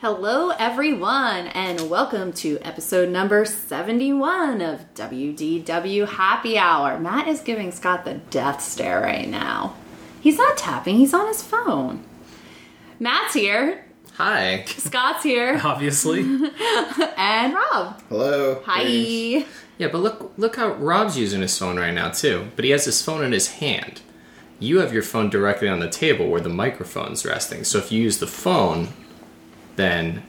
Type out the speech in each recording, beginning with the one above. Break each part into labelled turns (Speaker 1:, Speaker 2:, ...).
Speaker 1: Hello, everyone, and welcome to episode number 71 of WDW Happy Hour. Matt is giving Scott the death stare right now. He's not tapping, he's on his phone. Matt's here,
Speaker 2: Hi.
Speaker 1: Scott's here,
Speaker 3: Obviously.
Speaker 1: and Rob.
Speaker 2: Hello.
Speaker 1: Hi.
Speaker 2: Yeah, but look look how Rob's using his phone right now too. But he has his phone in his hand. You have your phone directly on the table where the microphone's resting. So if you use the phone, then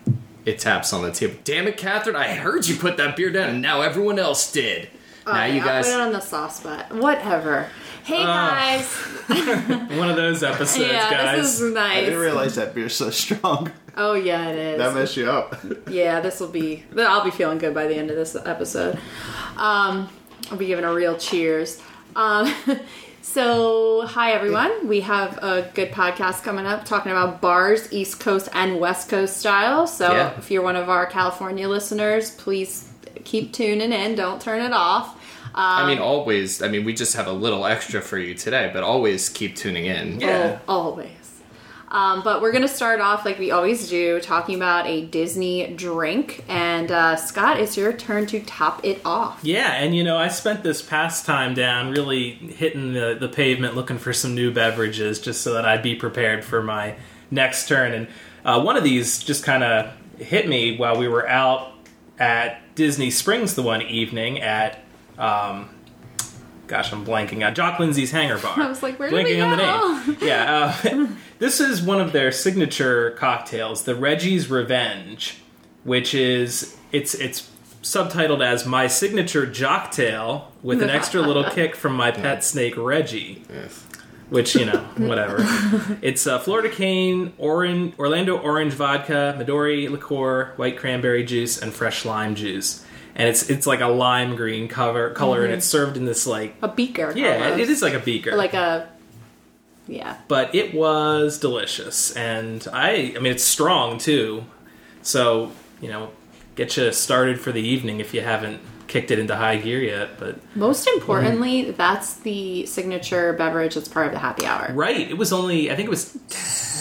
Speaker 2: it taps on the table. Damn it, Catherine, I heard you put that beer down and now everyone else did. now
Speaker 1: Okay,
Speaker 2: you guys
Speaker 1: I'll put it on the soft spot. Whatever. Hey, guys.
Speaker 3: One of those episodes,
Speaker 1: yeah,
Speaker 3: guys.
Speaker 1: this is
Speaker 4: I didn't
Speaker 1: nice.
Speaker 4: realize that beer's so strong.
Speaker 1: Oh, yeah, it is.
Speaker 4: That messed you up.
Speaker 1: Yeah, this will be. I'll be feeling good by the end of this episode. Um, I'll be giving a real cheers. Um, so, hi everyone. We have a good podcast coming up talking about bars, East Coast and West Coast style. So,
Speaker 2: Yeah.
Speaker 1: if you're one of our California listeners, please keep tuning in. Don't turn it off.
Speaker 2: I mean always I mean we just have a little extra for you today, but always keep tuning in.
Speaker 3: Yeah.
Speaker 1: Al- always. Um, but we're going to start off like we always do, talking about a Disney drink. And uh, Scott, it's your turn to top it off.
Speaker 3: Yeah, and you know, I spent this past time down really hitting the, the pavement looking for some new beverages just so that I'd be prepared for my next turn. And uh, one of these just kind of hit me while we were out at Disney Springs the one evening at, um, gosh, I'm blanking out, Jock Lindsay's Hangar Bar.
Speaker 1: I was like, where did we
Speaker 3: Blanking on
Speaker 1: go?
Speaker 3: the name. Yeah, uh, this is one of their signature cocktails, the Reggie's Revenge, which is it's it's subtitled as my signature jocktail with an extra little kick from my pet snake Reggie,
Speaker 2: Yes.
Speaker 3: which you know whatever. it's uh, Florida cane, orange, Orlando orange vodka, Midori liqueur, white cranberry juice, and fresh lime juice. And it's it's like a lime green cover color, and it's served in this like
Speaker 1: a beaker.
Speaker 3: yeah,
Speaker 1: almost.
Speaker 3: it, it is like a beaker,
Speaker 1: Mm-hmm. like a yeah.
Speaker 3: but it was delicious and i i mean it's strong too so you know get you started for the evening if you haven't kicked it into high gear yet but
Speaker 1: Most importantly,
Speaker 3: Mm-hmm.
Speaker 1: that's the signature beverage that's part of the happy hour.
Speaker 3: right it was only i think it was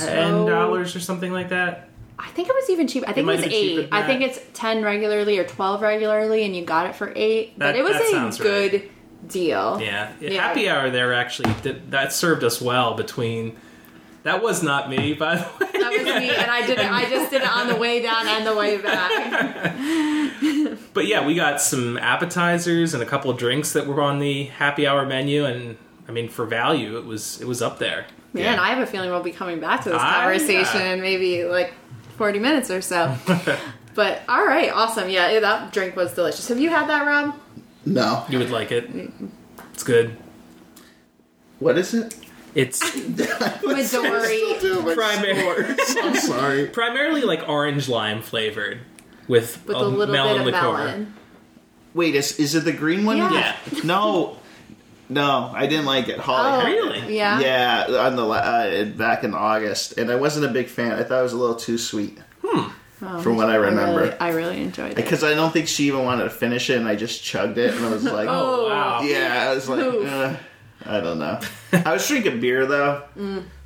Speaker 3: ten dollars or something like that
Speaker 1: I think it was even cheap. I think it,
Speaker 3: might
Speaker 1: was
Speaker 3: have been cheaper
Speaker 1: eight.
Speaker 3: than
Speaker 1: I think
Speaker 3: that.
Speaker 1: it's ten regularly or twelve regularly, and you got it for eight. but
Speaker 3: That-
Speaker 1: it was
Speaker 3: that
Speaker 1: a
Speaker 3: sounds
Speaker 1: good deal.
Speaker 3: yeah.
Speaker 1: Yeah.
Speaker 3: happy hour there actually that, that served us well between that was not me by the way
Speaker 1: That was me, and I did it. I just did it on the way down and the way back.
Speaker 3: But yeah, we got some appetizers and a couple of drinks that were on the happy hour menu, and I mean, for value, it was it was up there.
Speaker 1: Man,
Speaker 2: Yeah.
Speaker 1: I have a feeling we'll be coming back to this
Speaker 3: Ah,
Speaker 1: conversation
Speaker 3: yeah.
Speaker 1: in maybe like forty minutes or so. but all right, awesome. Yeah, it- that drink was delicious. Have you had that, Rob?
Speaker 4: No.
Speaker 3: You would like it. It's good.
Speaker 4: What is it?
Speaker 3: It's
Speaker 1: Midori.
Speaker 4: Still doing my
Speaker 3: primar-
Speaker 4: scores. I'm sorry.
Speaker 3: primarily like orange lime flavored with,
Speaker 1: With
Speaker 3: a
Speaker 1: a little
Speaker 3: melon
Speaker 1: bit of
Speaker 3: liqueur.
Speaker 1: melon.
Speaker 4: Wait, is, is it the green one?
Speaker 1: Yeah.
Speaker 3: Yeah,
Speaker 4: No. No, I didn't like it. Holly.
Speaker 1: Oh.
Speaker 3: really.
Speaker 1: Yeah.
Speaker 4: Yeah, on the la- uh, back in August, and I wasn't a big fan. I thought it was a little too sweet,
Speaker 1: Oh,
Speaker 4: from what I
Speaker 1: I
Speaker 4: remember,
Speaker 1: really, I really enjoyed it.
Speaker 4: because I don't think she even wanted to finish it, and I just chugged it, and I was like,
Speaker 3: Oh, wow.
Speaker 4: Yeah, I was like,
Speaker 1: Oof.
Speaker 4: uh, I don't know. I was drinking beer though,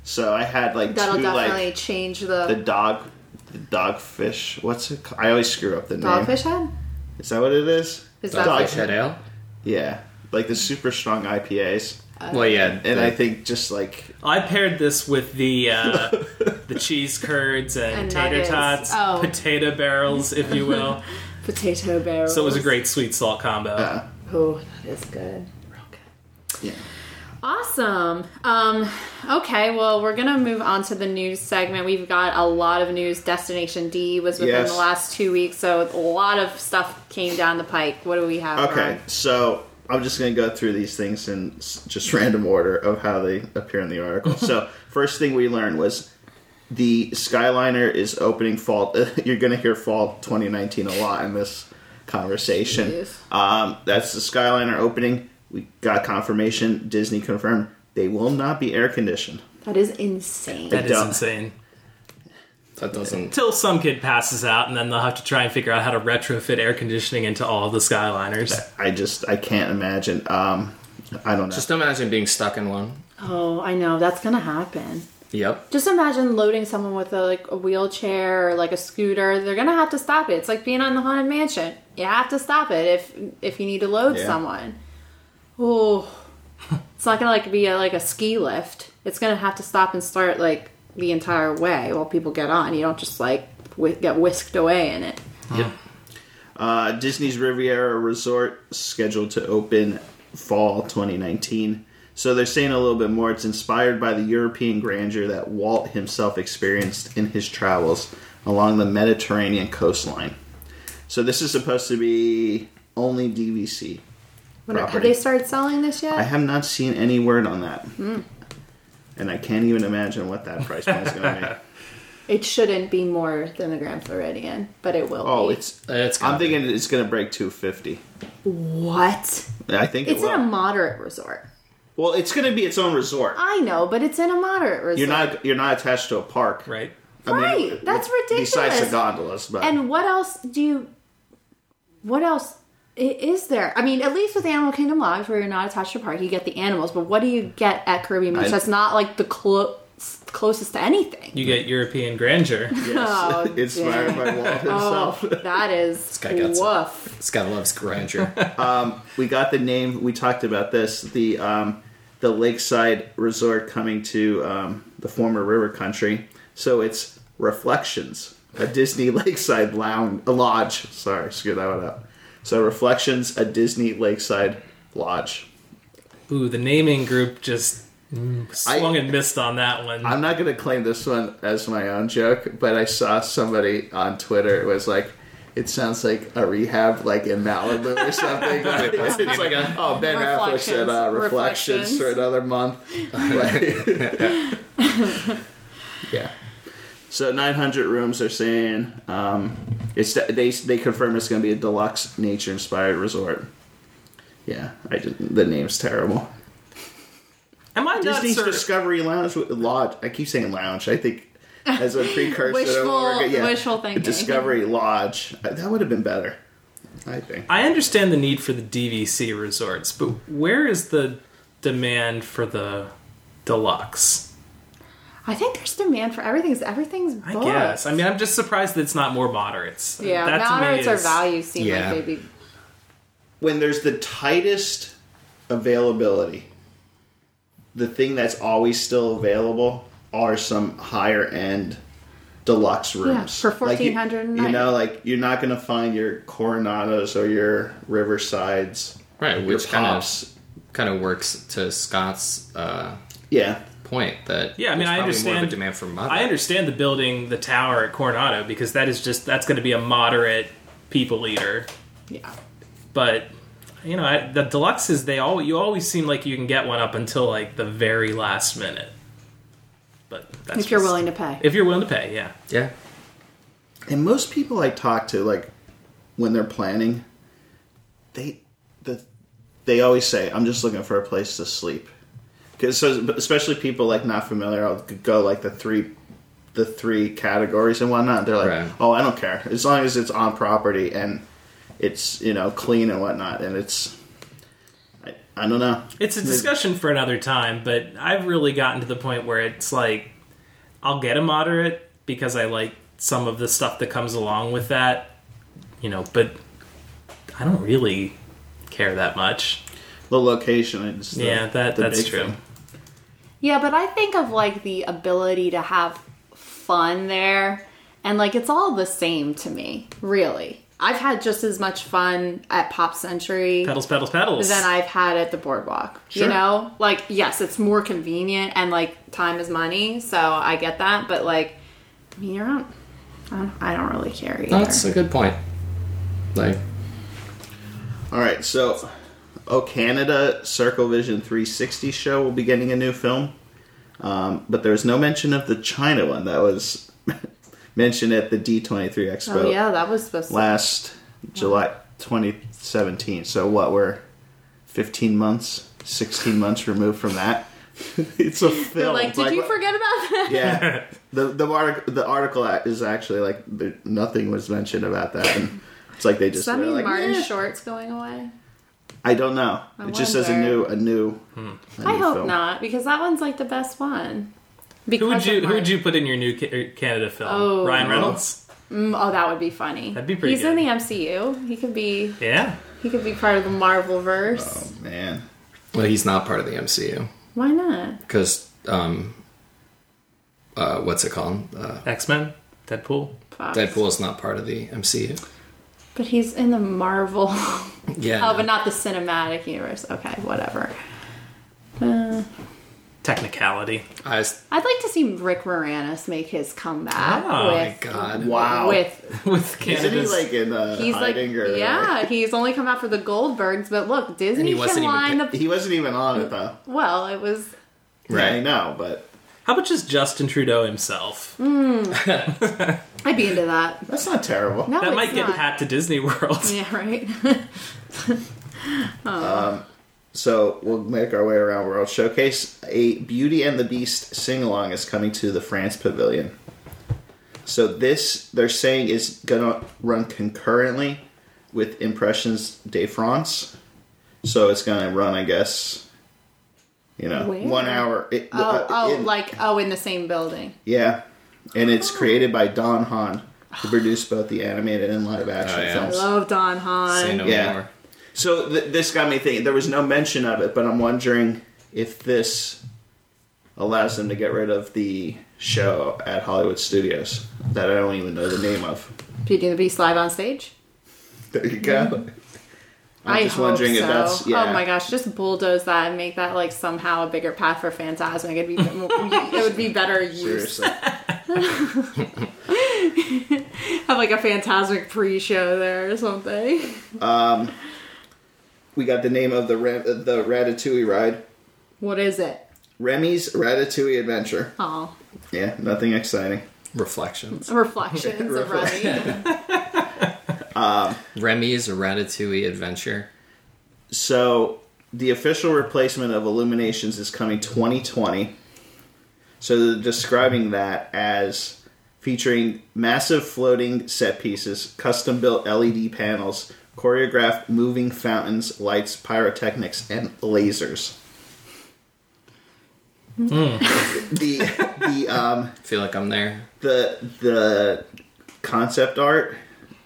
Speaker 4: so I had like
Speaker 1: Mm. That'll
Speaker 4: two
Speaker 1: definitely
Speaker 4: like
Speaker 1: change the,
Speaker 4: the dog, the dogfish. What's it? Called? I always screw up the name.
Speaker 1: dogfish head.
Speaker 4: Is that what it is?
Speaker 1: Is that
Speaker 2: Dog
Speaker 1: Dogfish
Speaker 2: head ale?
Speaker 4: Yeah, like the super strong IPAs,
Speaker 1: Uh,
Speaker 2: Well yeah.
Speaker 4: and
Speaker 2: the-
Speaker 4: I think just like
Speaker 3: I paired this with the uh, the cheese curds and,
Speaker 1: And
Speaker 3: tater
Speaker 1: nuggets.
Speaker 3: tots,
Speaker 1: Oh.
Speaker 3: potato barrels, if you will.
Speaker 1: Potato barrel.
Speaker 3: so it was a great sweet salt combo.
Speaker 4: uh,
Speaker 1: Oh, that is good. Real good.
Speaker 4: yeah.
Speaker 1: Awesome. Um, okay, well, we're gonna move on to the news segment. We've got a lot of news. Destination D was within
Speaker 4: Yes.
Speaker 1: the last two weeks, so a lot of stuff came down the pike. What do we have?
Speaker 4: Okay,
Speaker 1: Ron?
Speaker 4: so I'm just going to go through these things in s- just random order of how they appear in the article. so, first thing we learned was the Skyliner is opening fall. you're going to hear fall 2019 a lot in this conversation.
Speaker 1: Yes.
Speaker 4: Um, that's the Skyliner opening. We got confirmation. Disney confirmed they will not be air conditioned.
Speaker 1: That is insane.
Speaker 3: That is
Speaker 4: Dumb.
Speaker 3: insane.
Speaker 2: that doesn't
Speaker 3: Till some kid passes out, and then they'll have to try and figure out how to retrofit air conditioning into all the Skyliners.
Speaker 4: I just I can't imagine. Um, I don't know.
Speaker 2: just imagine being stuck in one.
Speaker 1: oh, I know. That's gonna happen.
Speaker 2: Yep.
Speaker 1: Just imagine loading someone with a, like a wheelchair or like a scooter. They're gonna have to stop it. It's like being on the haunted mansion. You have to stop it if if you need to load
Speaker 4: Yeah.
Speaker 1: someone. Oh, it's not gonna like be a, like a ski lift. It's gonna have to stop and start like the entire way while people get on. You don't just like whi get whisked away in it.
Speaker 2: Yep.
Speaker 4: Uh, Disney's Riviera Resort scheduled to open fall 2019. So they're saying a little bit more. It's inspired by the European grandeur that Walt himself experienced in his travels along the Mediterranean coastline. So this is supposed to be only DVC.
Speaker 1: Wonder, have
Speaker 4: property.
Speaker 1: they started selling this yet?
Speaker 4: I have not seen any word on that. And I can't even imagine what that price point is going to be.
Speaker 1: It shouldn't be more than the Grand Floridian, but it will.
Speaker 4: Oh,
Speaker 1: be.
Speaker 4: it's.
Speaker 2: That's
Speaker 4: I'm thinking it's going to break 250.
Speaker 1: what?
Speaker 4: I think
Speaker 1: It's
Speaker 4: it
Speaker 1: in
Speaker 4: will.
Speaker 1: a moderate resort.
Speaker 4: well, it's going to be its own resort.
Speaker 1: I know, but it's in a moderate resort.
Speaker 4: You're not you're not attached to a park,
Speaker 3: right?
Speaker 4: I mean,
Speaker 1: Right, that's
Speaker 4: Besides the
Speaker 1: ridiculous.
Speaker 4: gondolas, but
Speaker 1: And what else do you? What else i- is there? I mean, at least with Animal Kingdom Lodge, where you're not attached to a park, you get the animals. But what do you get at Caribbean Beach?
Speaker 4: I-
Speaker 1: That's not like the clo- closest to anything.
Speaker 3: You get European grandeur.
Speaker 4: yes,
Speaker 1: Oh,
Speaker 4: inspired
Speaker 1: dang.
Speaker 4: by Walt
Speaker 1: Oh,
Speaker 4: himself.
Speaker 1: that is
Speaker 2: guy got some.
Speaker 1: woof.
Speaker 2: Scott loves grandeur.
Speaker 4: We got the name. We talked about this. The um, the lakeside resort coming to um, the former river country. So it's Reflections, a Disney Lakeside Lounge a Lodge. Sorry, screw that one up. So Reflections, a Disney Lakeside Lodge.
Speaker 3: Ooh, the naming group just mm, swung
Speaker 4: I-
Speaker 3: and missed on that one.
Speaker 4: I'm not going to claim this one as my own joke, but I saw somebody on Twitter it was like, it sounds like a rehab, like in Malibu or something. it's like, oh, Ben Affleck said uh,
Speaker 1: Reflections.
Speaker 4: reflections for another month. Like- yeah. So 900 rooms are saying um, it's they they confirm it's going to be a deluxe nature inspired resort. Yeah, I didn't, the name's terrible.
Speaker 3: Am I not
Speaker 4: Disney's
Speaker 3: sort of-
Speaker 4: Discovery Lounge Lodge. I keep saying lounge. I think as a precursor to
Speaker 1: Wishful-
Speaker 4: what we're gonna-
Speaker 1: wishful thinking.
Speaker 4: Discovery Lodge. Uh, That would have been better. I think.
Speaker 3: I understand the need for the DVC resorts, but where is the demand for the deluxe?
Speaker 1: I think there's demand for everything's everything's.
Speaker 3: I
Speaker 1: booked.
Speaker 3: guess. I mean, I'm just surprised that it's not more moderates.
Speaker 1: Yeah,
Speaker 3: that to me
Speaker 1: moderates or
Speaker 3: is-
Speaker 1: values seem
Speaker 2: Yeah.
Speaker 1: like they'd be
Speaker 4: When there's the tightest availability, the thing that's always still available are some higher end deluxe rooms
Speaker 1: for
Speaker 4: Like, you-
Speaker 1: 1400 a
Speaker 4: you
Speaker 1: night.
Speaker 4: know, like you're not going to find your Coronados or your Riversides,
Speaker 2: right,
Speaker 4: your
Speaker 2: which kind of
Speaker 4: Pops.
Speaker 2: kind of works to Scott's uh,
Speaker 4: Yeah,
Speaker 2: point that
Speaker 3: Yeah, I mean,
Speaker 2: there's probably more
Speaker 3: I
Speaker 2: of
Speaker 3: understand-
Speaker 2: a demand for mother.
Speaker 3: I understand the building the tower at Coronado because that is just that's going to be a moderate people eater.
Speaker 1: yeah.
Speaker 3: But you know, I, the deluxes they all you always seem like you can get one up until like the very last minute. But that's
Speaker 1: If you're
Speaker 3: just-
Speaker 1: willing to pay.
Speaker 3: if you're willing to pay, yeah.
Speaker 2: yeah,
Speaker 4: And most people I talk to, like when they're planning, they the they always say, "I'm just looking for a place to sleep." Because so, but especially people like not familiar, I'll go like the three the three categories and whatnot. They're like,
Speaker 2: Right.
Speaker 4: "Oh, I don't care as long as it's on property and it's you know clean and whatnot." And it's I, I don't know.
Speaker 3: It's a discussion for another time, but I've really gotten to the point where it's like I'll get a moderate because I like some of the stuff that comes along with that, you know, but I don't really care that much.
Speaker 4: the location. Is the,
Speaker 3: yeah, that
Speaker 4: the
Speaker 3: that's
Speaker 4: big
Speaker 3: true.
Speaker 4: thing.
Speaker 1: Yeah, but I think of like the ability to have fun there, and like it's all the same to me, really. I've had just as much fun at Pop Century
Speaker 3: Pedals, pedals, pedals.
Speaker 1: than I've had at the boardwalk.
Speaker 4: Sure.
Speaker 1: You know? Like, yes, it's more convenient and like time is money, so I get that, but like, I mean, you're not, I don't, I don't really care either.
Speaker 2: that's a good point. Like,
Speaker 4: All right, so Oh Canada Circle Vision 360 show will be getting a new film, um, but there was no mention of the China one that was mentioned at the D23 Expo
Speaker 1: oh, yeah, that was supposed to
Speaker 4: last July 2017. So what we're 15 months, 16 months removed from that. it's a
Speaker 1: They're
Speaker 4: film.
Speaker 1: like,
Speaker 4: It's
Speaker 1: did you forget about that?
Speaker 4: yeah. The the, artic- the article is actually like there- nothing was mentioned about that, and it's like they just
Speaker 1: Does that
Speaker 4: were
Speaker 1: mean
Speaker 4: like,
Speaker 1: Martin
Speaker 4: "Eh."
Speaker 1: Short's going away?
Speaker 4: I don't know.
Speaker 1: I
Speaker 4: it just says a
Speaker 1: wonder. Hmm.
Speaker 4: new a new. a
Speaker 1: I
Speaker 4: new
Speaker 1: hope
Speaker 4: film.
Speaker 1: not, because that one's like the best one.
Speaker 3: Who would
Speaker 1: Because
Speaker 3: you
Speaker 1: of my-
Speaker 3: Who would you put in your new ca- Canada film?
Speaker 1: Oh.
Speaker 3: Ryan Reynolds.
Speaker 1: Mm, oh, that would be funny.
Speaker 3: That'd be pretty
Speaker 1: He's
Speaker 3: good.
Speaker 1: in the MCU. He could be.
Speaker 3: Yeah.
Speaker 1: He could be part of the Marvel verse.
Speaker 4: Oh man,
Speaker 2: Well, he's not part of the MCU
Speaker 1: Why not?
Speaker 2: because um, uh, what's it called? Uh,
Speaker 3: X Men. Deadpool.
Speaker 1: Fox.
Speaker 2: Deadpool is not part of the MCU.
Speaker 1: But he's in the Marvel.
Speaker 2: Yeah,
Speaker 1: oh, but not the cinematic universe. Okay, whatever. Uh,
Speaker 3: Technicality.
Speaker 2: I was,
Speaker 1: I'd like to see Rick Moranis make his comeback.
Speaker 3: Oh, my
Speaker 1: with,
Speaker 2: God.
Speaker 4: wow.
Speaker 1: With
Speaker 3: With
Speaker 4: Isn't he
Speaker 3: Canada's.
Speaker 4: like in uh,
Speaker 1: he's like
Speaker 4: hiding or
Speaker 1: yeah, he's only come out for the Goldbergs, but look, Disney
Speaker 2: he wasn't
Speaker 1: can
Speaker 2: even
Speaker 1: line
Speaker 2: picked-
Speaker 1: the
Speaker 4: He wasn't even on it though.
Speaker 1: well. It was
Speaker 4: Yeah, I
Speaker 2: right.
Speaker 4: know, but
Speaker 3: How about just Justin Trudeau himself?
Speaker 1: I'd be into that.
Speaker 4: that's not terrible.
Speaker 1: No,
Speaker 3: that
Speaker 1: it's
Speaker 3: might get
Speaker 1: not.
Speaker 3: Pat to Disney World.
Speaker 1: Yeah, right.
Speaker 4: So we'll make our way around World Showcase. A Beauty and the Beast sing along is coming to the France Pavilion. So this they're saying is gonna run concurrently with Impressions de France. So it's gonna run, I guess. You know,
Speaker 1: Where?
Speaker 4: one hour. It,
Speaker 1: oh,
Speaker 4: uh,
Speaker 1: oh,
Speaker 4: in-
Speaker 1: like oh, in the same building.
Speaker 4: yeah, and it's created by Don Hahn, who produced both the animated and live action
Speaker 2: Oh, yeah.
Speaker 1: I
Speaker 4: films.
Speaker 1: love Don
Speaker 2: Say
Speaker 1: Hahn.
Speaker 2: no
Speaker 4: Yeah.
Speaker 2: more.
Speaker 4: So th- this got me thinking. There was no mention of it, but I'm wondering if this allows them to get rid of the show at Hollywood Studios that I don't even know the name of.
Speaker 1: Beauty and the Beast live on stage.
Speaker 4: There you go. I'm
Speaker 1: Mm-hmm. I
Speaker 4: just
Speaker 1: hope
Speaker 4: wondering
Speaker 1: so.
Speaker 4: if that's- yeah.
Speaker 1: Oh my gosh, just bulldoze that and make that like somehow a bigger path for Phantasmic. It'd be more, it would be better use.
Speaker 4: Seriously,
Speaker 1: Have like a Phantasmic pre-show there or something.
Speaker 4: we got the name of the Ra- the Ratatouille ride.
Speaker 1: What is it?
Speaker 4: Remy's Ratatouille Adventure.
Speaker 1: Oh,
Speaker 4: Yeah, nothing exciting.
Speaker 2: Reflections.
Speaker 1: reflections of Remy.
Speaker 2: Remy's Ratatouille Adventure.
Speaker 4: So the official replacement of Illuminations is coming 2020. So they're describing that as featuring massive floating set pieces, custom built LED panels, choreographed moving fountains, lights, pyrotechnics, and lasers. the the um
Speaker 2: I feel like I'm there.
Speaker 4: the the concept art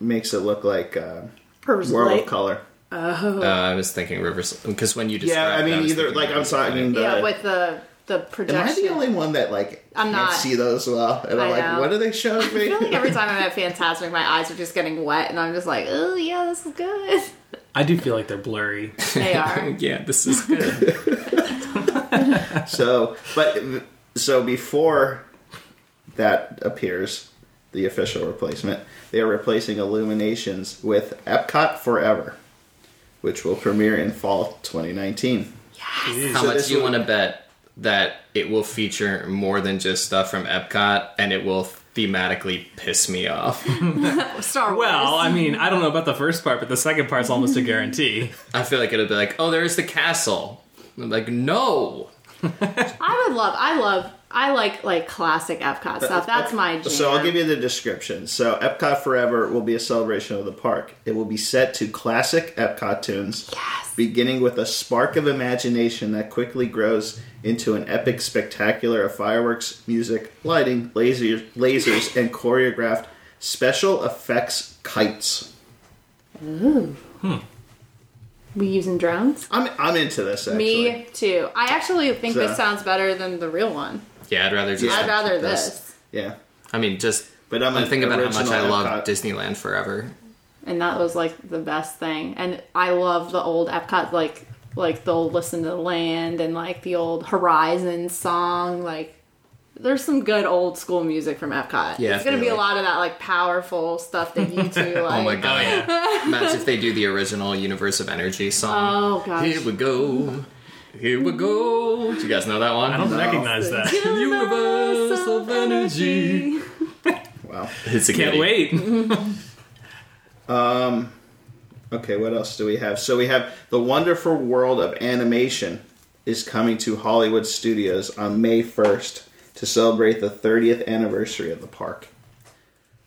Speaker 4: makes it look like uh,
Speaker 1: Purple
Speaker 4: World
Speaker 1: light.
Speaker 4: of Color.
Speaker 1: Oh.
Speaker 2: Uh, I was thinking Rivers because when you described
Speaker 4: Yeah, I
Speaker 2: it,
Speaker 4: mean
Speaker 2: was
Speaker 4: either
Speaker 2: thinking
Speaker 4: like I'm
Speaker 2: Rivers
Speaker 4: sorry, I mean, the,
Speaker 1: Yeah, with the the
Speaker 4: Am I
Speaker 1: projection.
Speaker 4: the only one that like
Speaker 1: I'm
Speaker 4: can't
Speaker 1: not.
Speaker 4: see those well? And I'm
Speaker 1: I
Speaker 4: like,
Speaker 1: know.
Speaker 4: what are they showing
Speaker 1: I
Speaker 4: me?
Speaker 1: feel like every time I'm at Phantasmic, my eyes are just getting wet, and I'm just like, oh yeah, this is good.
Speaker 3: I do feel like they're blurry.
Speaker 1: They are.
Speaker 2: yeah, this is good.
Speaker 4: so, but so before that appears, the official replacement, they are replacing Illuminations with Epcot Forever, which will premiere in fall 2019.
Speaker 2: How
Speaker 4: So
Speaker 2: much
Speaker 4: this
Speaker 2: do you
Speaker 4: will-
Speaker 2: want to bet that it will feature more than just stuff from Epcot and it will thematically piss me off?
Speaker 1: Star Wars.
Speaker 3: Well, I mean, I don't know about the first part, but the second part's almost a guarantee.
Speaker 2: I feel like it'll be like, oh, there's the castle. I'm like, no.
Speaker 1: I would love. I love. I like like classic Epcot stuff. That's my jam.
Speaker 4: uh, So I'll give you the description. So Epcot Forever will be a celebration of the park. It will be set to classic Epcot tunes,
Speaker 1: Yes.
Speaker 4: beginning with a spark of imagination that quickly grows into an epic spectacular of fireworks, music, lighting, laser, lasers, and choreographed special effects kites.
Speaker 1: We using drones?
Speaker 4: I'm I'm into this. Actually.
Speaker 1: Me too. I actually think
Speaker 4: So-
Speaker 1: this sounds better than the real one.
Speaker 2: Yeah, I'd rather just.
Speaker 1: I'd rather
Speaker 4: that's-
Speaker 1: this.
Speaker 4: yeah.
Speaker 2: I mean, just.
Speaker 4: But I'm
Speaker 2: I'm
Speaker 4: an
Speaker 2: thinking about how much I
Speaker 4: original
Speaker 2: love
Speaker 4: Epcot.
Speaker 2: Disneyland forever.
Speaker 1: And that was like the best thing. And I love the old Epcot, like like the old "Listen to the Land" and like the old Horizon song. Like, there's some good old school music from Epcot.
Speaker 2: Yeah,
Speaker 1: it's gonna
Speaker 2: I
Speaker 1: be
Speaker 2: feel
Speaker 1: a lot of that like powerful stuff that you two like.
Speaker 2: Oh my god! Imagine if they do the original Universe of Energy song.
Speaker 1: Oh gosh.
Speaker 2: Here we go. Here we go. Do you guys know that one?
Speaker 3: I don't recognize that.
Speaker 2: Universe of Energy.
Speaker 4: Wow.
Speaker 2: It's a
Speaker 3: Can't
Speaker 2: goodie.
Speaker 3: wait.
Speaker 1: Mm-hmm.
Speaker 4: Okay, what else do we have? So we have The Wonderful World of Animation is coming to Hollywood Studios on May 1st to celebrate the 30th anniversary of the park.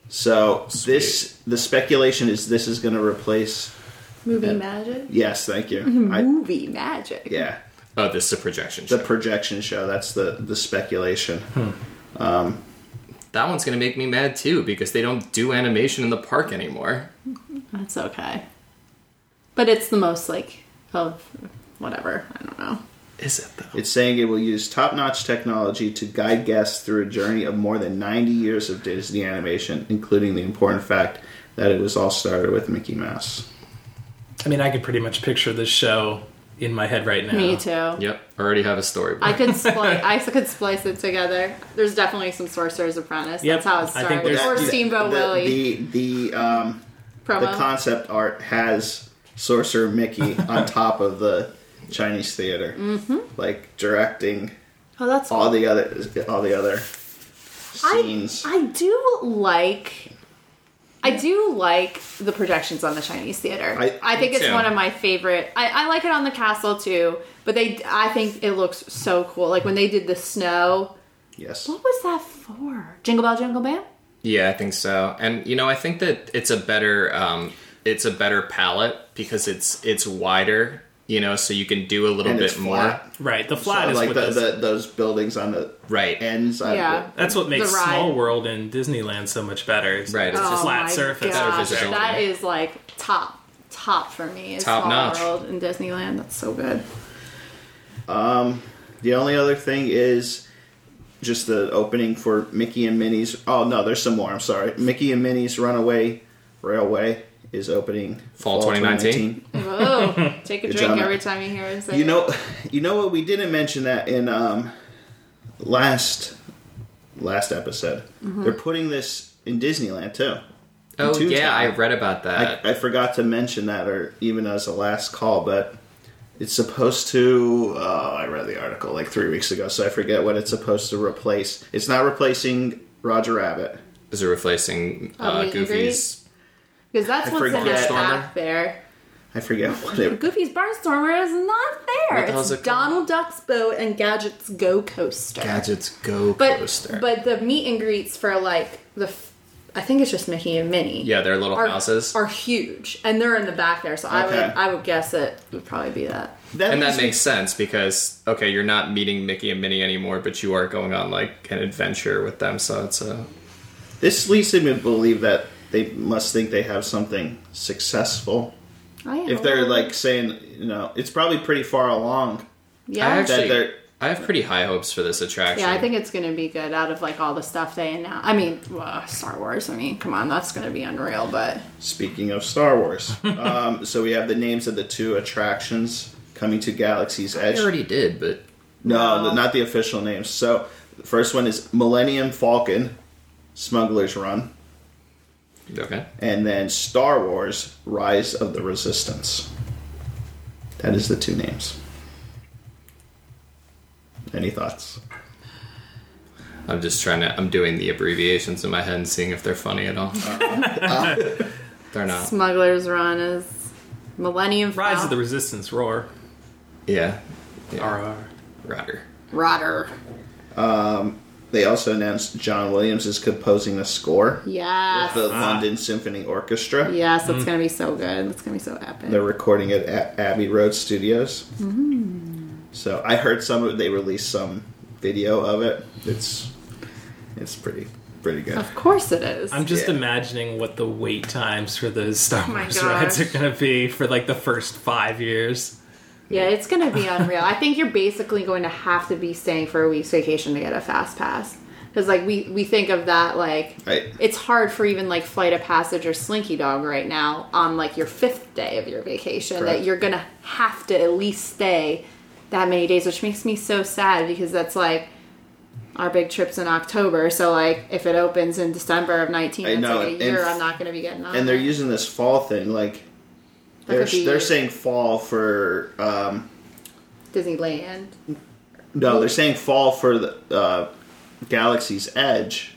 Speaker 4: So this the speculation is this is going to replace
Speaker 1: Movie magic.
Speaker 4: Yes, thank you. I,
Speaker 1: Movie magic.
Speaker 4: yeah.
Speaker 2: Oh, this is a projection
Speaker 4: the
Speaker 2: show.
Speaker 4: projection show. That's the the speculation.
Speaker 2: that one's gonna make me mad too because they don't do animation in the park anymore.
Speaker 1: That's okay. But it's the most like of whatever. I don't know.
Speaker 2: Is it though?
Speaker 4: It's saying it will use top notch technology to guide guests through a journey of more than 90 years of Disney animation, including the important fact that it was all started with Mickey Mouse.
Speaker 3: I mean, I could pretty much picture this show in my head right now.
Speaker 1: Me too.
Speaker 2: Yep, already have a storybook.
Speaker 1: I could splice. I could splice it together. There's definitely some Sorcerer's Apprentice.
Speaker 3: Yep.
Speaker 1: That's how it
Speaker 3: I
Speaker 1: started.
Speaker 3: think there's-
Speaker 1: or
Speaker 4: The-
Speaker 1: Steamboat
Speaker 4: the,
Speaker 1: Willie
Speaker 4: The the um, the
Speaker 1: promo.
Speaker 4: concept art has Sorcerer Mickey on top of the Chinese theater, mm-hmm. like directing
Speaker 1: oh, that's
Speaker 4: all the other all the other
Speaker 1: I,
Speaker 4: scenes.
Speaker 1: I do like I do like the projections on the Chinese theater.
Speaker 4: I-
Speaker 1: I, think
Speaker 2: me
Speaker 1: it's
Speaker 2: too.
Speaker 1: one of my favorite. I, I like it on the castle too, but they I think it looks so cool. Like when they did the snow.
Speaker 4: yes,
Speaker 1: What was that for? Jingle Bell Jingle Bell?
Speaker 2: Yeah, I think so. And you know, I think that it's a better um, it's a better palette because it's it's wider. You know, so you can do a little
Speaker 4: and
Speaker 2: bit
Speaker 4: it's flat.
Speaker 2: more.
Speaker 3: Right, the flat
Speaker 4: So,
Speaker 3: is
Speaker 4: like
Speaker 3: what
Speaker 4: the,
Speaker 3: this-
Speaker 4: the, those buildings on the
Speaker 2: Right.
Speaker 4: ends. I-
Speaker 1: Yeah.
Speaker 3: That's what makes
Speaker 1: The ride.
Speaker 3: Small World and Disneyland so much better. is
Speaker 2: Right,
Speaker 3: It's
Speaker 2: it's
Speaker 3: a
Speaker 2: just-
Speaker 3: flat
Speaker 1: Oh my
Speaker 3: surface.
Speaker 1: gosh,
Speaker 2: visibility.
Speaker 1: That is like top top for me. Is
Speaker 2: Top
Speaker 1: Small
Speaker 2: notch.
Speaker 1: World in Disneyland. That's so good.
Speaker 4: The only other thing is just the opening for Mickey and Minnie's. Oh no, there's some more. I'm sorry. Mickey and Minnie's Runaway Railway is opening
Speaker 2: Fall 2019.
Speaker 1: Whoa. Take a
Speaker 4: Good
Speaker 1: drink
Speaker 4: job.
Speaker 1: every time you hear it. say
Speaker 4: You
Speaker 1: it.
Speaker 4: know, you know what? We didn't mention that in um, last last episode.
Speaker 2: Mm-hmm.
Speaker 4: They're putting this in Disneyland too.
Speaker 2: Oh
Speaker 4: Two
Speaker 2: yeah, I
Speaker 4: times.
Speaker 2: read about
Speaker 4: I,
Speaker 2: that.
Speaker 4: I forgot to mention that, or even as a last call, but it's supposed to. Uh, I read the article like three weeks ago, so I forget what it's supposed to replace. It's not replacing Roger Rabbit.
Speaker 2: Is it replacing
Speaker 1: Oh,
Speaker 2: uh,
Speaker 1: meet and
Speaker 2: Goofy's?
Speaker 1: because that's
Speaker 4: I
Speaker 1: what's in
Speaker 4: forget.
Speaker 1: that
Speaker 2: Barnstormer?
Speaker 1: back there.
Speaker 4: I forget what it.
Speaker 1: Goofy's Barnstormer is not
Speaker 2: What the
Speaker 1: there.
Speaker 2: hell's
Speaker 1: It's
Speaker 2: it called?
Speaker 1: Donald Duck's boat and Gadget's Go Coaster.
Speaker 2: Gadgets Go
Speaker 1: but
Speaker 2: Coaster.
Speaker 1: but the meet and greets for like the, f- I think it's just Mickey and Minnie.
Speaker 2: yeah, their little
Speaker 1: Are,
Speaker 2: houses,
Speaker 1: are huge and they're in the back there, so I would
Speaker 4: Okay.
Speaker 1: I would guess it would probably be that.
Speaker 2: and that
Speaker 4: leaves me-
Speaker 2: makes sense because okay, you're not meeting Mickey and Minnie anymore, but you are going on like an adventure with them. So it's a
Speaker 4: this leads me to believe that they must think they have something successful.
Speaker 1: Oh, yeah.
Speaker 4: If they're like saying, you know, it's probably pretty far along.
Speaker 1: yeah,
Speaker 2: I
Speaker 4: That
Speaker 2: actually,
Speaker 4: they're-
Speaker 2: I have pretty high hopes for this attraction.
Speaker 1: yeah, I think it's gonna be good out of like all the stuff they announced. I mean, well, Star Wars. I mean, come on, that's gonna be unreal. But
Speaker 4: Speaking of Star Wars, um, so we have the names of the two attractions coming to Galaxy's Edge.
Speaker 2: I already did, but
Speaker 4: No,
Speaker 1: No.
Speaker 4: the- not the official names. So, the first one is Millennium Falcon, Smuggler's Run,
Speaker 2: okay.
Speaker 4: and then Star Wars: Rise of the Resistance. That is the two names. Any thoughts?
Speaker 2: I'm just trying to. I'm doing the abbreviations in my head and seeing if they're funny at all. they're not.
Speaker 1: Smuggler's Run is Millennium
Speaker 3: Rise
Speaker 1: Fal-
Speaker 3: of the Resistance, roar.
Speaker 2: Yeah. yeah.
Speaker 3: RR.
Speaker 2: Rotter.
Speaker 1: Rotter.
Speaker 4: They also announced John Williams is composing the score
Speaker 1: Yes.
Speaker 4: with the London Symphony Orchestra.
Speaker 1: yes,
Speaker 3: Mm.
Speaker 1: it's gonna be so good. It's gonna be so epic.
Speaker 4: They're recording it at Abbey Road Studios.
Speaker 1: Mm-hmm.
Speaker 4: So I heard some of they released some video of it. It's it's pretty pretty good.
Speaker 1: of course it is.
Speaker 3: I'm just
Speaker 4: Yeah.
Speaker 3: imagining what the wait times for those Star
Speaker 1: Oh my
Speaker 3: Wars rides are
Speaker 1: gosh.
Speaker 3: going to be for like the first five years.
Speaker 1: yeah, it's gonna be unreal. I think you're basically going to have to be staying for a week's vacation to get a fast pass. Because like we we think of that like
Speaker 4: Right.
Speaker 1: it's hard for even like Flight of Passage or Slinky Dog right now on like your fifth day of your vacation
Speaker 4: Correct.
Speaker 1: that you're gonna have to at least stay that many days, which makes me so sad because that's like our big trips in October. So like if it opens in December of nineteen,
Speaker 4: I
Speaker 1: it's
Speaker 4: know,
Speaker 1: like a
Speaker 4: and-
Speaker 1: year I'm not gonna be getting on.
Speaker 4: And they're
Speaker 1: it.
Speaker 4: using this fall thing like
Speaker 1: That
Speaker 4: they're
Speaker 1: could be
Speaker 4: they're saying fall for um
Speaker 1: Disneyland.
Speaker 4: no, they're saying fall for the uh, Galaxy's Edge.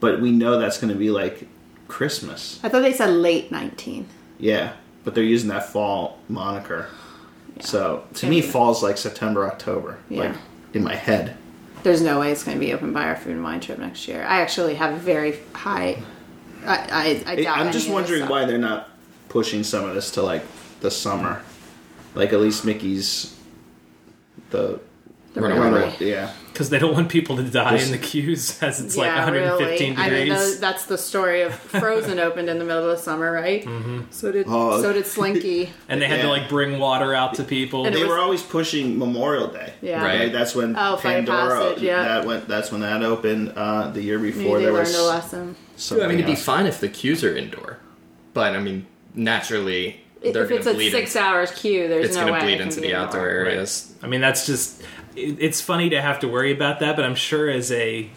Speaker 4: But we know that's going to be like Christmas.
Speaker 1: I thought they said late nineteen.
Speaker 4: Yeah, but they're using that fall moniker. So to me,
Speaker 1: Yeah.
Speaker 4: fall's like September, October, like
Speaker 1: Yeah.
Speaker 4: in my head.
Speaker 1: There's no way it's going to be open by our food and wine trip next year. I actually have very high. I I, I
Speaker 4: It-
Speaker 1: doubt.
Speaker 4: I'm
Speaker 1: any
Speaker 4: just
Speaker 1: of this
Speaker 4: wondering
Speaker 1: stuff.
Speaker 4: why they're not pushing some of this to like the summer, like at least Mickey's the
Speaker 2: Runaway.
Speaker 4: runaway. Yeah,
Speaker 3: because they don't want people to die
Speaker 4: Just-
Speaker 3: in the queues as it's like
Speaker 1: yeah,
Speaker 3: 115
Speaker 1: really. I mean,
Speaker 3: degrees.
Speaker 1: tho- that's the story of Frozen opened in the middle of the summer, right? Mm-hmm. So did
Speaker 4: Oh.
Speaker 1: so did Slinky.
Speaker 3: and they had to
Speaker 4: Yeah.
Speaker 3: like bring water out to people.
Speaker 1: And it
Speaker 4: they
Speaker 1: was-
Speaker 4: were always pushing Memorial Day.
Speaker 1: Yeah.
Speaker 2: Right.
Speaker 4: Right, that's when
Speaker 1: Oh, Fire
Speaker 4: Pandora.
Speaker 1: Passage, yeah.
Speaker 4: That went. That's when that opened uh, the year
Speaker 1: Maybe
Speaker 4: before.
Speaker 1: they
Speaker 4: there
Speaker 1: learned
Speaker 4: was
Speaker 1: a lesson.
Speaker 2: Dude, I mean, it'd
Speaker 4: something
Speaker 2: be
Speaker 4: else.
Speaker 2: fine if the queues are indoor, but I mean, naturally,
Speaker 1: If
Speaker 2: they're
Speaker 1: if
Speaker 2: gonna
Speaker 1: it's a
Speaker 2: bleed.
Speaker 1: six
Speaker 2: in-
Speaker 1: hours queue, there's
Speaker 2: it's
Speaker 1: no
Speaker 2: gonna
Speaker 1: way it
Speaker 2: bleed
Speaker 1: can
Speaker 2: into
Speaker 1: be
Speaker 2: the
Speaker 1: an
Speaker 2: outdoor
Speaker 1: hour.
Speaker 2: areas.
Speaker 3: I mean, that's just it, it's funny to have to worry about that, but I'm sure as a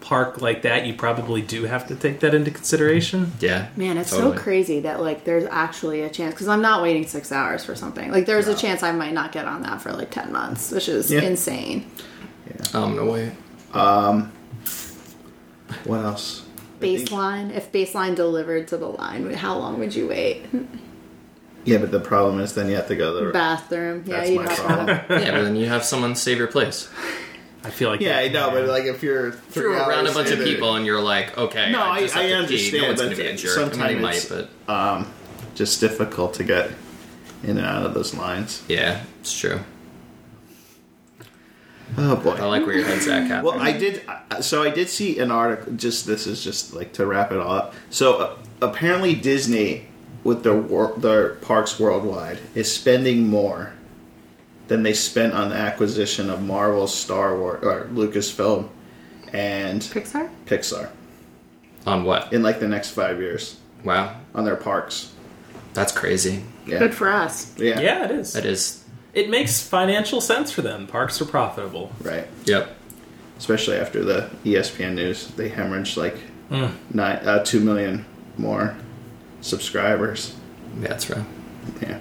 Speaker 3: park like that, you probably do have to take that into consideration.
Speaker 2: Yeah,
Speaker 1: Man, it's
Speaker 2: totally.
Speaker 1: so crazy that like there's actually a chance because I'm not waiting six hours for something. Like there's a chance I might not get on that for like ten months, which is
Speaker 4: Yeah.
Speaker 1: insane.
Speaker 2: I'm gonna wait.
Speaker 4: What else? I think-
Speaker 1: Baseline, if baseline delivered to the line, how long would you wait?
Speaker 4: Yeah, but the problem is then you have to go to the
Speaker 1: Bathroom, yeah,
Speaker 4: That's
Speaker 1: you'd
Speaker 4: my
Speaker 1: have
Speaker 4: problem.
Speaker 1: to.
Speaker 2: yeah, but then you have someone save your place.
Speaker 3: I feel like
Speaker 4: Yeah, I
Speaker 3: that-
Speaker 4: know, but like if you're
Speaker 2: If you're
Speaker 4: three
Speaker 2: around a
Speaker 4: hours
Speaker 2: bunch of
Speaker 4: in there-
Speaker 2: people and you're like, okay,
Speaker 4: No, I,
Speaker 2: just have
Speaker 4: I
Speaker 2: to pee.
Speaker 4: understand,
Speaker 2: No one's
Speaker 4: but
Speaker 2: gonna be a jerk. I mean,
Speaker 4: sometimes
Speaker 2: they might,
Speaker 4: it's
Speaker 2: but
Speaker 4: um, just difficult to get in and out of those lines.
Speaker 2: yeah, it's true.
Speaker 4: Oh boy.
Speaker 2: I like where your head's at, Catherine.
Speaker 4: Well, I did. I- So I did see an article. Just this is just like to wrap it all up. So uh, apparently Disney, with their wor- their parks worldwide, is spending more than they spent on the acquisition of Marvel, Star Wars, or Lucasfilm, and
Speaker 1: Pixar?
Speaker 4: Pixar
Speaker 2: on what?
Speaker 4: in like the next five years
Speaker 2: Wow,
Speaker 4: on their parks.
Speaker 2: that's crazy.
Speaker 4: Yeah.
Speaker 1: Good for us.
Speaker 4: yeah.
Speaker 3: yeah, it is.
Speaker 2: That is,
Speaker 3: It makes financial sense for them. Parks are profitable.
Speaker 4: Right.
Speaker 2: yep.
Speaker 4: Especially after the E ESPN news, they hemorrhaged like
Speaker 3: Mm,
Speaker 4: nine, uh, two million more subscribers.
Speaker 2: Yeah, that's right.
Speaker 4: Yeah.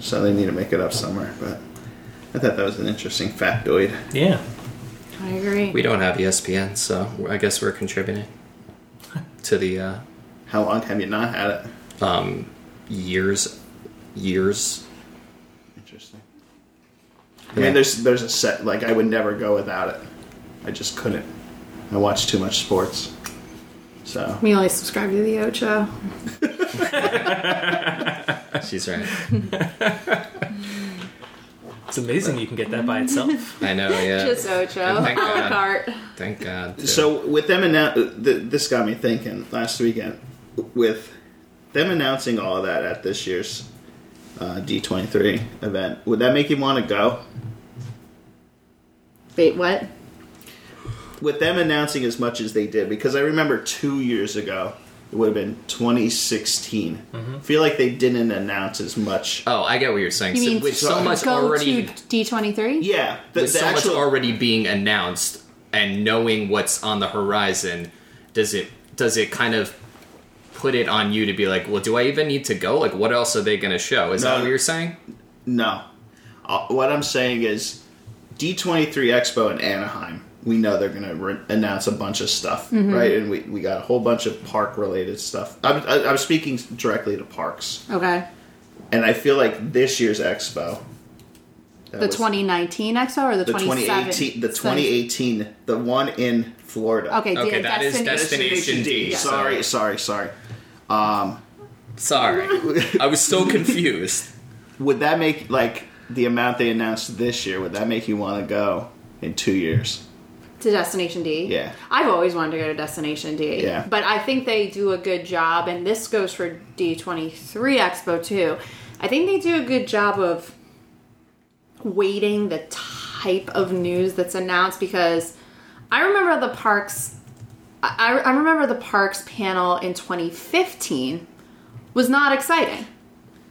Speaker 4: So they need to make it up somewhere, but I thought that was an interesting factoid.
Speaker 3: Yeah.
Speaker 1: I agree.
Speaker 2: We don't have E ESPN, so I guess we're contributing to the uh,
Speaker 4: How long have you not had it?
Speaker 2: um, years, years.
Speaker 4: Interesting. I mean, there's there's a set like I would never go without it. I just couldn't. I watch too much sports. So
Speaker 1: we only subscribe to the Ocho.
Speaker 2: She's right.
Speaker 3: It's amazing you can get that by itself.
Speaker 2: I know. Yeah.
Speaker 1: Just Ocho.
Speaker 2: Thank
Speaker 1: a la
Speaker 2: God.
Speaker 1: carte.
Speaker 2: Thank God. too.
Speaker 4: so with them announcing, th- this got me thinking last weekend with them announcing all of that at this year's uh, D23 event. Would that make you want to go?
Speaker 1: Wait, what?
Speaker 4: with them announcing as much as they did because I remember two years ago it would have been 2016.
Speaker 2: Mm-hmm.
Speaker 4: I feel like they didn't announce as much.
Speaker 2: oh, I get what you're saying.
Speaker 1: You
Speaker 2: So-
Speaker 1: mean
Speaker 2: with so much
Speaker 1: Go
Speaker 2: already,
Speaker 1: to D23?
Speaker 4: Yeah, the,
Speaker 2: with
Speaker 4: the
Speaker 2: so
Speaker 4: actual
Speaker 2: much already being announced and knowing what's on the horizon, does it does it kind of put it on you to be like, well, do I even need to go? Like, what else are they going to show? Is that
Speaker 4: No.
Speaker 2: what you're saying?
Speaker 4: no. Uh, what I'm saying is D23 Expo in Anaheim. We know they're going to re- announce a bunch of stuff,
Speaker 1: Mm-hmm.
Speaker 4: right? And we, we got a whole bunch of park related stuff. I'm, I- I'm speaking directly to parks,
Speaker 1: Okay.
Speaker 4: and I feel like this year's expo. that
Speaker 1: The
Speaker 4: was-
Speaker 1: 2019 Expo or the,
Speaker 4: the
Speaker 1: 27?
Speaker 4: 2018 the
Speaker 1: So-
Speaker 4: 2018 the one in Florida.
Speaker 1: Okay,
Speaker 2: Okay, that is
Speaker 1: Destiny-
Speaker 2: Destiny. Destination D. Yeah.
Speaker 4: Sorry, sorry, sorry.
Speaker 2: Sorry, I was so confused.
Speaker 4: Would that make like the amount they announced this year? Would that make you want to go in two years?
Speaker 1: to Destination D.
Speaker 4: Yeah.
Speaker 1: I've always wanted to go to Destination D.
Speaker 4: Yeah.
Speaker 1: But I think they do a good job, and this goes for D23 Expo too. I think they do a good job of weighting the type of news that's announced because I remember the parks. I, I remember the parks panel in 2015 was not exciting.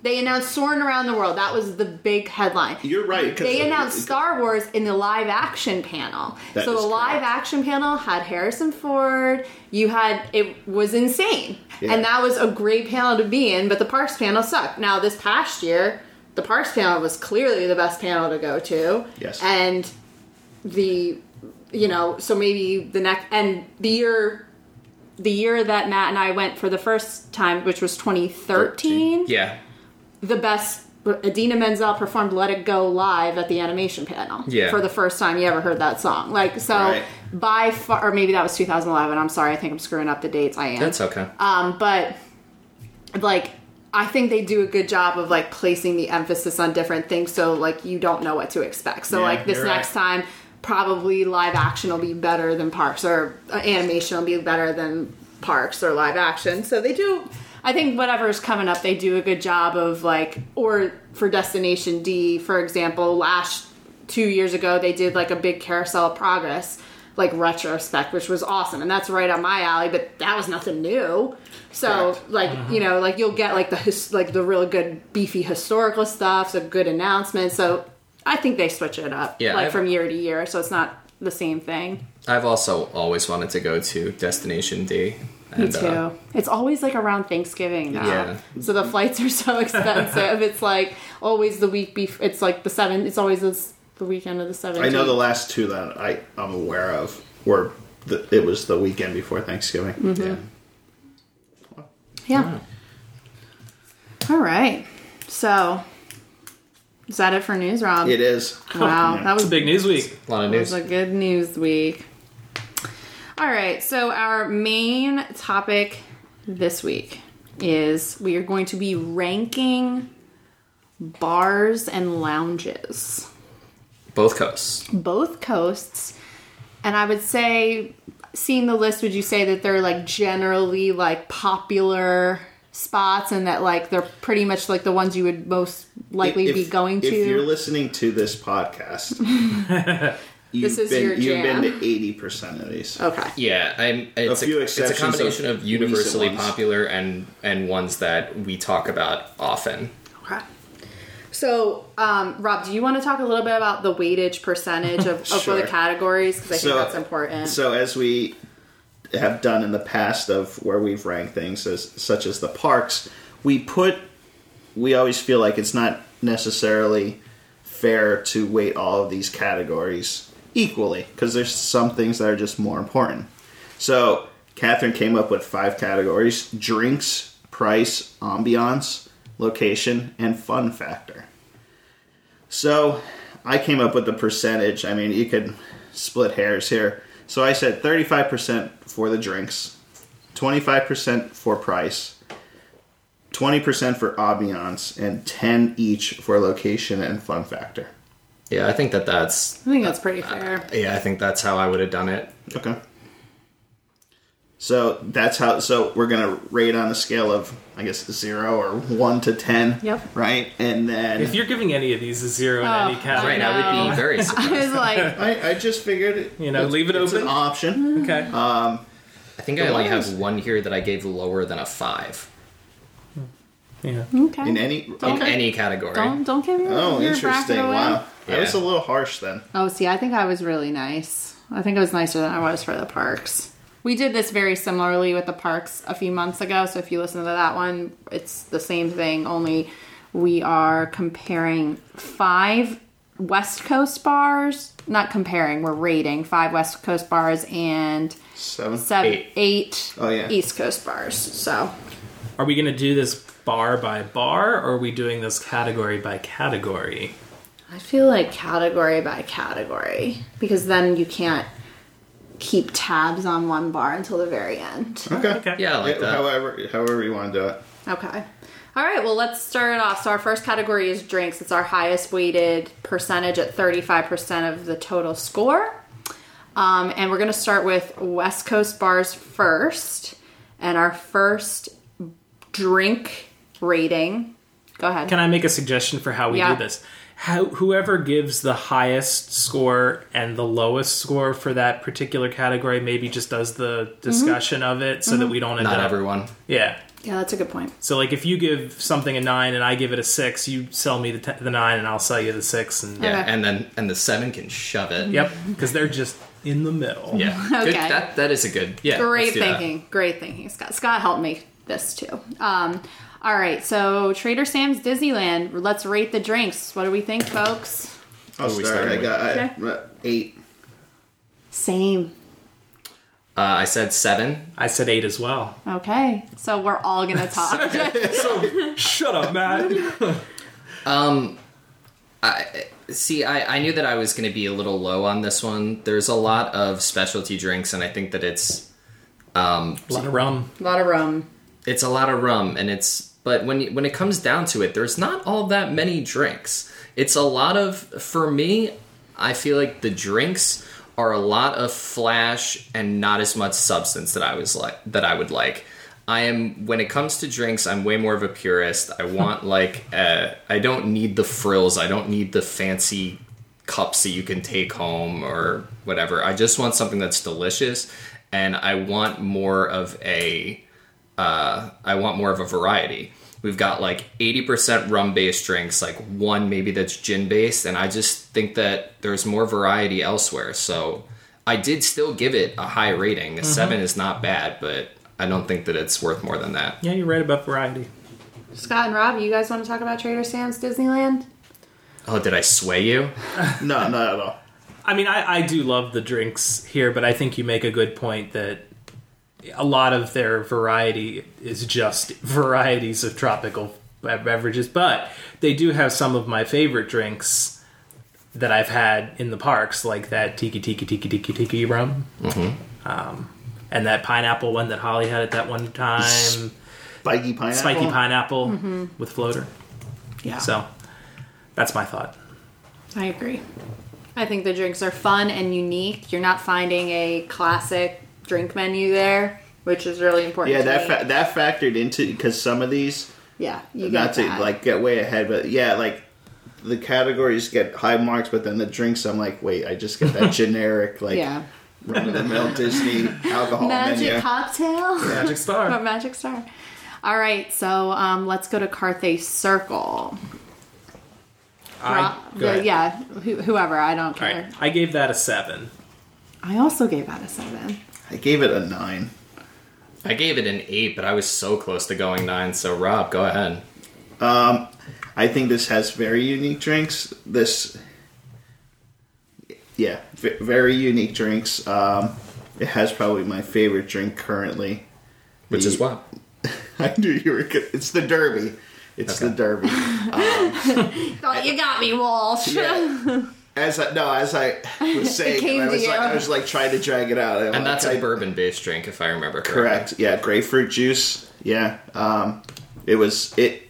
Speaker 1: They announced Soarin' Around the World. That was the big headline.
Speaker 4: You're right. 'cause
Speaker 1: They
Speaker 4: it-
Speaker 1: announced
Speaker 4: it-
Speaker 1: Star Wars in the live action panel.
Speaker 4: That
Speaker 1: so
Speaker 4: is
Speaker 1: the live
Speaker 4: correct.
Speaker 1: action panel had Harrison Ford. You had it was insane,
Speaker 4: Yeah.
Speaker 1: and that was a great panel to be in. But the Parks panel sucked. Now this past year, the Parks panel was clearly the best panel to go to.
Speaker 4: Yes.
Speaker 1: and the you know so maybe the next and the year the year that Matt and I went for the first time, which was 2013
Speaker 2: Yeah,
Speaker 1: the best Adina Menzel performed "Let It Go" live at the animation panel.
Speaker 2: Yeah.
Speaker 1: for the first time you ever heard that song. Like so,
Speaker 4: Right.
Speaker 1: by far, or maybe that was 2011. I'm sorry, I think I'm screwing up the dates. I am.
Speaker 2: that's okay.
Speaker 1: Um, but Um, like I think they do a good job of like placing the emphasis on different things so like you don't know what to expect. So
Speaker 3: Yeah,
Speaker 1: like this
Speaker 3: you're right.
Speaker 1: next time probably live action will be better than parks or uh, animation will be better than parks or live action. So they do I think whatever's coming up they do a good job of like or for Destination D for example last 2 years ago they did like a big carousel of progress like retrospect which was awesome and that's right on my alley but that was nothing new. So like
Speaker 4: Mm-hmm.
Speaker 1: you know like you'll get like the his, like the real good beefy historical stuff, so good announcements. So I think they switch it up
Speaker 2: Yeah,
Speaker 1: like
Speaker 2: I've-
Speaker 1: from year to year, so it's not the same thing.
Speaker 2: I've also always wanted to go to Destination D.
Speaker 1: Me
Speaker 2: and,
Speaker 1: too.
Speaker 2: uh,
Speaker 1: it's always like around Thanksgiving now.
Speaker 2: Yeah.
Speaker 1: So the flights are so expensive. it's like always the week bef It's like the seven. It's always this, the weekend of the
Speaker 4: I
Speaker 1: seventeenth.
Speaker 4: know the last two that I, I'm aware of were the, it was the weekend before Thanksgiving.
Speaker 1: Mm-hmm.
Speaker 2: yeah.
Speaker 1: Yeah. All right. So is that it for news, Rob?
Speaker 4: It is.
Speaker 1: Wow,
Speaker 4: Yeah.
Speaker 1: that
Speaker 3: It's
Speaker 1: was
Speaker 3: a big news week.
Speaker 2: A lot of
Speaker 1: It was
Speaker 2: news.
Speaker 1: a good news week. All right, so our main topic this week is we are going to be ranking bars and lounges,
Speaker 2: Both coasts.
Speaker 1: both coasts. And I would say, seeing the list, would you say that they're like generally like popular spots and that like they're pretty much like the ones you would most likely
Speaker 4: If-
Speaker 1: be going to?
Speaker 4: If you're listening to this podcast, you've,
Speaker 1: This is
Speaker 4: been,
Speaker 1: your
Speaker 4: you've been
Speaker 1: jam.
Speaker 4: to eighty percent of these.
Speaker 1: okay.
Speaker 2: Yeah, I'm, it's,
Speaker 4: few
Speaker 2: a, it's a
Speaker 4: exceptions
Speaker 2: combination
Speaker 4: of
Speaker 2: of, universally
Speaker 4: recent ones.
Speaker 2: popular and and ones that we talk about often.
Speaker 1: Okay. So, um, Rob, do you want to talk a little bit about the weightage percentage of, of for the
Speaker 4: Sure.
Speaker 1: categories? Because I think that's important.
Speaker 4: So as we have done in the past of where we've ranked things as such as the parks, we put we always feel like it's not necessarily fair to weight all of these categories equally because there's some things that are just more important. So Catherine came up with five categories: drinks, price, ambiance, location, and fun factor. So I came up with the percentage. I mean, you could split hairs here. So I said 35% for the drinks, 25% for price, 20% for ambiance, and 10 each for location and fun factor.
Speaker 2: Yeah, I think that that's
Speaker 1: I think that's pretty fair.
Speaker 2: yeah, I think that's how I would have done it.
Speaker 4: Okay. So that's how. So we're gonna rate on a scale of, I guess, zero or one to ten.
Speaker 1: Yep.
Speaker 4: Right, and then
Speaker 3: If you're giving any of these a zero in
Speaker 1: Oh,
Speaker 3: any category,
Speaker 2: Right, I would be very
Speaker 1: I
Speaker 2: surprised.
Speaker 1: was like,
Speaker 4: I, I just figured, it-
Speaker 3: You know,
Speaker 4: it's-
Speaker 3: leave it
Speaker 4: it's
Speaker 3: open.
Speaker 4: an option.
Speaker 3: okay.
Speaker 2: Uh, I think I only
Speaker 4: ones-
Speaker 2: have one here that I gave lower than a five
Speaker 3: yeah.
Speaker 1: okay,
Speaker 4: In any,
Speaker 2: in any category.
Speaker 1: don't don't give me
Speaker 4: Oh,
Speaker 1: your
Speaker 4: interesting.
Speaker 1: bracket away.
Speaker 4: Wow. That
Speaker 2: Yeah.
Speaker 4: was a little harsh then.
Speaker 1: Oh, see, I think I was really nice. I think I was nicer than I was for the parks. We did this very similarly with the parks a few months ago. So if you listen to that one, it's the same thing, only we are comparing five West Coast bars. Not comparing, we're rating five West Coast bars and
Speaker 4: Seven.
Speaker 1: seven,
Speaker 2: Eight.
Speaker 1: eight
Speaker 4: Oh, yeah.
Speaker 1: East Coast bars. So
Speaker 3: Are we going to do this bar by bar, or are we doing this category by category?
Speaker 1: I feel like category by category because then you can't keep tabs on one bar until the very end.
Speaker 4: Okay.
Speaker 3: Okay.
Speaker 2: Yeah, I like
Speaker 4: Yeah,
Speaker 2: that.
Speaker 4: However, however you want to do it.
Speaker 1: Okay. All right, well, let's start it off. So, our first category is drinks. It's our highest weighted percentage at 35% of the total score. Um, and we're going to start with West Coast bars first. And our first drink rating. Go ahead.
Speaker 3: Can I make a suggestion for how we
Speaker 1: Yeah.
Speaker 3: do this? How, whoever gives the highest score and the lowest score for that particular category maybe just does the discussion of it so that we don't end
Speaker 2: Not
Speaker 3: up.
Speaker 2: everyone.
Speaker 3: Yeah.
Speaker 1: yeah, that's a good point.
Speaker 3: So like if you give something a nine and I give it a six, you sell me the, t- the nine and I'll sell you the six and
Speaker 2: Yeah,
Speaker 1: Okay.
Speaker 2: and then and the seven can shove it.
Speaker 3: yep, because they're just in the middle.
Speaker 2: Yeah. Good,
Speaker 1: Okay.
Speaker 2: that that is a good. Yeah.
Speaker 1: Great
Speaker 2: let's do that.
Speaker 1: thinking. Great thinking, Scott. Scott helped me this too. Um, all right, so Trader Sam's Disneyland. Let's rate the drinks. What do we think, folks?
Speaker 4: I'll
Speaker 2: Oh, we
Speaker 4: start. I
Speaker 2: started
Speaker 4: got I,
Speaker 1: Okay.
Speaker 4: uh, eight.
Speaker 1: Same.
Speaker 2: Uh, I said seven.
Speaker 3: I said eight as well.
Speaker 1: Okay, so we're all gonna talk.
Speaker 3: Shut up, Matt.
Speaker 2: I see. I, I knew that I was going to be a little low on this one. There's a lot of specialty drinks, and I think that it's
Speaker 3: a lot of rum.
Speaker 1: a lot of rum.
Speaker 2: it's a lot of rum, and it's But when you, when it comes down to it, there's not all that many drinks. It's a lot of for me. I feel like the drinks are a lot of flash and not as much substance that I was like that I would like. I am when it comes to drinks, I'm way more of a purist. I want like uh, I don't need the frills. I don't need the fancy cups that you can take home or whatever. I just want something that's delicious, and I want more of a uh, I want more of a variety. We've got like 80% rum based drinks, like one maybe that's gin based, and I just think that there's more variety elsewhere. So I did still give it a high rating. A seven is not bad, but I don't think that it's worth more than that.
Speaker 3: Yeah, you're right about variety.
Speaker 1: Scott and Rob, you guys want to talk about Trader Sam's Disneyland?
Speaker 2: Oh, did I sway you?
Speaker 4: No, not at all.
Speaker 3: I mean, I, I do love the drinks here, but I think you make a good point that a lot of their variety is just varieties of tropical beverages, but they do have some of my favorite drinks that I've had in the parks, like that tiki tiki tiki tiki tiki rum, um, and that pineapple one that Holly had at that one time,
Speaker 4: Spiky pineapple.
Speaker 3: spiky pineapple with floater.
Speaker 1: Yeah.
Speaker 3: So that's my thought.
Speaker 1: I agree. I think the drinks are fun and unique. You're not finding a classic drink menu there, which is really important.
Speaker 4: Yeah,
Speaker 1: to
Speaker 4: that
Speaker 1: me.
Speaker 4: fa- that factored into because some of these
Speaker 1: yeah, you
Speaker 4: not
Speaker 1: got
Speaker 4: to
Speaker 1: that.
Speaker 4: like get way ahead, but yeah, like the categories get high marks, but then the drinks, I'm like, wait, I just get that generic like
Speaker 1: yeah,
Speaker 4: run of the mill Disney alcohol
Speaker 1: magic
Speaker 4: menu.
Speaker 1: cocktail
Speaker 3: Magic
Speaker 1: or
Speaker 3: Star.
Speaker 1: magic star. All right, so um, let's go to Carthay Circle.
Speaker 3: I,
Speaker 1: Rob-
Speaker 3: go ahead.
Speaker 1: yeah, who, whoever I don't
Speaker 3: All
Speaker 1: care.
Speaker 3: right. I gave that a seven.
Speaker 1: I also gave that a seven.
Speaker 4: I gave it a nine.
Speaker 2: I gave it an eight, but I was so close to going nine. So Rob, go ahead.
Speaker 4: I think this has very unique drinks. This, yeah, v- very unique drinks. Um, it has probably my favorite drink currently,
Speaker 2: Which
Speaker 4: The-
Speaker 2: is what?
Speaker 4: I knew you were. Good. It's the Derby. It's the
Speaker 2: Okay.
Speaker 4: Derby.
Speaker 1: Oh, you got me, Walsh.
Speaker 4: Yeah. As I no, as I was saying,
Speaker 1: came
Speaker 4: I
Speaker 1: to
Speaker 4: was like,
Speaker 1: you.
Speaker 4: I was like trying to drag it out.
Speaker 2: And that's
Speaker 4: I,
Speaker 2: a bourbon based drink, if I remember correctly.
Speaker 4: correct. Yeah, grapefruit juice. Yeah, um, it was it.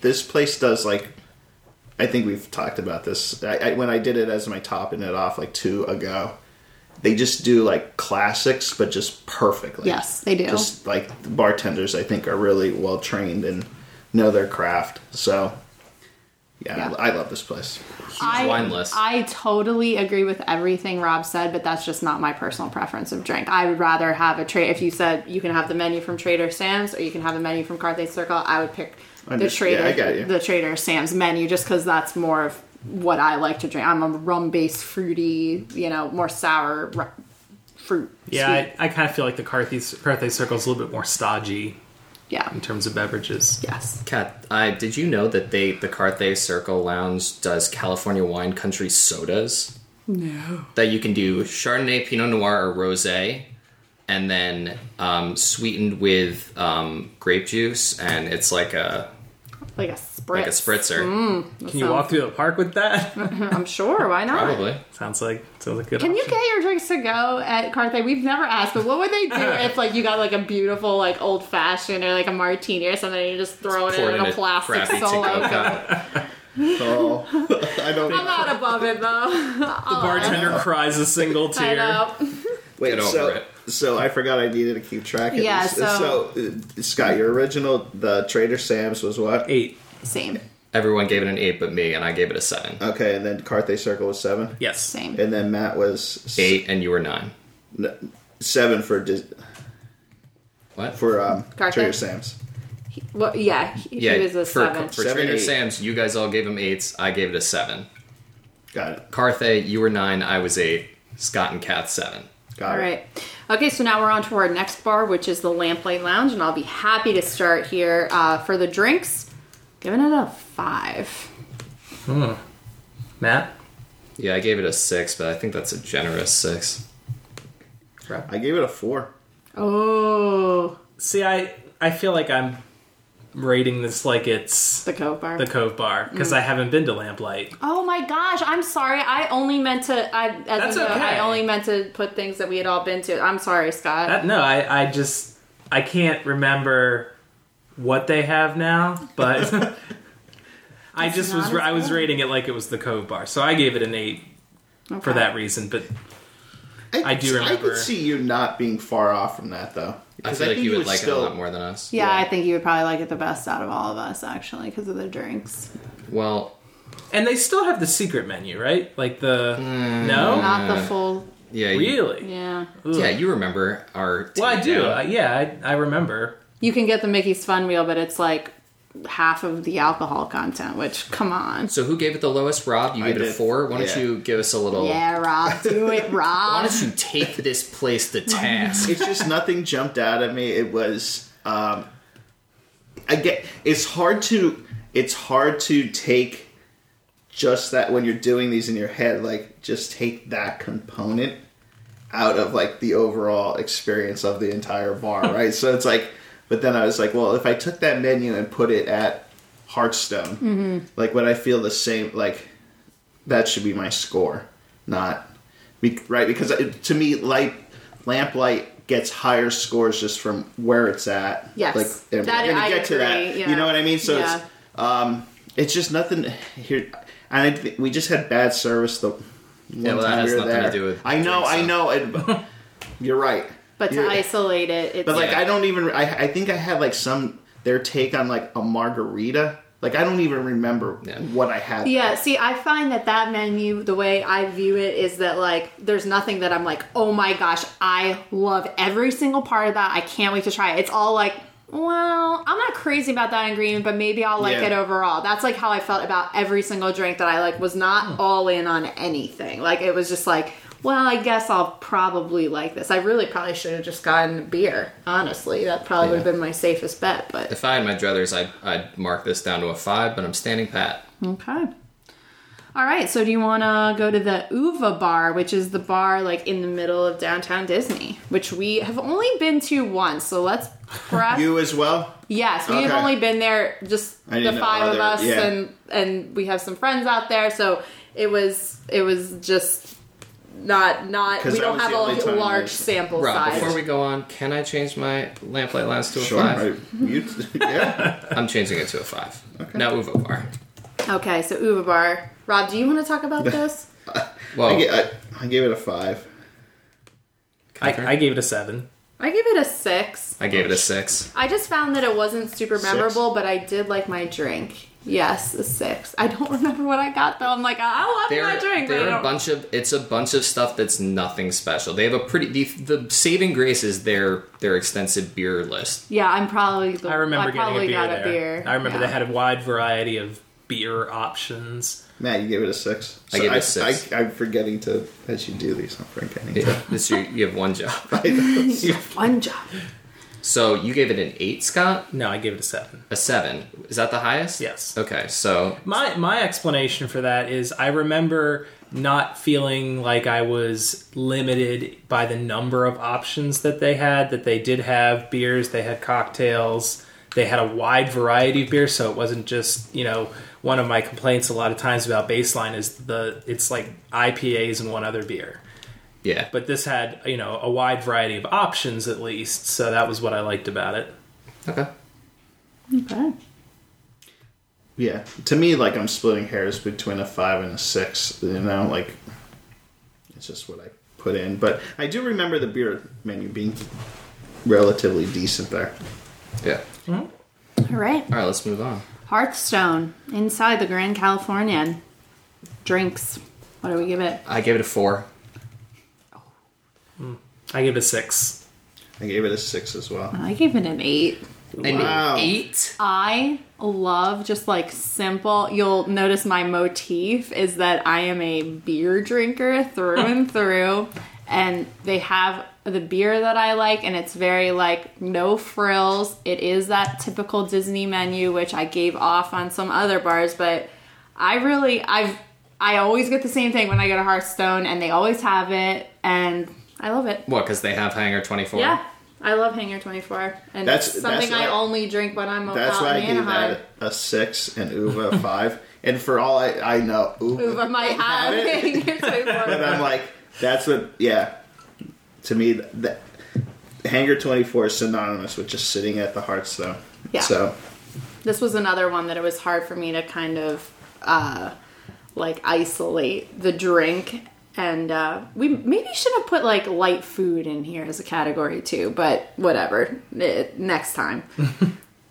Speaker 4: This place does like. I think we've talked about this. I, I, when I did it as my topping it off like two ago, they just do like classics, but just perfectly.
Speaker 1: Yes, they do.
Speaker 4: Just like the bartenders, I think are really well trained and know their craft. So, yeah,
Speaker 1: Yeah.
Speaker 4: I, I love this place.
Speaker 1: I,
Speaker 2: wine list.
Speaker 1: I totally agree with everything Rob said, but that's just not my personal preference of drink. I would rather have a trade. If you said you can have the menu from Trader Sam's or you can have the menu from Carthay Circle, I would pick the
Speaker 4: Understood. Yeah,
Speaker 1: Trader
Speaker 4: I got you.
Speaker 1: the Trader Sam's menu just because that's more of what I like to drink. I'm a rum based, fruity, you know, more sour ru- fruit.
Speaker 3: Yeah,
Speaker 1: sweet.
Speaker 3: I, I kind of feel like the Carthay, Carthay Circle's a little bit more stodgy
Speaker 1: yeah,
Speaker 3: in terms of beverages.
Speaker 1: yes.
Speaker 2: Kat, I, did you know that they the Carthay Circle Lounge does California wine country sodas? No. That you can do Chardonnay, Pinot Noir, or Rosé, and then um, sweetened with um, grape juice, and it's like a
Speaker 1: Like a spritz. Mm.
Speaker 2: like a spritzer,
Speaker 3: Can you walk through the park with that?
Speaker 1: I'm sure. Why not?
Speaker 2: probably.
Speaker 3: sounds like sounds like a good.
Speaker 1: Can you
Speaker 3: option.
Speaker 1: get your drinks to go at Carthay? We've never asked, but what would they do if like you got like a beautiful like old fashioned or like a martini or something? Oh, And you just throw it
Speaker 2: Poured
Speaker 1: in,
Speaker 2: in
Speaker 1: a plastic
Speaker 2: crappy to-go
Speaker 1: solo.
Speaker 2: cup.
Speaker 4: Oh, I don't.
Speaker 1: I'm not above it though. Oh,
Speaker 3: the bartender cries a single
Speaker 1: I
Speaker 3: tear.
Speaker 1: know.
Speaker 4: Wait,
Speaker 2: Get over
Speaker 4: so,
Speaker 2: it.
Speaker 4: So I forgot I needed to keep track of
Speaker 1: Yeah,
Speaker 4: this.
Speaker 1: so-
Speaker 4: uh, Scott, your original the Trader Sam's was what?
Speaker 3: Eight.
Speaker 1: Same,
Speaker 2: Everyone gave it an eight, but me, and I gave it a seven,
Speaker 4: Okay, and then Carthay Circle was seven,
Speaker 3: Yes.
Speaker 1: same.
Speaker 4: and then Matt was s-
Speaker 2: eight, and you were nine.
Speaker 4: n- seven for Dis-
Speaker 2: What?
Speaker 4: for um,
Speaker 1: Carthay?
Speaker 4: Trader Sam's.
Speaker 1: Well, yeah, he, he
Speaker 2: yeah,
Speaker 1: was a
Speaker 2: for,
Speaker 1: seven.
Speaker 2: for
Speaker 4: Seven,
Speaker 2: Trader
Speaker 4: eight.
Speaker 2: Sam's, you guys all gave him eights. I gave it a seven.
Speaker 4: Got it.
Speaker 2: Carthay, you were nine. I was eight. Scott and Kat seven.
Speaker 4: Got
Speaker 1: All
Speaker 4: it.
Speaker 1: right. Okay, so now we're on to our next bar, which is the Lamplight Lounge, and I'll be happy to start here uh, for the drinks. Giving it a five.
Speaker 3: Matt.
Speaker 2: Yeah, I gave it a six, but I think that's a generous six.
Speaker 4: I gave it a four.
Speaker 1: Oh,
Speaker 3: See, I I feel like I'm rating this like it's
Speaker 1: the Mm. Cove Bar.
Speaker 3: the Cove Bar because I haven't been to Lamplight.
Speaker 1: Oh my gosh, I'm sorry. I only meant to. I as
Speaker 3: That's
Speaker 1: a note,
Speaker 3: okay.
Speaker 1: I only meant to put things that we
Speaker 3: Uh,
Speaker 1: had all been to. I'm sorry, Scott.
Speaker 3: That, no, I I just I can't remember what they have now, but I
Speaker 1: It's
Speaker 3: just
Speaker 1: not
Speaker 3: was
Speaker 1: as
Speaker 3: I was
Speaker 1: good.
Speaker 3: rating it like it was the Cove Bar, so I gave it an eight for
Speaker 1: Okay.
Speaker 3: that reason. But I do
Speaker 4: I
Speaker 3: remember-
Speaker 4: could see you not being far off from that though.
Speaker 2: I
Speaker 4: 'Cause
Speaker 2: feel like
Speaker 4: think
Speaker 2: you would
Speaker 4: would
Speaker 2: like
Speaker 4: still-
Speaker 2: it a lot more than us.
Speaker 1: Yeah, I think you would probably like it the best out of all of us, actually, because of the drinks.
Speaker 2: Well,
Speaker 3: and they still have the secret menu, right? Like the no,
Speaker 1: Not the full.
Speaker 2: yeah, you,
Speaker 3: really?
Speaker 1: Yeah.
Speaker 2: yeah, you remember our.
Speaker 3: Well, I do.
Speaker 2: takedown.
Speaker 3: I, yeah, I, I remember.
Speaker 1: You can get the Mickey's Fun Wheel, but it's like half of the alcohol content, which, come on.
Speaker 2: So who gave it the lowest? Rob, you
Speaker 4: I
Speaker 2: gave it a
Speaker 4: did.
Speaker 2: four. Why don't
Speaker 4: Yeah.
Speaker 2: you give us a little?
Speaker 1: Yeah, Rob. Do it,
Speaker 2: Oh. Why
Speaker 1: Rob.
Speaker 2: don't you take this place to task?
Speaker 4: it's just nothing jumped out at me. It was um, I get it's hard to it's hard to take just that when you're doing these in your head, like just take that component out of like the overall experience of the entire bar, right? so it's like, but then I was like, well, if I took that menu and put it at Hearthstone,
Speaker 1: Mm-hmm.
Speaker 4: like would I feel the same? Like that should be my score, not be, right because it, to me, light lamplight gets higher scores just from where it's at.
Speaker 1: Yes.
Speaker 4: like and
Speaker 1: That-
Speaker 4: we're gonna
Speaker 1: I
Speaker 4: get to that.
Speaker 1: agree, yeah.
Speaker 4: You know what I mean? So
Speaker 1: Yeah.
Speaker 4: it's um, it's just nothing here, and I th- we just had bad service the.
Speaker 2: Yeah, well, that has nothing to do with
Speaker 4: I know,
Speaker 2: drinks,
Speaker 4: I
Speaker 2: though.
Speaker 4: know. It, you're right.
Speaker 1: But to
Speaker 4: You're-
Speaker 1: isolate it, it's.
Speaker 4: But like,
Speaker 2: Yeah.
Speaker 4: I don't even. I, I think I had like some their take on like a margarita. Like I don't even remember
Speaker 2: Yeah.
Speaker 4: what I had.
Speaker 1: Yeah, see, I find that that menu, the way I view it, is that like there's nothing that I'm like, oh my gosh, I love every single part of that. I can't wait to try it. It's all like, well, I'm not crazy about that ingredient, but maybe I'll like
Speaker 4: Yeah.
Speaker 1: it overall. That's like how I felt about every single drink that I like was not all in on anything. Like it was just like, well, I guess I'll probably like this. I really probably should have just gotten beer. Honestly, that probably would have been my safest bet. But
Speaker 2: If I had my druthers, I'd, I'd mark this down to a five, but I'm standing pat.
Speaker 1: Okay. All right. So, do you want to go to the Uva Bar, which is the bar like in the middle of downtown Disney, which we have only been to once. So let's prep.
Speaker 4: You as well.
Speaker 1: yes, we have
Speaker 4: Okay.
Speaker 1: only been there just
Speaker 4: I
Speaker 1: the
Speaker 4: didn't know
Speaker 1: five of
Speaker 4: other-
Speaker 1: us,
Speaker 4: yeah.
Speaker 1: and and we have some friends out there. So it was it was just not not
Speaker 4: 'Cause
Speaker 1: we
Speaker 4: that
Speaker 1: don't
Speaker 4: was
Speaker 1: have
Speaker 4: the only
Speaker 1: a
Speaker 4: time
Speaker 1: large
Speaker 4: we-
Speaker 1: sample
Speaker 2: Rob,
Speaker 1: size.
Speaker 2: before we go on, can I change my lamplight lines to a
Speaker 4: Sure.
Speaker 2: five?
Speaker 4: I, you, yeah.
Speaker 2: I'm changing it to a five. Now Uvo bar.
Speaker 1: okay. So Uva Bar, Rob, do you want to talk about this?
Speaker 2: Well,
Speaker 4: I, ga- I, I gave it a five.
Speaker 2: Catherine?
Speaker 3: I, I gave it a seven.
Speaker 1: I give it a six.
Speaker 2: I gave it a six.
Speaker 1: I just found that it wasn't super memorable, but I did like my drink. Yes, a six. I don't remember what I got though. I'm like, I love
Speaker 2: They're,
Speaker 1: my drink, but I
Speaker 2: they're a
Speaker 1: don't.
Speaker 2: bunch of it's a bunch of stuff that's nothing special. They have a pretty the, the saving grace is their their extensive beer list.
Speaker 1: yeah, I'm probably. The,
Speaker 3: I remember getting a
Speaker 1: probably
Speaker 3: beer
Speaker 1: got
Speaker 3: there.
Speaker 1: a beer.
Speaker 3: I remember
Speaker 1: yeah.
Speaker 3: they had a wide variety of beer options.
Speaker 4: Matt, you gave it a six.
Speaker 2: I gave it a six.
Speaker 4: I, am forgetting to as you do these. I'm forgetting. to-
Speaker 2: Yeah, this year you have one job.
Speaker 1: one job.
Speaker 2: So you gave it an eight, Scott.
Speaker 3: No, I gave it a seven.
Speaker 2: A seven. Is that the highest?
Speaker 3: Yes.
Speaker 2: Okay, so
Speaker 3: My my explanation for that is I remember not feeling like I was limited by the number of options that they had. That they did have beers, they had cocktails, they had a wide variety of beers, so it wasn't just you know one of my complaints a lot of times about baseline is the it's like IPAs and one other beer.
Speaker 2: yeah.
Speaker 3: But this had you know a wide variety of options at least, so that was what I liked about it.
Speaker 2: okay.
Speaker 1: Okay.
Speaker 4: Yeah. To me, like I'm splitting hairs between a five and a six. You know, like it's just what I put in. But I do remember the beer menu being relatively decent there.
Speaker 2: Yeah.
Speaker 1: All right.
Speaker 2: All right, let's move on.
Speaker 1: Hearthstone inside the Grand Californian. Drinks. What do we give it?
Speaker 2: I gave it a four.
Speaker 3: I gave it a six.
Speaker 4: I gave it a six as well.
Speaker 1: I gave it an eight.
Speaker 4: Wow.
Speaker 2: An eight.
Speaker 1: I love just like simple. You'll notice my motif is that I am a beer drinker through and through, and they have the beer that I like, and it's very like no frills. It is that typical Disney menu, which I gave off on some other bars, but I really, I've, I always get the same thing when I go to Hearthstone, and they always have it, and I love it.
Speaker 2: What? Because they have Hanger Twenty Four.
Speaker 1: Yeah. I love Hanger 24, and
Speaker 4: That's-
Speaker 1: it's something
Speaker 4: that's
Speaker 1: I
Speaker 4: why-
Speaker 1: only drink when I'm
Speaker 4: That's
Speaker 1: out
Speaker 4: why I
Speaker 1: in
Speaker 4: gave
Speaker 1: Oh, uh, Anaheim.
Speaker 4: that a six and Uva a five. And for all I, I know, Uva,
Speaker 1: Uber might have
Speaker 4: have it.
Speaker 1: Hanger 24.
Speaker 4: But I'm like, that's what. Yeah. To me, that Hangar 24 is synonymous with just sitting at the Hearthstone.
Speaker 1: Yeah.
Speaker 4: So,
Speaker 1: this was another one that it was hard for me to kind of uh, like isolate the drink and uh, we maybe should have put like light food in here as a category too but whatever it, next time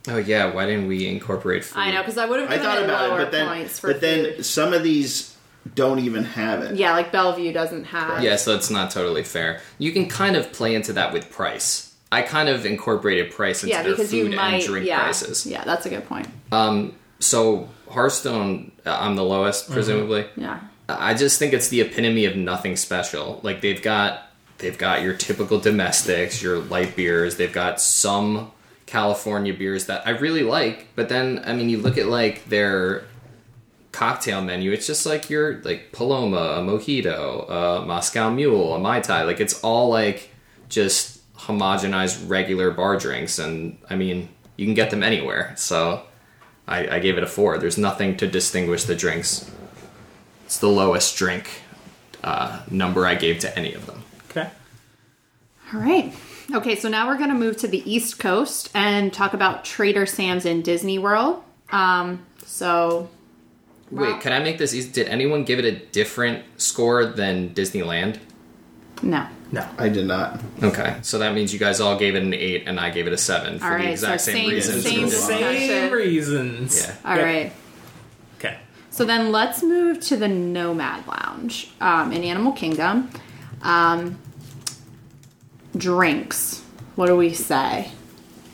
Speaker 2: Oh yeah, why didn't we incorporate food?
Speaker 1: i know because i would have
Speaker 4: I
Speaker 1: given
Speaker 4: thought
Speaker 1: it
Speaker 4: about
Speaker 1: lower
Speaker 4: it, but then,
Speaker 1: points for
Speaker 4: but then
Speaker 1: food.
Speaker 4: some of these don't even have it.
Speaker 1: yeah like bellevue doesn't have
Speaker 2: Yeah, so it's not totally fair. You can kind of play into that with price. I kind of incorporated price into
Speaker 1: yeah
Speaker 2: their
Speaker 1: because you
Speaker 2: food
Speaker 1: might
Speaker 2: and drink
Speaker 1: yeah
Speaker 2: prices.
Speaker 1: yeah that's a good point
Speaker 2: So Hearthstone, uh, I'm the lowest, presumably.
Speaker 1: yeah
Speaker 2: I just think it's the epitome of nothing special. Like they've got they've got your typical domestics, your light beers, they've got some California beers that I really like, but then I mean you look at like their cocktail menu, it's just like your like Paloma, a mojito, a Moscow mule, a Mai Tai. Like it's all like just homogenized regular bar drinks and I mean you can get them anywhere. So I, I gave it a four. There's nothing to distinguish the drinks it's the lowest drink uh, number I gave to any of them.
Speaker 3: Okay.
Speaker 1: all right okay so now we're going to move to the east coast and talk about trader sam's in disney world um, so Wow.
Speaker 2: Wait, can I make this easy? Did anyone give it a different score than Disneyland?
Speaker 1: no
Speaker 3: No.
Speaker 4: I did not.
Speaker 2: Okay, so that means you guys all gave it an eight, and I gave it a seven for
Speaker 1: All
Speaker 2: the
Speaker 1: right,
Speaker 2: exact
Speaker 1: so
Speaker 2: same,
Speaker 1: same-
Speaker 2: reasons.
Speaker 1: same-
Speaker 2: as Disneyland.
Speaker 1: Discussion.
Speaker 3: Same reasons.
Speaker 2: Yeah.
Speaker 1: All right.
Speaker 3: Yep. Okay.
Speaker 1: So then let's move to the Nomad Lounge um, in Animal Kingdom. Um, drinks. What do we say?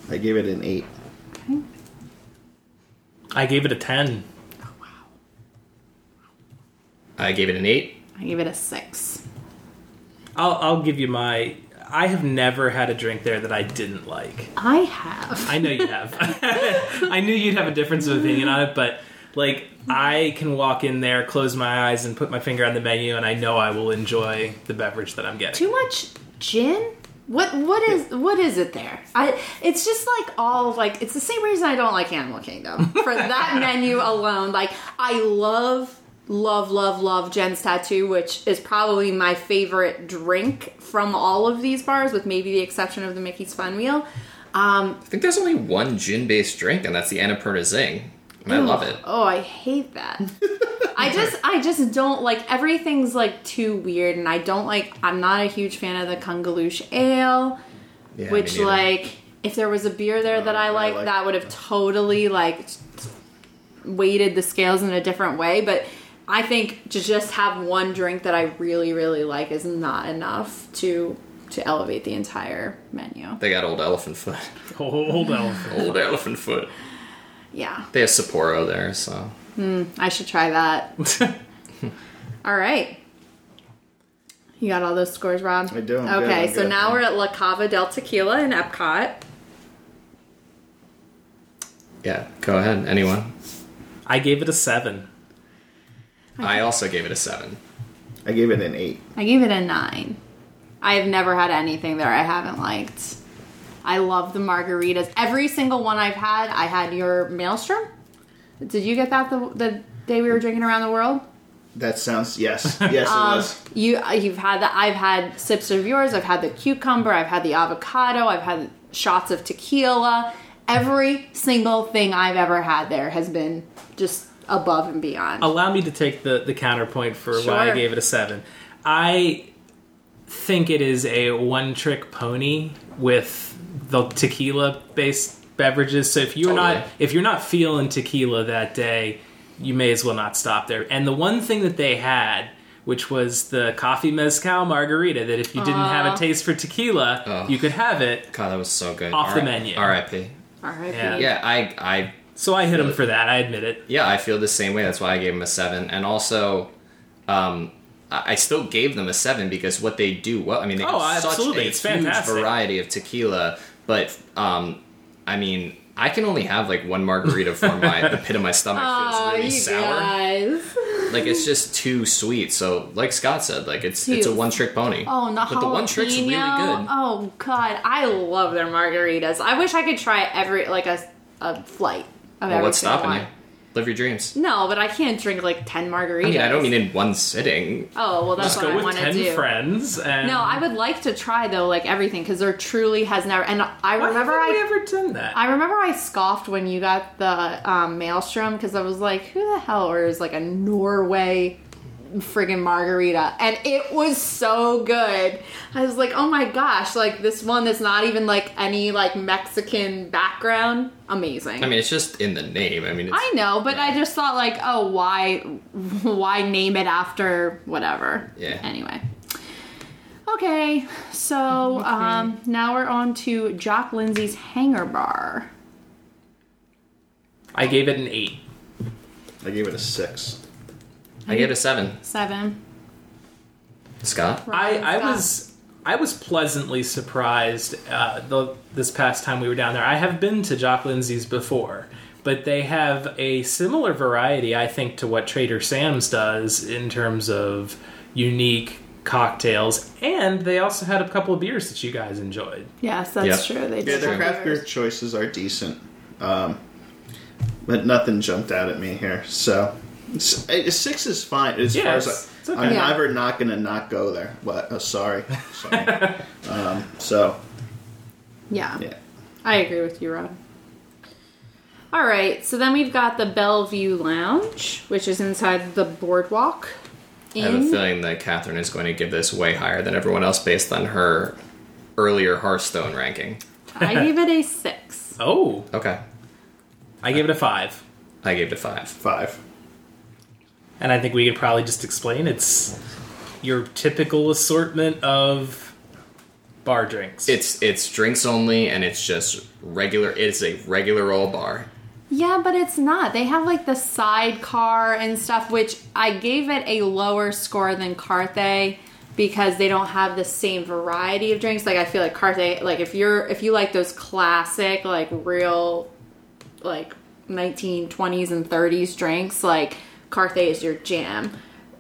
Speaker 4: I gave it an 8.
Speaker 3: I gave it a ten.
Speaker 1: Oh,
Speaker 2: I gave it an eight.
Speaker 1: I give it a six.
Speaker 3: I'll I'll give you my. I have never had a drink there that I didn't like.
Speaker 1: I have.
Speaker 3: I know you have. I knew you'd have a difference of opinion on it, but like I can walk in there, close my eyes, and put my finger on the menu, and I know I will enjoy the beverage that I'm getting.
Speaker 1: Too much gin? What what is what is it there? I it's just like all like it's the same reason I don't like Animal Kingdom. For that menu alone, like I love love love love Jen's tattoo, which is probably my favorite drink from all of these bars with maybe the exception of the Mickey's Fun Wheel. Um
Speaker 2: I think there's only one gin-based drink, and that's the Annapurna Zing, and I love it.
Speaker 1: Oh, I hate that. I just I just don't like everything's like too weird and I don't like I'm not a huge fan of the Kungaloosh ale.
Speaker 2: Yeah,
Speaker 1: which
Speaker 2: me neither.
Speaker 1: like if there was a beer there that I
Speaker 4: I
Speaker 1: liked,
Speaker 4: like-
Speaker 1: that would have totally like weighted the scales in a different way. But I think to just have one drink that I really really like is not enough to to elevate the entire menu.
Speaker 2: they got old elephant foot.
Speaker 3: Hold, hold on.
Speaker 2: old elephant foot.
Speaker 1: Yeah,
Speaker 2: They have Sapporo there, so
Speaker 1: I should try that. All right. You got all those scores, Rob?
Speaker 4: I do, I'm good,
Speaker 1: okay,
Speaker 4: I'm
Speaker 1: so
Speaker 4: good.
Speaker 1: now we're at La Cava del Tequila in Epcot.
Speaker 2: yeah. Go ahead, anyone.
Speaker 3: I gave it a seven.
Speaker 2: I also gave it a seven.
Speaker 4: I gave it an 8.
Speaker 1: I gave it a nine. I have never had anything there I haven't liked. I love the margaritas. Every single one I've had, I had your maelstrom. Did you get that the, the day we were drinking around the world?
Speaker 4: That sounds, yes. Yes,
Speaker 1: Um,
Speaker 4: it was.
Speaker 1: You you've had that. I've had sips of yours. I've had the cucumber. I've had the avocado. I've had shots of tequila. Every single thing I've ever had there has been just above and beyond.
Speaker 3: Allow me to take the, the counterpoint for why I
Speaker 1: Sure.
Speaker 3: gave it a seven. I think it is a one trick pony with the tequila based beverages. So if you're not
Speaker 2: Totally.
Speaker 3: if you're not feeling tequila that day, you may as well not stop there. And the one thing that they had, which was the coffee mezcal margarita, that if you didn't have a taste for tequila,
Speaker 2: Oh.
Speaker 3: you could have it.
Speaker 2: God, that was so good.
Speaker 3: Off the
Speaker 2: R-
Speaker 3: menu.
Speaker 2: R.I.P.
Speaker 1: R.I.P.
Speaker 3: Yeah.
Speaker 2: Yeah, I I
Speaker 3: So I hit him for that. I admit it.
Speaker 2: yeah, I feel the same way. That's why I gave them a seven. And also, um, I I still gave them a seven because what they do well. I mean, they
Speaker 3: Oh,
Speaker 2: have such
Speaker 3: absolutely.
Speaker 2: a
Speaker 3: It's
Speaker 2: huge
Speaker 3: fantastic.
Speaker 2: variety of tequila. But um, I mean, I can only have like one margarita for my the pit of my stomach
Speaker 1: Oh,
Speaker 2: feels really
Speaker 1: you
Speaker 2: sour.
Speaker 1: guys.
Speaker 2: Like it's just too sweet. So, like Scott said, like it's it's a
Speaker 1: Huge.
Speaker 2: one trick pony.
Speaker 1: Oh, and the
Speaker 2: but the one trick's really good.
Speaker 1: jalapeno. Oh god, I love their margaritas. I wish I could try every like a a flight of
Speaker 2: well,
Speaker 1: every
Speaker 2: what's
Speaker 1: single
Speaker 2: stopping
Speaker 1: one.
Speaker 2: you? Live your dreams.
Speaker 1: No, but I can't drink like ten margaritas.
Speaker 2: I mean, I don't mean in one sitting.
Speaker 1: Oh well, that's
Speaker 3: Just
Speaker 1: what
Speaker 3: go
Speaker 1: I
Speaker 3: with
Speaker 1: want to
Speaker 3: ten
Speaker 1: do.
Speaker 3: friends and
Speaker 1: No, I would like to try though, like everything, because there truly has never. And I
Speaker 3: Why
Speaker 1: remember
Speaker 3: haven't
Speaker 1: I
Speaker 3: we ever done that?
Speaker 1: I remember I scoffed when you got the um, maelstrom because I was like, who the hell orders like a Norway friggin' margarita? And it was so good. I was like, oh my gosh, like this one that's not even like any like Mexican background. Amazing.
Speaker 2: I mean, it's just in the name. I mean, it's,
Speaker 1: I know, but I just thought like, oh, why, why name it after whatever?
Speaker 2: Yeah.
Speaker 1: Anyway. Okay, so um, now we're on to Jock Lindsay's Hangar Bar.
Speaker 3: I gave it an eight.
Speaker 4: I gave it a six.
Speaker 2: I gave it a seven.
Speaker 1: Seven.
Speaker 2: Scott,
Speaker 3: I,
Speaker 1: Ryan
Speaker 3: I
Speaker 1: Scott.
Speaker 3: was I was pleasantly surprised uh, the, this past time we were down there. I have been to Jock Lindsay's before, but they have a similar variety, I think, to what Trader Sam's does in terms of unique cocktails, and they also had a couple of beers that you guys enjoyed.
Speaker 1: Yes, that's
Speaker 2: Yep.
Speaker 1: true. They
Speaker 4: Yeah,
Speaker 1: did
Speaker 4: their
Speaker 1: have
Speaker 4: craft beer
Speaker 1: beers.
Speaker 4: choices are decent, um, but nothing jumped out at me here. So s- eh, six is fine as
Speaker 3: Yeah,
Speaker 4: far as
Speaker 3: it's- it's
Speaker 4: I,
Speaker 3: okay.
Speaker 4: I'm
Speaker 1: Yeah.
Speaker 4: never not gonna not go there. But uh, sorry, sorry. um, so
Speaker 1: Yeah.
Speaker 4: yeah,
Speaker 1: I agree with you, Rob. All right, so then we've got the Bellevue Lounge, which is inside the boardwalk.
Speaker 2: I have a
Speaker 1: Inn.
Speaker 2: feeling that Catherine is going to give this way higher than everyone else based on her earlier Hearthstone ranking.
Speaker 1: I gave it a six.
Speaker 3: Oh,
Speaker 2: Okay,
Speaker 3: I gave it a five,
Speaker 2: I gave it a five.
Speaker 4: five.
Speaker 3: and I think we could probably just explain it's your typical assortment of bar drinks.
Speaker 2: It's it's drinks only, and it's just regular. It's a regular old bar.
Speaker 1: Yeah, but it's not. They have like the sidecar and stuff, which I gave it a lower score than Carthay because they don't have the same variety of drinks. Like I feel like Carthay, like if you're if you like those classic, like real, like 1920s and 30s drinks, like Carthay is your jam,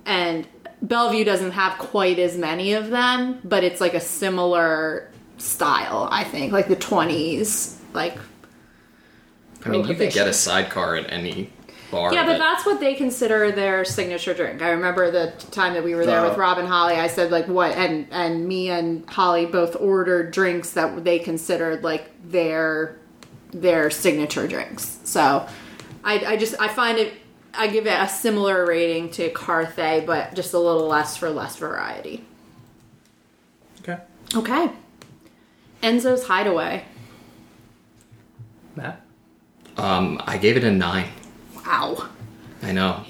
Speaker 1: and Bellevue doesn't have quite as many of them, but it's like a similar style. I think like the 20s, like
Speaker 2: I mean, you could get a sidecar at any bar.
Speaker 1: yeah, but
Speaker 2: that-
Speaker 1: that's what they consider their signature drink. I remember the time that we were there
Speaker 4: Oh.
Speaker 1: with Rob and Holly. I said like what, and and me and Holly both ordered drinks that they considered like their their signature drinks. So I, I just I find it I give it a similar rating to Carthay, but just a little less for less variety.
Speaker 3: okay,
Speaker 1: Okay, Enzo's Hideaway.
Speaker 3: Matt.
Speaker 2: um, I gave it a nine.
Speaker 1: Wow.
Speaker 2: I know.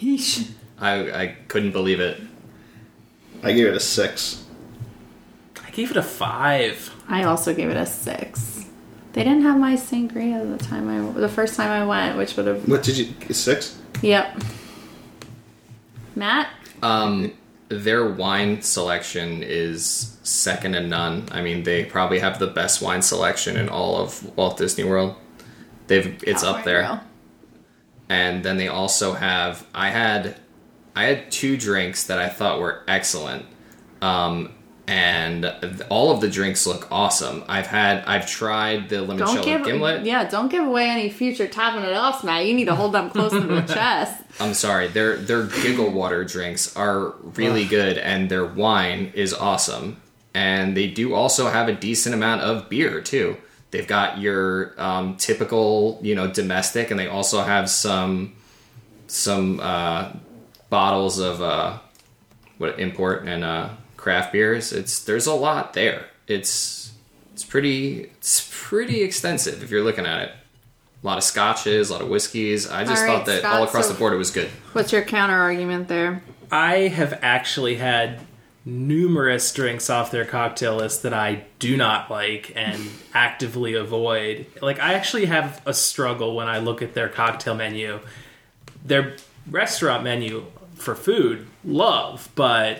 Speaker 2: I I couldn't believe it.
Speaker 4: I gave it a six.
Speaker 3: I gave it a five.
Speaker 1: I also gave it a six. They didn't have my sangria the time I the first time I went, which would have
Speaker 4: What did you six?
Speaker 1: yep. Matt,
Speaker 2: Um, their wine selection is second to none. I mean, they probably have the best wine selection in all of Walt Disney World. They've it's up
Speaker 1: California
Speaker 2: there,
Speaker 1: Grill.
Speaker 2: and then they also have. I had, I had two drinks that I thought were excellent, um, and all of the drinks look awesome. I've had, I've tried the
Speaker 1: Don't
Speaker 2: limoncello
Speaker 1: give
Speaker 2: gimlet.
Speaker 1: yeah, don't give away any future tapping at us, Matt. You need to hold them close to the chest.
Speaker 2: I'm sorry, their their giggle water drinks are really good, and their wine is awesome. And they do also have a decent amount of beer too. They've got your um, typical, you know, domestic, and they also have some some uh, bottles of uh, what import and uh, craft beers. It's there's a lot there. It's it's pretty it's pretty extensive if you're looking at it. A lot of scotches, a lot of whiskeys. I just
Speaker 1: All
Speaker 2: thought
Speaker 1: right,
Speaker 2: that
Speaker 1: Scott,
Speaker 2: all across
Speaker 1: so-
Speaker 2: the board it was good.
Speaker 1: What's your counter argument there?
Speaker 3: I have actually had numerous drinks off their cocktail list that I do not like and actively avoid. Like I actually have a struggle when I look at their cocktail menu. Their restaurant menu for food, love, but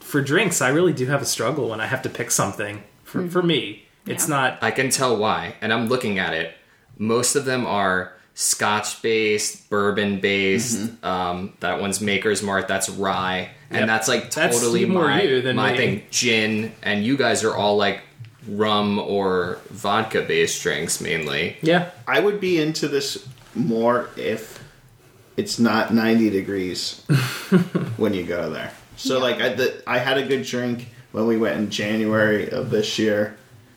Speaker 3: for drinks I really do have a struggle when I have to pick something. For for me, it's
Speaker 1: Mm-hmm. Yeah.
Speaker 3: not
Speaker 2: I can tell why, and I'm looking at it. Most of them are scotch based, bourbon based. Um, that one's Maker's Mart. That's rye, and
Speaker 3: Yep.
Speaker 2: that's like
Speaker 3: That's
Speaker 2: totally
Speaker 3: more
Speaker 2: my
Speaker 3: you than
Speaker 2: my
Speaker 3: me.
Speaker 2: thing. Gin, and you guys are all like rum or vodka based drinks mainly.
Speaker 3: yeah.
Speaker 4: I would be into this more if it's not 90 degrees when you go there. So like I the, I had a good drink when we went in January of this year,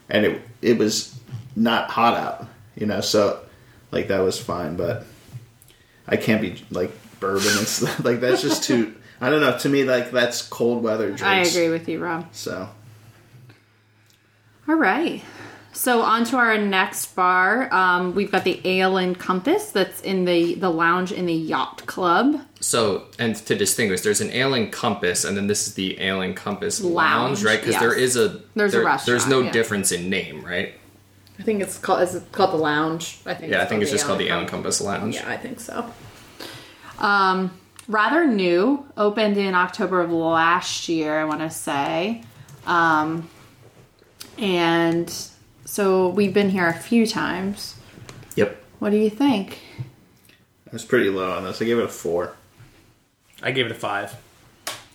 Speaker 4: and it it was not hot out, you know. So like that was fine, but I can't be like bourbon and stuff like that's just too. I don't know. To me, like that's cold weather drinks.
Speaker 1: I agree with you, Rob.
Speaker 4: So
Speaker 1: All right. So on to our next bar. Um, we've got the Ale and Compass that's in the the lounge in the yacht club.
Speaker 2: So, and to distinguish, there's an ailing compass, and then this is the ailing compass
Speaker 1: Lounge,
Speaker 2: lounge, right? Because there
Speaker 1: yes.
Speaker 2: is a
Speaker 1: There's a
Speaker 2: there-
Speaker 1: restaurant,
Speaker 2: There's no
Speaker 1: yeah.
Speaker 2: difference in name, right?
Speaker 1: I think it's called is it called the lounge. I think
Speaker 2: Yeah, I think it's just called the ailing compass lounge.
Speaker 1: I think so. Um, rather new, opened in October of last year, I want to say. Um, and so we've been here a few times.
Speaker 2: Yep.
Speaker 1: What do you think?
Speaker 4: I was pretty low on this. I gave it a four.
Speaker 3: I gave it a five.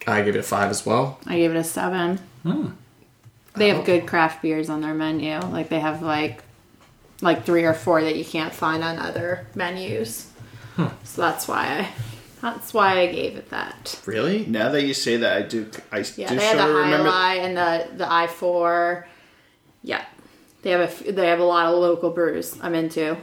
Speaker 2: I give it a five as well.
Speaker 1: I gave it a seven. They have good craft beers on their menu. Like they have like like three or four that you can't find on other menus. So that's why I that's why I gave it that.
Speaker 2: Really?
Speaker 4: Now that you say that, I do. I
Speaker 1: Yeah,
Speaker 4: do
Speaker 1: they had the
Speaker 4: sort
Speaker 1: high
Speaker 4: of remember.
Speaker 1: lie and the the I four. Yeah, they have a f- they have a lot of local brews. I'm into.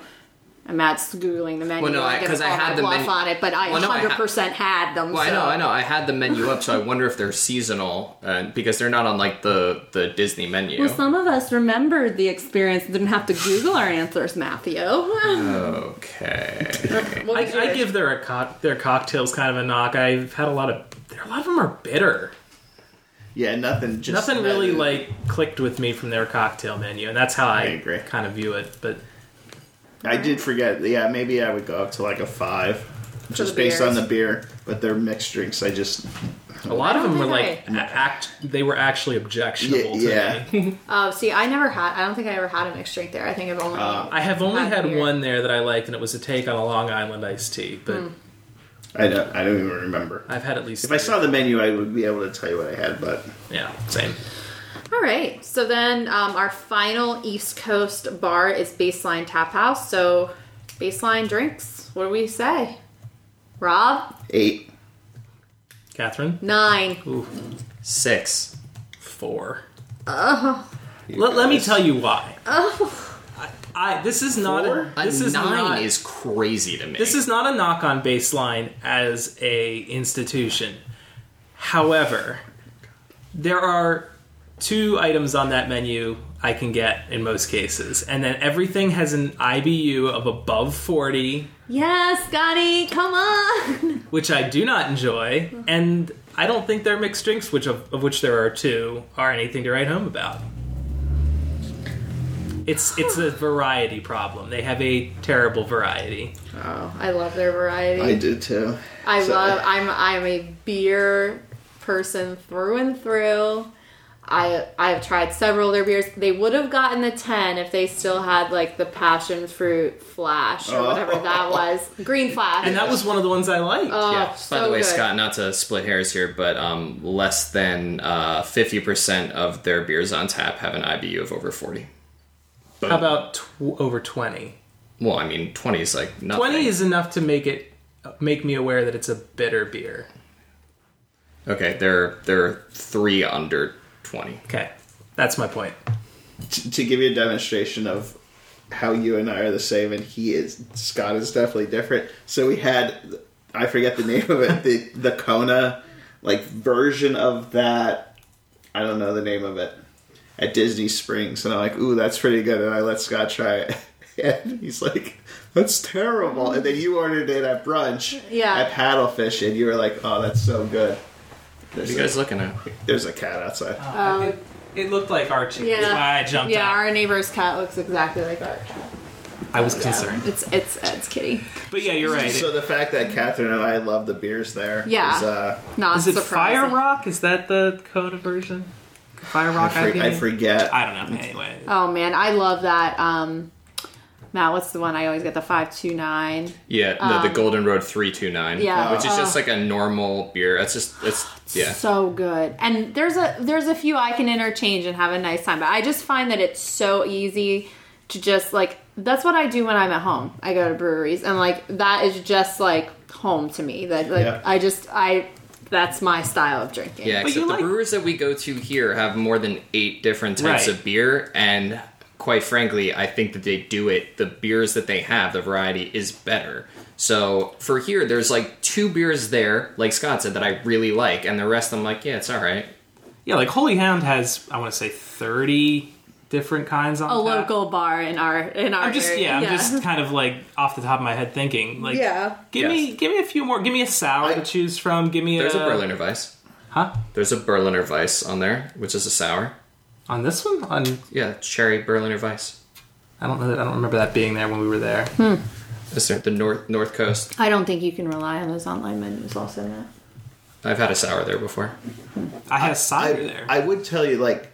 Speaker 1: And Matt's googling the menu.
Speaker 2: Well, no, I-
Speaker 1: give
Speaker 2: 'cause I
Speaker 1: all my
Speaker 2: had the
Speaker 1: bluff
Speaker 2: menu-
Speaker 1: on it, but I
Speaker 2: Well, no, I ha-
Speaker 1: 100 percent had them.
Speaker 2: Well,
Speaker 1: so.
Speaker 2: I know, I know. I had the menu up, so I wonder if they're seasonal uh, because they're not on like the the Disney menu.
Speaker 1: Well, some of us remembered the experience. and Didn't have to Google our answers, Matthew.
Speaker 2: okay.
Speaker 1: What
Speaker 3: I,
Speaker 1: was
Speaker 3: I
Speaker 1: yours?
Speaker 3: give their co- their cocktails kind of a knock. I've had a lot of a lot of them are bitter.
Speaker 4: Yeah, nothing. Just
Speaker 3: Nothing really
Speaker 4: that-
Speaker 3: like clicked with me from their cocktail menu, and that's how I,
Speaker 4: agree.
Speaker 3: kind of view it. But
Speaker 4: I did forget. Yeah, maybe I would go up to like a five, just
Speaker 1: the
Speaker 4: based
Speaker 1: beers.
Speaker 4: on the beer. But they're mixed drinks. I just
Speaker 3: a lot of
Speaker 1: I don't
Speaker 3: them were
Speaker 1: think
Speaker 3: like a- act. They were actually objectionable
Speaker 4: Yeah,
Speaker 3: to me.
Speaker 1: Oh, see, I never had. I don't think I ever had a mixed drink there. I think I've only.
Speaker 3: I have only
Speaker 1: Not
Speaker 3: had
Speaker 1: beer.
Speaker 3: one there that I liked, and it was a take on a Long Island iced tea. But
Speaker 4: I don't. I don't even remember.
Speaker 3: I've had at least
Speaker 4: If I
Speaker 3: three.
Speaker 4: saw the menu, I would be able to tell you what I had. But
Speaker 3: yeah, same.
Speaker 1: All right. So then, um, our final East Coast bar is Baseline Tap House. So, Baseline drinks. What do we say? Rob
Speaker 4: eight.
Speaker 3: Catherine,
Speaker 1: nine.
Speaker 2: Six.
Speaker 3: four.
Speaker 4: You
Speaker 3: Let, let me
Speaker 4: guys.
Speaker 3: tell you why. Oh, I, I this is not
Speaker 4: Four?
Speaker 3: a, this
Speaker 2: a
Speaker 3: is
Speaker 2: nine
Speaker 3: not,
Speaker 2: is crazy to me.
Speaker 3: This is not a knock on baseline as a institution. However, there are two items on that menu I can get in most cases, and then everything has an IBU of above 40,
Speaker 1: Yes, Scotty, come on.
Speaker 3: which I do not enjoy, and I don't think their mixed drinks, which of, of which there are two, are anything to write home about. It's it's a variety problem. They have a terrible variety.
Speaker 1: Oh, I love their variety.
Speaker 4: I do too.
Speaker 1: I
Speaker 4: So-
Speaker 1: love. I'm I'm a beer person through and through. I I've tried several of their beers. They would have gotten the ten if they still had like the passion fruit flash or whatever that was, green flash.
Speaker 3: And that was one of the ones I liked.
Speaker 1: oh,
Speaker 2: Yeah. By
Speaker 1: so
Speaker 2: the way,
Speaker 1: good.
Speaker 2: Scott, not to split hairs here, but um, less than uh, fifty percent of their beers on tap have an IBU of over forty.
Speaker 3: How about tw- over 20?
Speaker 2: Well, I mean, twenty is like nothing.
Speaker 3: 20 is enough to make it make me aware that it's a bitter beer.
Speaker 2: okay. They're they're three under twenty.
Speaker 3: Okay. That's my point.
Speaker 4: T- to give you a demonstration of how you and I are the same, and he is Scott is definitely different. So we had I forget the name of it the the Kona like version of that. I don't know the name of it at Disney Springs, and I'm like, ooh, that's pretty good, and I let Scott try it. And he's like, that's terrible. And then you ordered it at brunch
Speaker 1: Yeah.
Speaker 4: at Paddlefish, and you were like, oh, that's so good.
Speaker 2: What
Speaker 4: There's,
Speaker 2: are you
Speaker 4: a,
Speaker 2: guys looking at?
Speaker 4: there's a cat outside.
Speaker 3: it, looked like Archie.
Speaker 1: Um, Yeah.
Speaker 3: That's why I jumped
Speaker 1: Yeah,
Speaker 3: out.
Speaker 1: our neighbor's cat looks exactly like our cat.
Speaker 3: I was concerned.
Speaker 1: It's it's it's kitty.
Speaker 3: But yeah, you're right.
Speaker 4: So the fact that Catherine and I love the beers there
Speaker 1: Yeah.
Speaker 4: is, uh,
Speaker 1: Not
Speaker 3: Is it
Speaker 1: surprising.
Speaker 3: Fire Rock? Is that the Coda version? Fire
Speaker 4: I,
Speaker 3: Rock
Speaker 4: for- I
Speaker 3: IPA?
Speaker 4: forget.
Speaker 3: I don't know. Anyway.
Speaker 1: Oh man, I love that. Um, Matt, what's the one I always get? The five two nine.
Speaker 2: Yeah, no, the Golden Road three two nine.
Speaker 1: Um, yeah. uh,
Speaker 2: which is just like a normal beer. That's just it's yeah.
Speaker 1: so good and there's a there's a few i can interchange and have a nice time but i just find that it's so easy to just like that's what I do when I'm at home. I go to breweries and like that is just like home to me. That like
Speaker 4: Yeah.
Speaker 1: I just I that's my style of drinking.
Speaker 2: Yeah,
Speaker 3: But
Speaker 2: except
Speaker 3: you
Speaker 2: the
Speaker 3: like-
Speaker 2: brewers that we go to here have more than eight different types
Speaker 3: Right.
Speaker 2: of beer, and quite frankly, I think that they do it. The beers that they have, the variety is better. So for here, there's like two beers there, like Scott said, that I really like, and the rest I'm like, yeah, it's all right.
Speaker 3: Yeah, like Holy Hound has I want to say thirty different kinds on
Speaker 1: A
Speaker 3: tap.
Speaker 1: local bar in our in our
Speaker 3: I'm just
Speaker 1: area.
Speaker 3: yeah, I'm just kind of like off the top of my head thinking like
Speaker 1: Yeah.
Speaker 3: give me give me a few more give me a sour
Speaker 4: I-
Speaker 3: to choose from give me
Speaker 2: There's a Berliner Weiss.
Speaker 3: huh
Speaker 2: There's a Berliner Weiss on there, which is a sour.
Speaker 3: on this one on
Speaker 2: Yeah, cherry Berliner Weiss.
Speaker 3: I don't know that I don't remember that being there when we were there
Speaker 4: Hmm.
Speaker 2: Is there the North North Coast?
Speaker 1: I don't think you can rely on those online menus also in that.
Speaker 2: I've had a sour there before.
Speaker 3: I had a cider
Speaker 4: I,
Speaker 3: there
Speaker 4: I would tell you like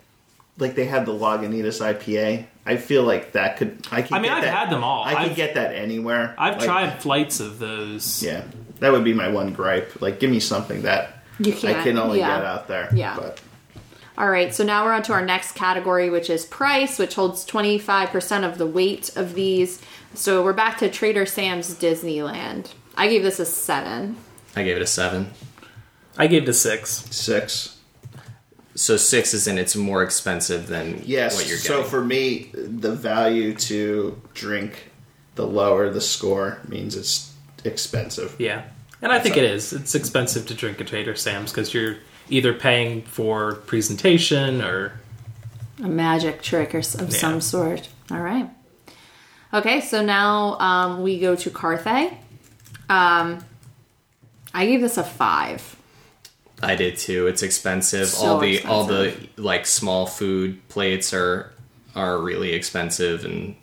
Speaker 4: like they had the Lagunitas IPA. I feel like that could I could
Speaker 3: I mean,
Speaker 4: get
Speaker 3: I've
Speaker 4: that-
Speaker 3: had them all.
Speaker 4: I could
Speaker 3: I've-
Speaker 4: get that anywhere.
Speaker 3: I've
Speaker 4: Like,
Speaker 3: tried flights of those
Speaker 4: Yeah. That would be my one gripe. Like give me something that
Speaker 1: You can't.
Speaker 4: I can only
Speaker 1: yeah.
Speaker 4: get out there.
Speaker 1: Yeah.
Speaker 4: But
Speaker 1: All right, so now we're on to our next category, which is price, which holds 25% of the weight of these. So we're back to Trader Sam's Disneyland. I gave this a seven.
Speaker 2: I gave it a seven.
Speaker 3: I gave it a six
Speaker 4: six.
Speaker 2: So six is in it's more expensive than
Speaker 4: Yes.
Speaker 2: what you're getting.
Speaker 4: so for me, the value to drink, the lower the score means it's expensive.
Speaker 3: Yeah, and I think it is. It's expensive to drink at Trader Sam's because you're either paying for presentation or
Speaker 1: A magic trick or s- of
Speaker 3: Yeah.
Speaker 1: some sort. All right. Okay, so now um, we go to Carthay. Um, I gave this a five.
Speaker 2: I did too. It's expensive.
Speaker 1: So
Speaker 2: all the all the like small food plates are are really expensive, and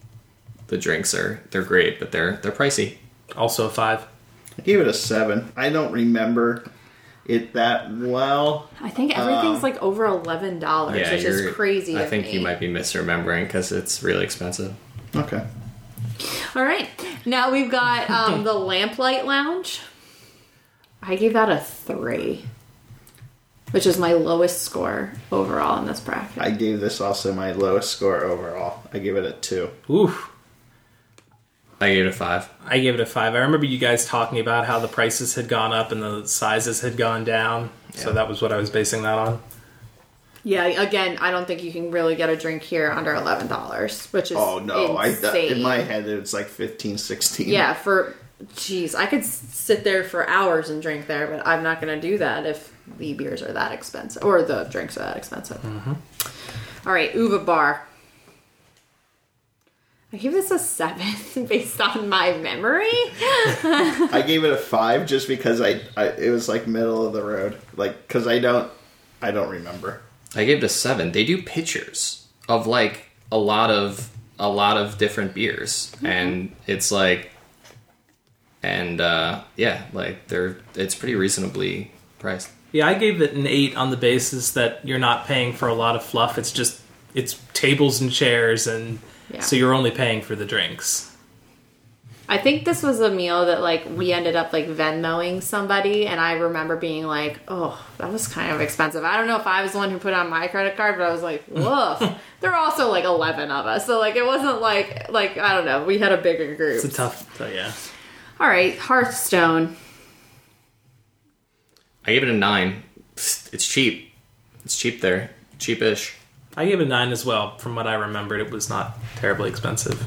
Speaker 2: the drinks are they're great, but they're they're pricey.
Speaker 3: also a five.
Speaker 4: I gave it a seven. I don't remember it that well.
Speaker 1: I think everything's like over eleven dollars, which
Speaker 2: Um, you're-
Speaker 1: is crazy.
Speaker 2: I
Speaker 1: of
Speaker 2: think you
Speaker 1: me.
Speaker 2: might be misremembering because it's really expensive.
Speaker 4: Okay.
Speaker 1: All right. Now we've got um, the Lamplight Lounge. I gave that a three, which is my lowest score overall in this bracket.
Speaker 4: I gave this also my lowest score overall. I gave it a two.
Speaker 3: Oof.
Speaker 2: I gave it a five.
Speaker 3: I gave it a five. I remember you guys talking about how the prices had gone up and the sizes had gone down. So
Speaker 2: Yeah.
Speaker 3: that was what I was basing that on.
Speaker 1: yeah, again, I don't think you can really get a drink here under eleven dollars, which is
Speaker 4: Oh no! I
Speaker 1: insane.
Speaker 4: in my head it's like 15, 16.
Speaker 1: yeah for jeez, I could s- sit there for hours and drink there, but I'm not going to do that if the beers are that expensive or the drinks are that expensive. All right, Uva Bar. I give this a seven based on my memory.
Speaker 4: I gave it a five just because I, I it was like middle of the road. Like because I don't I don't remember.
Speaker 2: I gave it a seven. They do pictures of like a lot of a lot of different beers,
Speaker 3: Mm-hmm.
Speaker 2: and it's like, and uh, yeah, like they're it's pretty reasonably priced.
Speaker 3: Yeah, I gave it an eight on the basis that you're not paying for a lot of fluff. It's just it's tables and chairs, and
Speaker 1: Yeah.
Speaker 3: so you're only paying for the drinks.
Speaker 1: I think this was a meal that like we ended up like Venmoing somebody, and I remember being like, "Oh, that was kind of expensive." I don't know if I was the one who put it on my credit card, but I was like, "Woof." there are also like eleven of us, so like it wasn't like like I don't know. We had a bigger group.
Speaker 3: It's a tough. So yeah,
Speaker 1: All right, Hearthstone.
Speaker 2: I gave it a nine. Psst, It's cheap. It's cheap there. Cheapish.
Speaker 3: I gave it a nine as well. From what I remembered, it was not terribly expensive.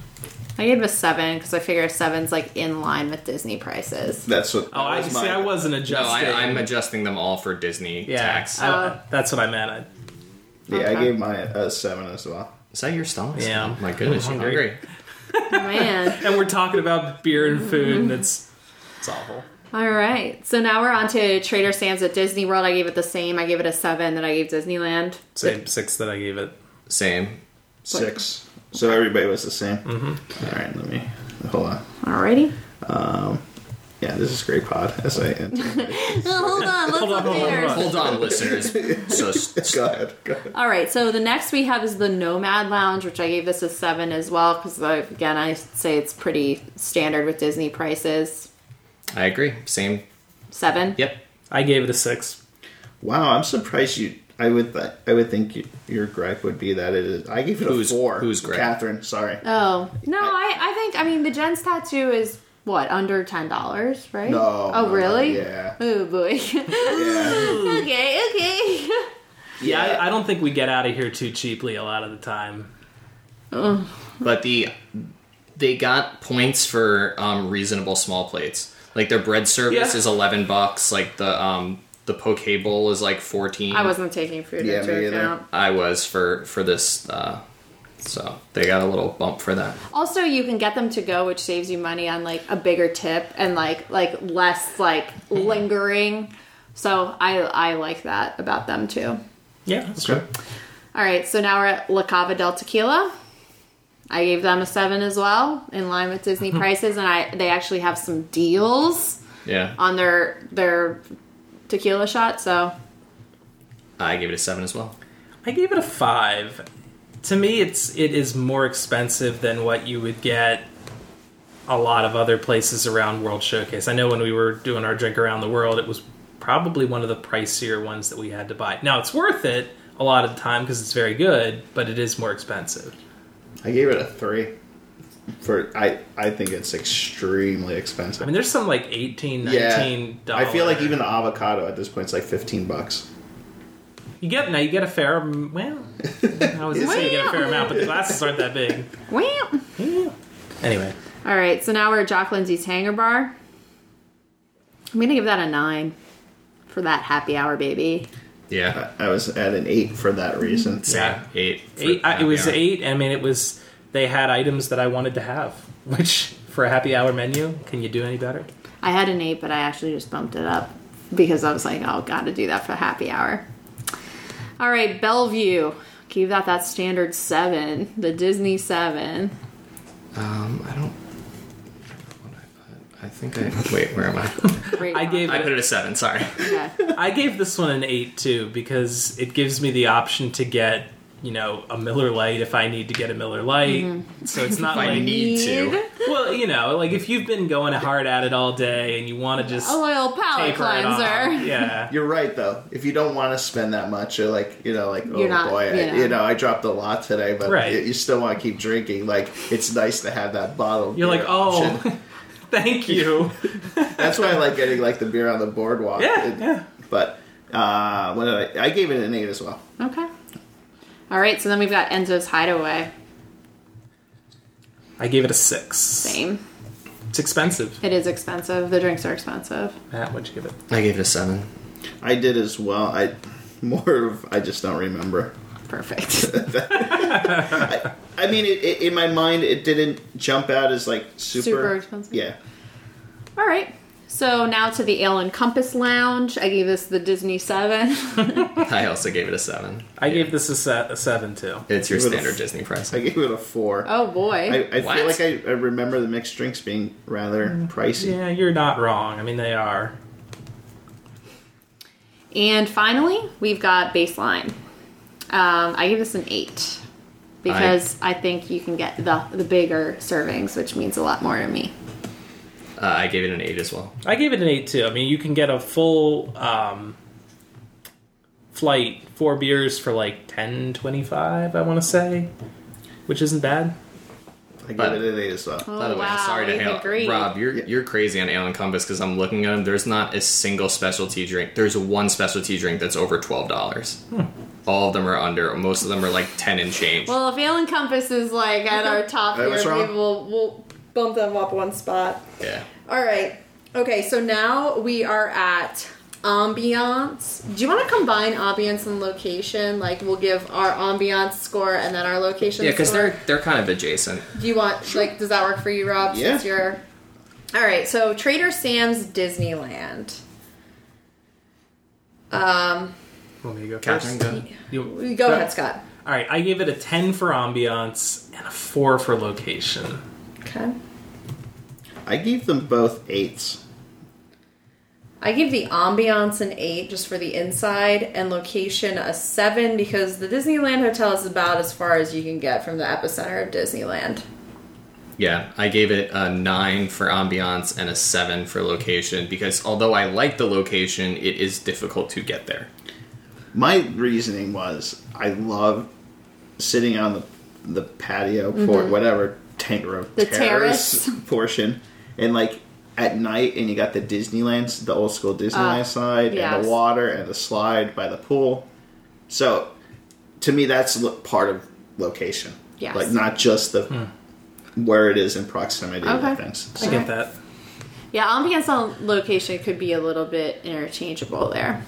Speaker 1: I gave it a seven because I figure a seven's like in line with Disney prices.
Speaker 4: That's what.
Speaker 3: Oh, I
Speaker 4: was
Speaker 3: see.
Speaker 4: my-
Speaker 3: I wasn't
Speaker 2: No,
Speaker 3: adjusting.
Speaker 2: I, I'm adjusting them all for Disney
Speaker 3: yeah,
Speaker 2: tax.
Speaker 3: I-
Speaker 1: Oh.
Speaker 3: that's what I meant. I,
Speaker 4: Yeah,
Speaker 1: Okay.
Speaker 4: I gave my a seven as well.
Speaker 2: Is that your stomach? Oh
Speaker 3: Yeah.
Speaker 2: My goodness,
Speaker 3: I'm
Speaker 2: you're
Speaker 3: hungry.
Speaker 2: hungry.
Speaker 1: Man.
Speaker 3: and we're talking about beer and food, and it's it's awful.
Speaker 1: All right. So now we're on to Trader Sam's at Disney World. I gave it the same. I gave it a seven that I gave Disneyland.
Speaker 3: Same six that I gave it.
Speaker 2: Same.
Speaker 4: Six. So everybody was the same.
Speaker 3: Mm-hmm.
Speaker 4: All right, let me hold on.
Speaker 1: Alrighty.
Speaker 4: Yeah, this is great pod. As I end.
Speaker 1: hold on. Let's look
Speaker 3: hold on,
Speaker 1: later.
Speaker 3: hold
Speaker 2: Hold on, listeners. So s-
Speaker 4: go ahead. Go ahead.
Speaker 1: All right, so the next we have is the Nomad Lounge, which I gave this a seven as well because again I say it's pretty standard with Disney prices.
Speaker 2: I agree. Same.
Speaker 1: Seven.
Speaker 2: Yep.
Speaker 3: I gave it a six.
Speaker 4: Wow, I'm surprised you. I would th- I would think y- your gripe would be that it is. I gave it
Speaker 2: Who's-
Speaker 4: a four.
Speaker 2: who's gripe?
Speaker 4: Catherine? Sorry.
Speaker 1: Oh no, I, I think I mean the Jen's tattoo is what under ten dollars, right?
Speaker 4: No,
Speaker 1: Oh
Speaker 4: no,
Speaker 1: really?
Speaker 4: no, yeah.
Speaker 1: Oh boy. okay,
Speaker 4: Yeah.
Speaker 1: okay.
Speaker 3: Yeah, I, I don't think we get out of here too cheaply a lot of the time.
Speaker 2: But the they got points for um, reasonable small plates. Like their bread service
Speaker 3: Yeah.
Speaker 2: is eleven bucks. Like the um, the poke bowl is like fourteen.
Speaker 1: I wasn't taking food
Speaker 4: Yeah, me
Speaker 1: into
Speaker 4: either.
Speaker 1: account.
Speaker 2: I was for for this. Uh, so they got a little bump for that.
Speaker 1: Also, you can get them to go, which saves you money on like a bigger tip and like like less like lingering. So I I like that about them too.
Speaker 3: Yeah, that's
Speaker 4: Okay.
Speaker 1: All right, so now we're at La Cava del Tequila. I gave them a seven as well, in line with Disney prices, and I they actually have some deals
Speaker 2: Yeah,
Speaker 1: on their their tequila shot. So
Speaker 2: I gave it a seven as well.
Speaker 3: I gave it a five. To me, it's it is more expensive than what you would get a lot of other places around World Showcase. I know when we were doing our drink around the world, it was probably one of the pricier ones that we had to buy. Now it's worth it a lot of the time because it's very good, but it is more expensive.
Speaker 4: I gave it a three. For I I think it's extremely expensive.
Speaker 3: I mean, there's some like 18, 19
Speaker 4: I feel like even the avocado at this point is like fifteen bucks.
Speaker 3: you get now you get a fair am- well. I was gonna say you get a fair amount, but the glasses aren't that big.
Speaker 1: wham.
Speaker 3: Anyway,
Speaker 1: All right, so now we're at Jock Lindsay's Hangar Bar. I'm gonna give that a nine for that happy hour, baby.
Speaker 2: Yeah,
Speaker 4: I, I was at an eight for that reason.
Speaker 3: yeah.
Speaker 2: eight. for
Speaker 3: eight. I, it was
Speaker 2: happy hour.
Speaker 3: eight. I mean, it was. They had items that I wanted to have, which for a happy hour menu, can you do any better?
Speaker 1: I had an eight, but I actually just bumped it up because I was like, oh, gotta do that for happy hour. All right, Bellevue. Give that that standard seven, the Disney seven.
Speaker 2: Um, I don't. I think I wait. Where am I?
Speaker 1: Great
Speaker 3: I gave
Speaker 2: I
Speaker 3: it.
Speaker 2: put it a seven. Sorry.
Speaker 1: Okay.
Speaker 3: I gave this one an eight too because it gives me the option to get you know a Miller Lite if I need to get a Miller Lite. So it's not
Speaker 2: If I
Speaker 3: like
Speaker 2: need to.
Speaker 1: Need
Speaker 3: well you know like if you've been going hard at it all day and you want to just
Speaker 1: a little palate
Speaker 3: taper it off,
Speaker 1: cleanser.
Speaker 3: yeah.
Speaker 4: You're right though. If you don't want to spend that much, you're like you know, like oh
Speaker 1: You're not-
Speaker 4: boy,
Speaker 1: yeah.
Speaker 4: I, you know, I dropped a lot today, but
Speaker 3: Right.
Speaker 4: you, you still want to keep drinking. Like it's nice to have that bottle.
Speaker 3: You're like, oh, thank you.
Speaker 4: that's why I like getting like the beer on the boardwalk.
Speaker 3: Yeah,
Speaker 4: It-
Speaker 3: yeah.
Speaker 4: But uh, what did I? I gave it an eight as well.
Speaker 1: Okay. All right, so then we've got Enzo's Hideaway.
Speaker 3: I gave it a six. Same.
Speaker 1: Same.
Speaker 3: It's expensive.
Speaker 1: It is expensive. The drinks are expensive.
Speaker 3: Matt, what'd you give it?
Speaker 2: I gave it a seven.
Speaker 4: I did as well. I more of I just don't remember.
Speaker 1: Perfect.
Speaker 4: I mean, it, it, in my mind, it didn't jump out as like super,
Speaker 1: Super expensive?
Speaker 4: Yeah,
Speaker 1: All right. So now to the Ale and Compass Lounge. I gave this the Disney seven.
Speaker 2: I also gave it a seven.
Speaker 3: I gave this a, se- a seven too.
Speaker 2: It's your
Speaker 4: Give it a
Speaker 2: standard
Speaker 4: f-
Speaker 2: Disney price.
Speaker 4: I gave it a four.
Speaker 1: Oh boy.
Speaker 4: I, I
Speaker 2: What?
Speaker 4: feel like I, I remember the mixed drinks being rather
Speaker 1: Mm,
Speaker 4: pricey.
Speaker 3: Yeah, you're not wrong. I mean, they are.
Speaker 1: And finally, we've got baseline. Um, I give this an eight because I, think you can get the the bigger servings, which means a lot more to me.
Speaker 2: Uh, I gave it an eight as well.
Speaker 3: I gave it an eight too. I mean, you can get a full um, flight, four beers for like ten twenty five. I want to say, which isn't bad.
Speaker 4: I gave
Speaker 2: But-
Speaker 4: it an eight as well.
Speaker 1: Oh,
Speaker 2: By the way, I'm sorry to
Speaker 1: we
Speaker 2: hail
Speaker 1: agree.
Speaker 2: Rob. You're
Speaker 4: Yeah.
Speaker 2: you're crazy on Alan Compass because I'm looking at him. There's not a single specialty drink. There's one specialty drink that's over twelve dollars. All of them are under. Most of them are like ten and change.
Speaker 1: Hmm. Well, if Ale and Compass is like at our top
Speaker 4: Hey,
Speaker 1: here,
Speaker 4: what's wrong?
Speaker 1: maybe we'll, we'll bump them up one spot.
Speaker 2: yeah.
Speaker 1: All right. Okay, so now we are at ambiance. Do you want to combine ambiance and location? Like, we'll give our ambiance score and then our location
Speaker 2: Yeah,
Speaker 1: score.
Speaker 2: because they're they're kind of adjacent.
Speaker 1: Do you want like does that work for you, Rob?
Speaker 4: Yeah.
Speaker 1: Since you're all right, so Trader Sam's Disneyland. Um
Speaker 3: Want me to go
Speaker 2: Catherine,
Speaker 3: first?
Speaker 2: go.
Speaker 3: You-
Speaker 1: go ahead, Scott.
Speaker 3: All right, I gave it a ten for ambiance and a four for location.
Speaker 1: Okay.
Speaker 4: I gave them both eights.
Speaker 1: I give the ambiance an eight just for the inside and location a seven because the Disneyland hotel is about as far as you can get from the epicenter of Disneyland.
Speaker 2: Yeah, I gave it a nine for ambiance and a seven for location because although I like the location, it is difficult to get there.
Speaker 4: My reasoning was I love sitting on the the patio for whatever tank or
Speaker 1: Mm-hmm. The
Speaker 4: portion, and like at night, and you got the Disneyland, the old school Disneyland side, and
Speaker 1: Ah, yes.
Speaker 4: the water and the slide by the pool. So, to me, that's lo- part of location.
Speaker 1: Yes.
Speaker 4: Like not just the where it is in proximity
Speaker 1: Okay.
Speaker 4: to things.
Speaker 3: I get that.
Speaker 1: Yeah, ambience and location could be a little bit interchangeable there.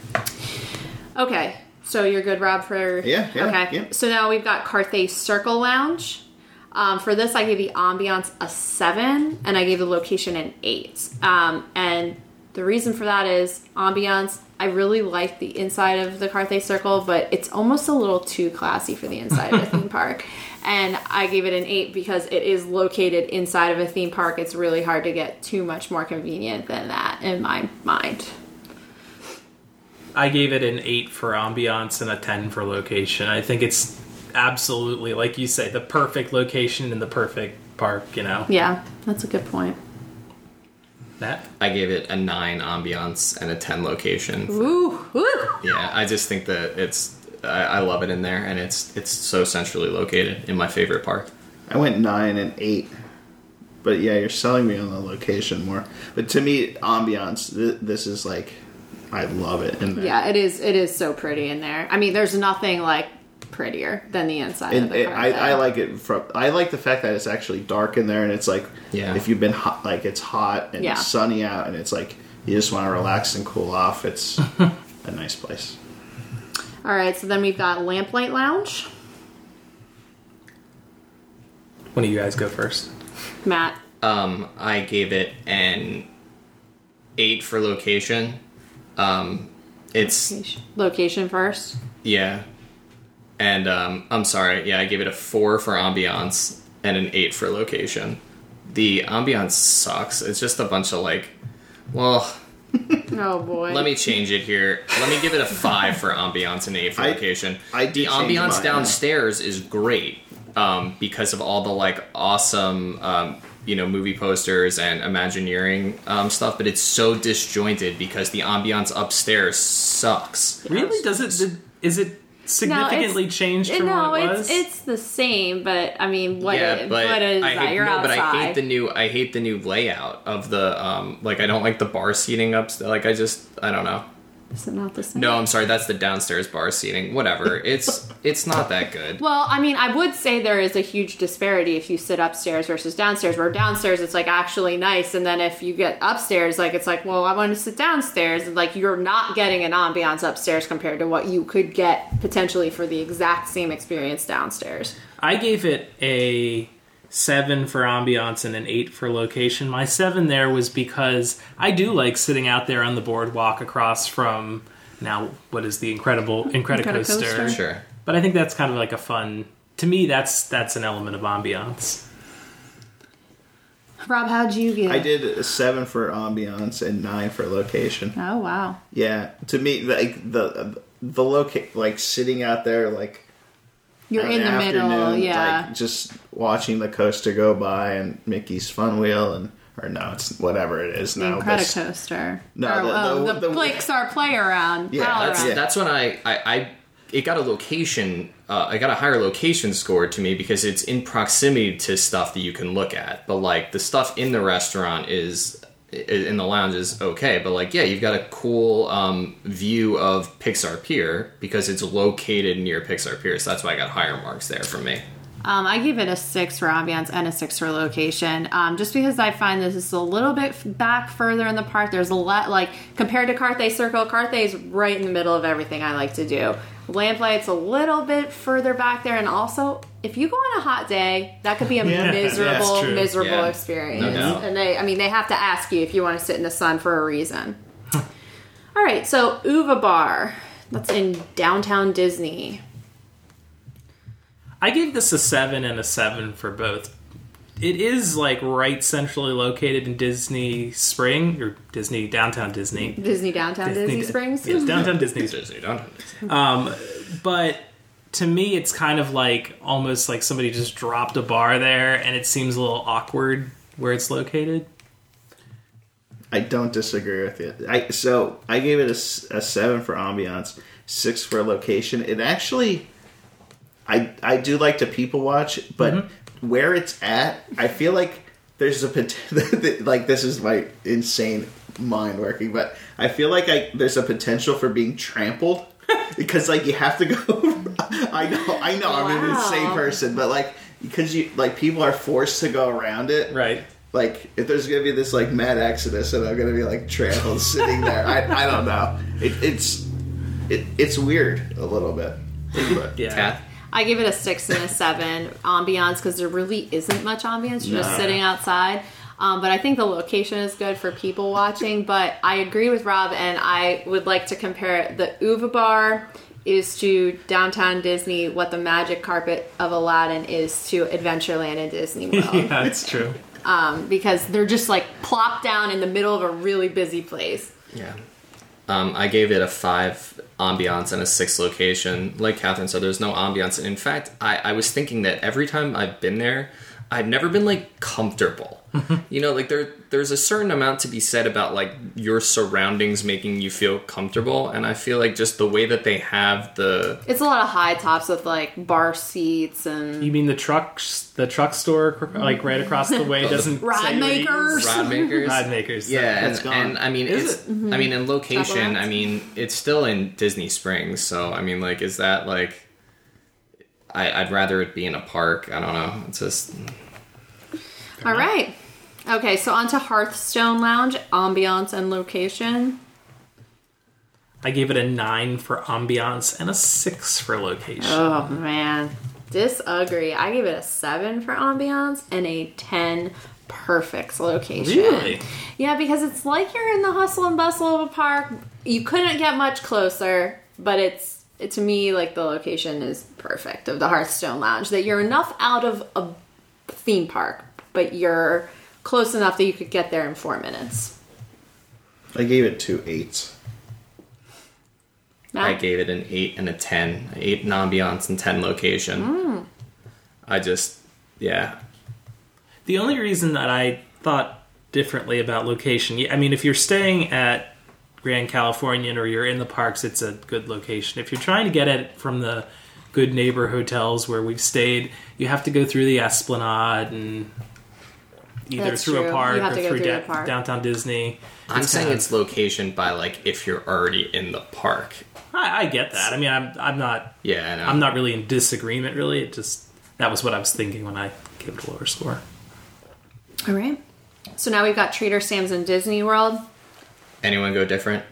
Speaker 1: Okay, so you're good, Rob, for.
Speaker 4: Yeah, yeah,
Speaker 1: Okay,
Speaker 4: yeah.
Speaker 1: so now we've got Carthay Circle Lounge. Um, for this, I gave the ambiance a seven, and I gave the location an eight. Um, and the reason for that is ambiance. I really like the inside of the Carthay Circle, but it's almost a little too classy for the inside of a theme park. And I gave it an eight because it is located inside of a theme park. It's really hard to get too much more convenient than that in my mind.
Speaker 3: I gave it an eight for ambiance and a ten for location. I think it's absolutely like you say, the perfect location in the perfect park. You know
Speaker 1: Yeah, that's a good point.
Speaker 3: that.
Speaker 2: I gave it a nine ambiance and a ten location.
Speaker 1: Ooh, ooh.
Speaker 2: Yeah, I just think that it's I, I love it in there, and it's it's so centrally located in my favorite park.
Speaker 4: I went nine and eight. But yeah, you're selling me on the location more. But to me, ambiance. Th- this is like, I love it. And
Speaker 1: Yeah, it is. It is so pretty in there. I mean, there's nothing like prettier than the inside of
Speaker 4: and
Speaker 1: the
Speaker 4: it,
Speaker 1: car.
Speaker 4: I, I like it from. I like the fact that it's actually dark in there, and it's like,
Speaker 2: Yeah.
Speaker 4: if you've been hot, like it's hot and
Speaker 1: Yeah.
Speaker 4: it's sunny out, and it's like you just want to relax and cool off. It's a nice place.
Speaker 1: All right, so then we've got Lamplight Lounge.
Speaker 3: When do you guys go first?
Speaker 1: Matt,
Speaker 2: Um, I gave it an eight for location. Um, it's
Speaker 1: location first.
Speaker 2: yeah, and um, I'm sorry. Yeah, I gave it a four for ambiance and an eight for location. The ambiance sucks. It's just a bunch of like, well,
Speaker 1: Oh boy.
Speaker 2: Let me change it here. Let me give it a five for ambiance and eight for
Speaker 4: I-
Speaker 2: location.
Speaker 4: I did
Speaker 2: the
Speaker 4: change mine, yeah.
Speaker 2: ambiance downstairs is great um, because of all the like awesome, um, you know, movie posters and Imagineering um, stuff. But it's so disjointed because the ambiance upstairs sucks.
Speaker 3: Really? Does it? Did, is it significantly changed from
Speaker 1: no,
Speaker 3: what it
Speaker 1: it's
Speaker 3: was?
Speaker 1: it's the same, but I mean, what
Speaker 2: yeah,
Speaker 1: it-
Speaker 2: but
Speaker 1: what is
Speaker 2: I
Speaker 1: that?
Speaker 2: hate,
Speaker 1: You're
Speaker 2: no,
Speaker 1: outside.
Speaker 2: but I hate the new. I hate the new layout of the um, like. I don't like the bar seating up. Like I just, I don't know.
Speaker 1: Is it not the same?
Speaker 2: No, I'm sorry. That's the downstairs bar seating. Whatever. It's it's not that good.
Speaker 1: Well, I mean, I would say there is a huge disparity if you sit upstairs versus downstairs. Where downstairs it's like actually nice, and then if you get upstairs, like it's like, well, I want to sit downstairs, and like you're not getting an ambiance upstairs compared to what you could get potentially for the exact same experience downstairs.
Speaker 3: I gave it a seven for ambiance and an eight for location. My seven there was because I do like sitting out there on the boardwalk across from now what is the incredible Incredicoaster.
Speaker 1: Incredicoaster.
Speaker 2: Sure.
Speaker 3: But I think that's kind of like a fun to me that's that's an element of ambiance.
Speaker 1: Rob, how'd you get?
Speaker 4: I did a seven for ambiance and nine for location.
Speaker 1: Oh wow.
Speaker 4: Yeah, to me, like the the locate, like sitting out there, like
Speaker 1: You're
Speaker 4: an
Speaker 1: in the middle,
Speaker 4: afternoon,
Speaker 1: yeah.
Speaker 4: Like, just watching the coaster go by and Mickey's Fun Wheel and or no, it's whatever it is now. this-
Speaker 1: Incredicoaster.
Speaker 4: No,
Speaker 1: or,
Speaker 4: the-
Speaker 1: oh,
Speaker 4: the-
Speaker 1: the,
Speaker 4: the-
Speaker 1: Pixar play around.
Speaker 4: Yeah,
Speaker 1: pal
Speaker 2: That's
Speaker 1: around.
Speaker 2: that's when I, I I it got a location. Uh, I got a higher location score to me because it's in proximity to stuff that you can look at. But like the stuff in the restaurant is i- in the lounge is okay. But like yeah, you've got a cool um, view of Pixar Pier because it's located near Pixar Pier. So that's why I got higher marks there from me.
Speaker 1: Um, I give it a six for ambiance and a six for location, um, just because I find this is a little bit f- back further in the park. There's a lot like compared to Carthay Circle, Carthay is right in the middle of everything I like to do. Lamplight's a little bit further back there, and also if you go on a hot day, that could be a
Speaker 3: Yeah, that's
Speaker 1: miserable,
Speaker 3: true.
Speaker 1: miserable
Speaker 2: Yeah.
Speaker 1: experience.
Speaker 2: No doubt.
Speaker 1: and they, I mean, they have to ask you if you want to sit in the sun for a reason. All right, so Uva Bar, that's in downtown Disney.
Speaker 3: I gave this a seven and a seven for both. It is like right centrally located in Disney Spring or Disney downtown Disney.
Speaker 1: Disney downtown Disney, Springs.
Speaker 3: Yes, downtown Disney Springs.
Speaker 2: Disney, don't-
Speaker 3: but to me it's kind of like almost like somebody just dropped a bar there and it seems a little awkward where it's located
Speaker 4: I don't disagree with it. I so I gave it a, s- a seven for ambiance, six for a location. It actually, I I do like to people watch, but where it's at, I feel like there's a pot- like this is my insane mind working, but I feel like I there's a potential for being trampled because like you have to go. I know, I know, I'm an
Speaker 1: Wow.
Speaker 4: insane person, but like because you like people are forced to go around it,
Speaker 3: Right.
Speaker 4: like if there's gonna be this like mad exodus and I'm gonna be like trampled sitting there. I, I don't know. It, it's it, it's weird a little bit. But
Speaker 3: Yeah.
Speaker 2: Kath?
Speaker 1: I give it a six and a seven ambiance because there really isn't much ambiance. You're
Speaker 4: No.
Speaker 1: just sitting outside. Um, but I think the location is good for people watching. But I agree with Rob, and I would like to compare it. The Uva Bar is to downtown Disney what the magic carpet of Aladdin is to Adventureland and Disney World.
Speaker 3: yeah, it's true.
Speaker 1: Because they're just like plopped down in the middle of a really busy place.
Speaker 2: Yeah. Um, I gave it a five ambiance and a six location. Like Catherine said, there's no ambiance. And in fact, I, I was thinking that every time I've been there, I've never been like comfortable. you know, like there there's a certain amount to be said about like your surroundings making you feel comfortable. And I feel like just the way that they have the
Speaker 1: It's a lot of high tops with like bar seats and
Speaker 3: You mean the trucks, the truck store, like right across the way, doesn't
Speaker 1: Rod
Speaker 3: say what it
Speaker 1: makers.
Speaker 3: is?
Speaker 2: rod makers.
Speaker 3: Rod makers.
Speaker 2: yeah,
Speaker 4: It's
Speaker 2: and,
Speaker 4: gone.
Speaker 2: and I mean,
Speaker 3: Is
Speaker 2: it's, I mean, in location,
Speaker 1: Tabarans?
Speaker 2: I mean, it's still in Disney Springs. So I mean, like, is that like? I, I'd rather it be in a park. I don't know. It's just
Speaker 1: All right. Okay, so on to Hearthstone Lounge, ambiance and location.
Speaker 3: I gave it a nine for ambiance and a six for location.
Speaker 1: Oh man. Disagree. I give it a seven for ambiance and a ten perfect location.
Speaker 3: really?
Speaker 1: Yeah, because it's like you're in the hustle and bustle of a park. You couldn't get much closer, but it's it, to me like the location is perfect of the Hearthstone Lounge that you're enough out of a theme park, but you're close enough that you could get there in four minutes.
Speaker 4: I gave it two eights.
Speaker 1: Matt?
Speaker 2: I gave it an eight and a ten. Eight in ambiance and ten location. I just yeah.
Speaker 3: The only reason that I thought differently about location, I mean, if you're staying at Grand Californian or you're in the parks, it's a good location. If you're trying to get it from the good neighbor hotels where we've stayed, you have to go through the Esplanade and either
Speaker 1: That's
Speaker 3: through
Speaker 1: true.
Speaker 3: a park
Speaker 1: You have
Speaker 3: or
Speaker 1: to go
Speaker 3: through,
Speaker 1: through
Speaker 3: da-
Speaker 1: the park.
Speaker 3: downtown Disney.
Speaker 2: I'm saying
Speaker 3: kind of-
Speaker 2: it's location by like if you're already in the park.
Speaker 3: I, I get that. I mean, I'm, I'm not.
Speaker 2: Yeah, I know.
Speaker 3: I'm not really in disagreement. Really, it just that was what I was thinking when I gave it a lower score.
Speaker 1: All right. So now we've got Trader Sam's and Disney World.
Speaker 2: Anyone go different?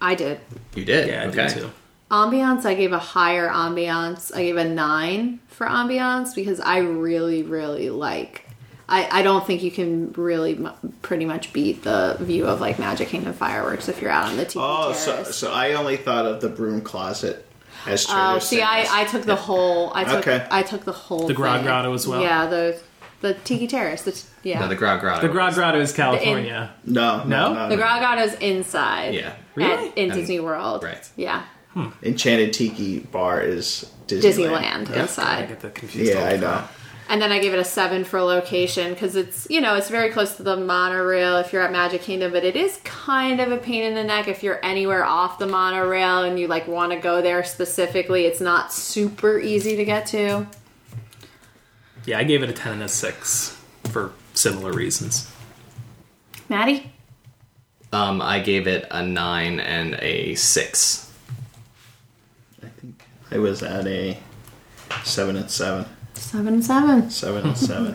Speaker 1: I did.
Speaker 2: You did.
Speaker 3: Yeah, I
Speaker 2: okay.
Speaker 3: do too.
Speaker 1: Ambiance, I gave a higher ambiance. I gave a nine for ambiance because I really, really like. I, I don't think you can really m- pretty much beat the view of like Magic Kingdom fireworks if you're out on the TV
Speaker 4: Oh, so
Speaker 1: terrace.
Speaker 4: so I only thought of the broom closet as Trader
Speaker 1: Oh, see, I, I took the whole. I took
Speaker 4: Okay.
Speaker 1: I took the whole.
Speaker 3: The Grand
Speaker 1: thing.
Speaker 3: Grotto as well?
Speaker 1: Yeah, the the Tiki Terrace. The, t- yeah,
Speaker 2: No, the
Speaker 1: the,
Speaker 2: Grog Grotto.
Speaker 3: The Grand Grotto is California.
Speaker 1: California.
Speaker 4: no, no,
Speaker 3: No?
Speaker 4: no,
Speaker 1: the
Speaker 4: no.
Speaker 1: Grand Grotto's inside.
Speaker 2: Yeah.
Speaker 3: Really?
Speaker 1: At, in
Speaker 2: And-
Speaker 1: Disney World.
Speaker 2: right.
Speaker 1: Yeah.
Speaker 4: Enchanted Tiki Bar is Disneyland.
Speaker 1: Disneyland,
Speaker 3: I
Speaker 1: inside.
Speaker 3: get that confused.
Speaker 4: Yeah,
Speaker 3: all
Speaker 4: I
Speaker 3: the time.
Speaker 4: know.
Speaker 1: And then I gave it a seven for location because it's you know it's very close to the monorail if you're at Magic Kingdom, but it is kind of a pain in the neck if you're anywhere off the monorail and you like want to go there specifically. It's not super easy to get to.
Speaker 3: Yeah, I gave it a ten and a six for similar reasons.
Speaker 1: Maddie,
Speaker 2: Um, I gave it a nine and a six.
Speaker 4: I was at a seven and seven.
Speaker 1: seven and seven.
Speaker 4: seven and seven.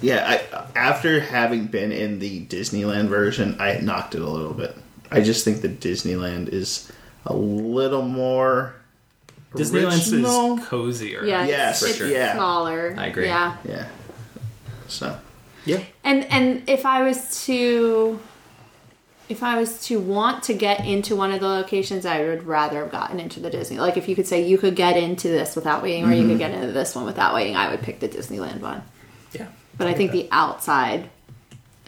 Speaker 4: Yeah, I, after having been in the Disneyland version, I knocked it a little bit. I just think that Disneyland is a little more
Speaker 3: Disneyland's
Speaker 4: original.
Speaker 3: is cozier.
Speaker 1: Yeah, it's-
Speaker 4: Yes,
Speaker 1: it's,
Speaker 2: for sure.
Speaker 4: Yeah.
Speaker 1: smaller.
Speaker 2: I agree.
Speaker 1: Yeah,
Speaker 4: yeah. So
Speaker 2: Yeah.
Speaker 1: and and if I was to. If I was to want to get into one of the locations, I would rather have gotten into the Disney. Like if you could say you could get into this without waiting, or
Speaker 4: Mm-hmm.
Speaker 1: you could get into this one without waiting, I would pick the Disneyland one.
Speaker 3: yeah.
Speaker 1: But I think the outside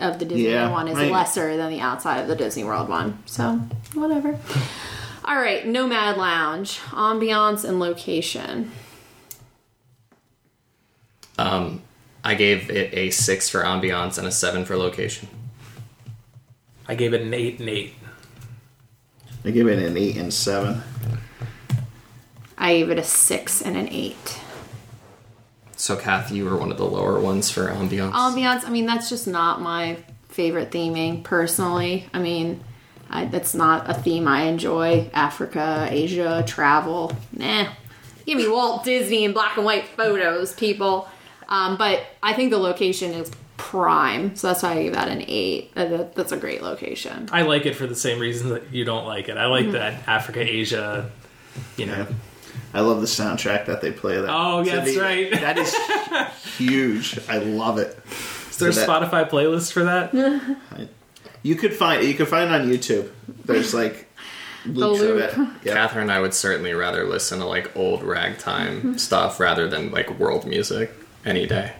Speaker 1: of the Disney
Speaker 4: Yeah,
Speaker 1: one is
Speaker 4: right.
Speaker 1: lesser than the outside of the Disney World one. So, whatever. All right, Nomad Lounge, ambiance and location.
Speaker 2: I gave it a six for ambiance and a seven for location.
Speaker 3: I gave it an eight and eight.
Speaker 4: I give it an eight and seven.
Speaker 1: I gave it a six and an eight.
Speaker 2: So, Kath, you were one of the lower ones for ambiance.
Speaker 1: Ambiance, I mean, that's just not my favorite theming personally. I mean, I, that's not a theme I enjoy. Africa, Asia, travel. Nah. Give me Walt Disney and black and white photos, people. Um, but I think the location is prime, so that's why I gave that an eight. Uh, that- That's a great location.
Speaker 3: I like it for the same reason that you don't like it. I
Speaker 1: Mm-hmm.
Speaker 3: like that Africa, Asia, you know.
Speaker 4: Yeah. I love the soundtrack that they play. That
Speaker 3: Oh,
Speaker 4: to
Speaker 3: yeah, that's
Speaker 4: me,
Speaker 3: right.
Speaker 4: That is huge. I love it.
Speaker 3: Is there a
Speaker 4: So that-
Speaker 3: Spotify playlist for that?
Speaker 4: You could find you could find it on YouTube. There's like loops
Speaker 1: loop.
Speaker 4: of it. Yeah.
Speaker 2: Catherine and I would certainly rather listen to like old ragtime stuff rather than like world music any day.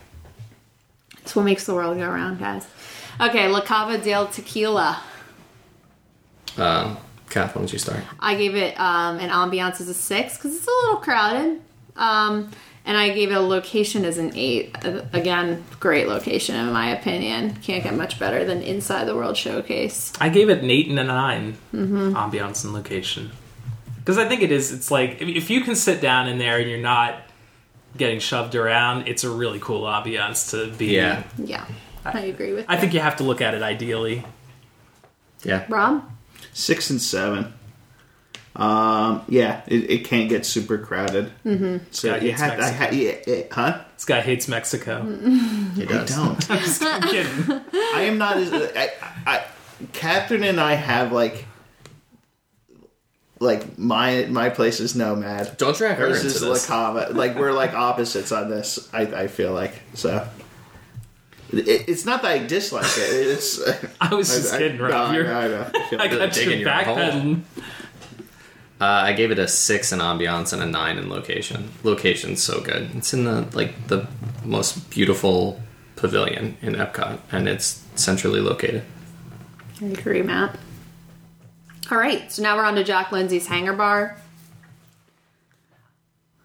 Speaker 1: It's what makes the world go round, guys. Okay, La Cava del Tequila.
Speaker 2: Uh, Kath, why don't you start?
Speaker 1: I gave it um, an ambiance as a six because it's a little crowded. Um, and I gave it a location as an eight. Uh, Again, great location in my opinion. Can't get much better than Inside the World Showcase.
Speaker 3: I gave it an eight and a 9 ambiance and location. Because I think it is, it's like, if- if you can sit down in there and you're not getting shoved around, it's a really cool ambiance to be.
Speaker 2: Yeah.
Speaker 1: Yeah, I agree with
Speaker 3: I
Speaker 1: that.
Speaker 3: think you have to look at it ideally.
Speaker 2: Yeah.
Speaker 1: Rob?
Speaker 4: Six and seven. Um, yeah, it, it can't get super crowded. Mm-hmm. So
Speaker 3: God,
Speaker 4: you
Speaker 3: it's
Speaker 4: have to, I ha- yeah, it, huh?
Speaker 3: This guy hates Mexico.
Speaker 2: It
Speaker 4: I
Speaker 2: does.
Speaker 4: don't.
Speaker 3: I'm kidding.
Speaker 4: I am not as I, I. Catherine and I have like, like my my place is Nomad.
Speaker 2: Don't drag her
Speaker 4: Hers
Speaker 2: into
Speaker 4: is
Speaker 2: this.
Speaker 4: La Cava. Like we're like opposites on this. I, I feel like so. It, it's not that I dislike it. It's
Speaker 3: I was just kidding, Rob.
Speaker 4: No,
Speaker 3: You're-
Speaker 4: I, know, I feel
Speaker 3: I
Speaker 4: good.
Speaker 3: got you
Speaker 2: digging your hole.
Speaker 3: backpedaling.
Speaker 2: uh, I gave it a six in ambiance and a nine in location. Location's so good. It's in the like the most beautiful pavilion in Epcot, and it's centrally located.
Speaker 1: I agree, Matt. All right, so now we're on to Jack Lindsay's Hangar Bar.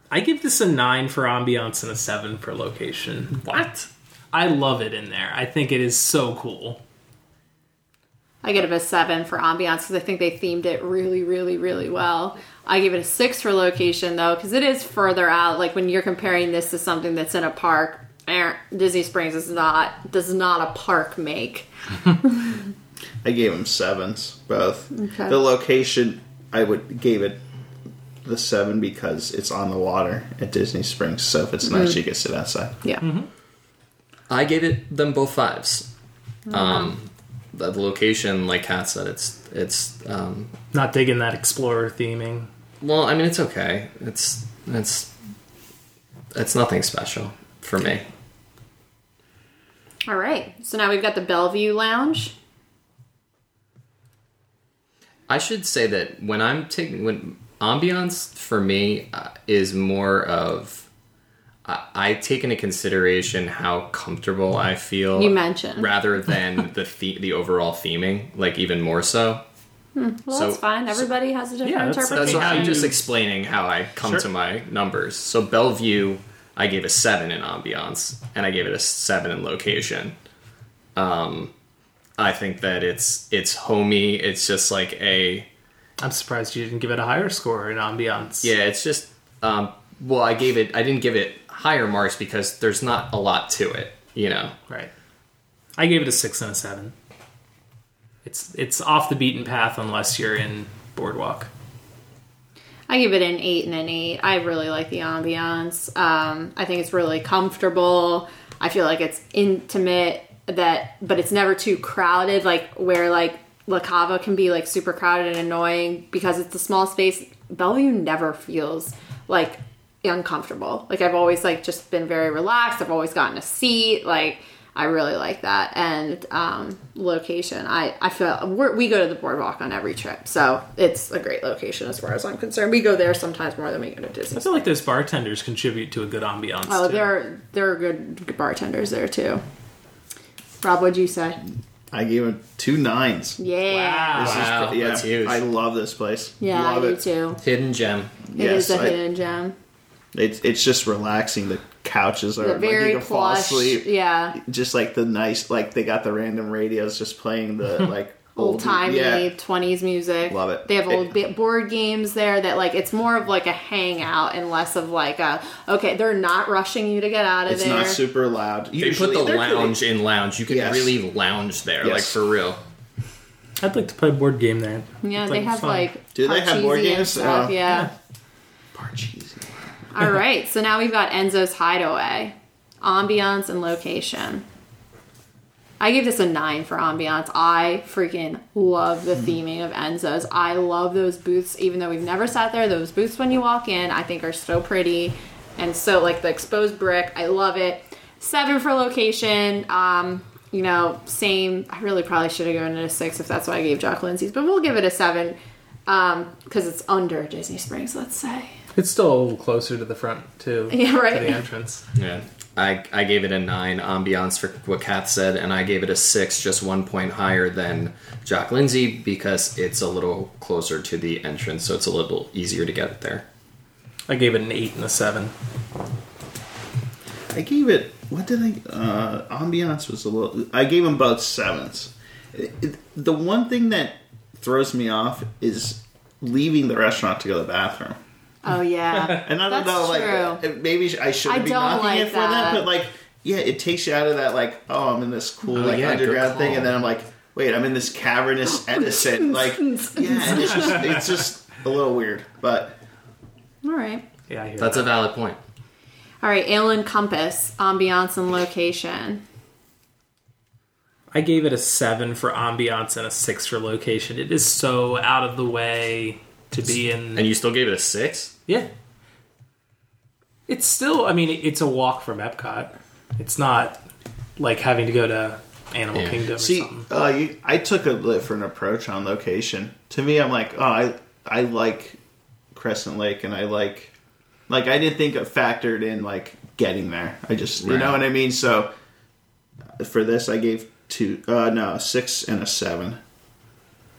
Speaker 3: I give this a nine for ambiance and a seven for location.
Speaker 2: What?
Speaker 3: I love it in there. I think it is so cool.
Speaker 1: I give it a seven for ambiance because I think they themed it really, really, really well. I give it a six for location though because it is further out. Like when you're comparing this to something that's in a park, eh, Disney Springs is not does not a park make.
Speaker 4: I gave them sevens both.
Speaker 1: Okay.
Speaker 4: The location I would gave it the seven because it's on the water at Disney Springs. So if it's
Speaker 1: Mm.
Speaker 4: nice, you can sit outside.
Speaker 1: Yeah,
Speaker 3: Mm-hmm.
Speaker 2: I gave it them both fives.
Speaker 1: Oh,
Speaker 2: Um, the the location, like Kat said, it's it's um,
Speaker 3: Not digging that explorer theming.
Speaker 2: Well, I mean, it's okay. It's it's it's nothing special for me.
Speaker 1: All right, so now we've got the Bellevue Lounge.
Speaker 2: I should say that when I'm taking when ambiance for me uh, is more of I, I take into consideration how comfortable I feel.
Speaker 1: You mentioned.
Speaker 2: rather than the, the the overall theming, like even more so.
Speaker 1: Well,
Speaker 2: So-
Speaker 1: that's fine. Everybody has a different
Speaker 3: Yeah, that's-
Speaker 1: interpretation.
Speaker 2: That's
Speaker 3: Okay,
Speaker 2: why
Speaker 3: how
Speaker 2: I'm just
Speaker 3: you-
Speaker 2: explaining how I come
Speaker 3: Sure.
Speaker 2: to my numbers. So Bellevue, I gave a seven in ambiance, and I gave it a seven in location. Um, I think that it's it's homey. It's just like a
Speaker 3: I'm surprised you didn't give it a higher score in ambiance.
Speaker 2: yeah. It's just um, well, I gave it. I didn't give it higher marks because there's not a lot to it. You know,
Speaker 3: Right. I gave it a six and a seven. It's it's off the beaten path unless you're in Boardwalk.
Speaker 1: I give it an eight and an eight. I really like the ambiance. Um, I think it's really comfortable. I feel like it's intimate. That, but it's never too crowded. Like where like La Cava can be like super crowded and annoying because it's a small space. Bellevue never feels like uncomfortable. Like I've always like just been very relaxed. I've always gotten a seat. Like I really like that and um, location. I I feel we're, we go to the boardwalk on every trip, so it's a great location as far as I'm concerned. We go there sometimes more than we go to Disney.
Speaker 3: I feel like those bartenders contribute to a good ambiance.
Speaker 1: Oh,
Speaker 3: too.
Speaker 1: there there are good bartenders there too. Rob, what'd you say?
Speaker 4: I gave them two nines.
Speaker 1: Yeah,
Speaker 3: Wow.
Speaker 4: This is
Speaker 2: Wow,
Speaker 4: cra- yeah,
Speaker 2: that's huge.
Speaker 4: I love this place.
Speaker 1: yeah,
Speaker 4: love
Speaker 1: I do
Speaker 4: it.
Speaker 1: too.
Speaker 2: hidden gem.
Speaker 1: It is
Speaker 4: Yes,
Speaker 1: a
Speaker 4: I-
Speaker 1: hidden gem.
Speaker 4: It's it's just relaxing. The couches are
Speaker 1: The
Speaker 4: like,
Speaker 1: very
Speaker 4: you can fall
Speaker 1: plush.
Speaker 4: asleep.
Speaker 1: Yeah,
Speaker 4: Just like the nice, like they got the random radios just playing the like
Speaker 1: old timey
Speaker 4: yeah.
Speaker 1: 20s music.
Speaker 4: Love it.
Speaker 1: They have
Speaker 4: It-
Speaker 1: old bi- board games there that like it's more of like a hangout and less of like a okay, they're not rushing you to get out of
Speaker 4: It's
Speaker 1: there.
Speaker 4: not super loud.
Speaker 2: They put
Speaker 4: Usually-
Speaker 2: the
Speaker 4: they're pretty-
Speaker 2: lounge in lounge. You can
Speaker 4: Yes.
Speaker 2: really lounge there,
Speaker 4: Yes.
Speaker 2: like for real.
Speaker 3: I'd like to play a board game there.
Speaker 1: yeah,
Speaker 3: It's,
Speaker 1: they have
Speaker 3: fun.
Speaker 1: like
Speaker 4: Do they have board
Speaker 1: Parcheesi and
Speaker 4: games?
Speaker 1: Stuff.
Speaker 4: Oh.
Speaker 1: yeah.
Speaker 4: Parcheesi.
Speaker 1: All right, so now we've got Enzo's Hideaway, ambiance and location. I give this a nine for ambiance. I freaking love the theming of Enzo's. I love those booths, even though we've never sat there. Those booths when you walk in, I think are so pretty and so like the exposed brick. I love it. Seven for location. Um, you know, same. I really probably should have given it a six if that's what I gave Jock Lindsay's, but we'll give it a seven um, because it's under Disney Springs, let's say.
Speaker 3: It's still a little closer to the front too.
Speaker 1: Yeah, right.
Speaker 3: To the entrance.
Speaker 2: Yeah. I, I gave it a nine ambiance for what Kath said, and I gave it a six, just one point higher than Jock Lindsay because it's a little closer to the entrance, so it's a little easier to get there.
Speaker 3: I gave it an eight and a seven.
Speaker 4: I gave it. What did I? Uh, ambiance was a little. I gave them both sevens. It- it- the one thing that throws me off is leaving the restaurant to go to the bathroom.
Speaker 1: Oh yeah,
Speaker 4: And I don't
Speaker 1: That's
Speaker 4: know, like
Speaker 1: true.
Speaker 4: maybe sh- I should
Speaker 1: I
Speaker 4: be
Speaker 1: don't
Speaker 4: knocking
Speaker 1: like
Speaker 4: it for
Speaker 1: that.
Speaker 4: that, but like, yeah, it takes you out of that. Like, oh, I'm in this cool
Speaker 2: Oh,
Speaker 4: like
Speaker 2: yeah, good
Speaker 4: underground
Speaker 2: call.
Speaker 4: thing, and then I'm like, wait, I'm in this cavernous Edison. Like, yeah, and it's just it's just a little weird, but
Speaker 1: all right,
Speaker 3: Yeah, I hear
Speaker 2: That's
Speaker 3: that.
Speaker 2: a valid point.
Speaker 1: all right. Alien Compass, ambiance and location.
Speaker 3: I gave it a seven for ambiance and a six for location. It is so out of the way to be in.
Speaker 2: And you still gave it a six?
Speaker 3: yeah. It's still. I mean, it's a walk from Epcot. It's not like having to go to Animal
Speaker 2: Yeah.
Speaker 3: Kingdom. or
Speaker 4: See,
Speaker 3: something.
Speaker 4: uh, you, I took a different approach on location. To me, I'm like, oh, I I like Crescent Lake, and I like like I didn't think it factored in like getting there. I just you
Speaker 2: Right.
Speaker 4: know what I mean. So for this, I gave two, uh, no, a six and a seven.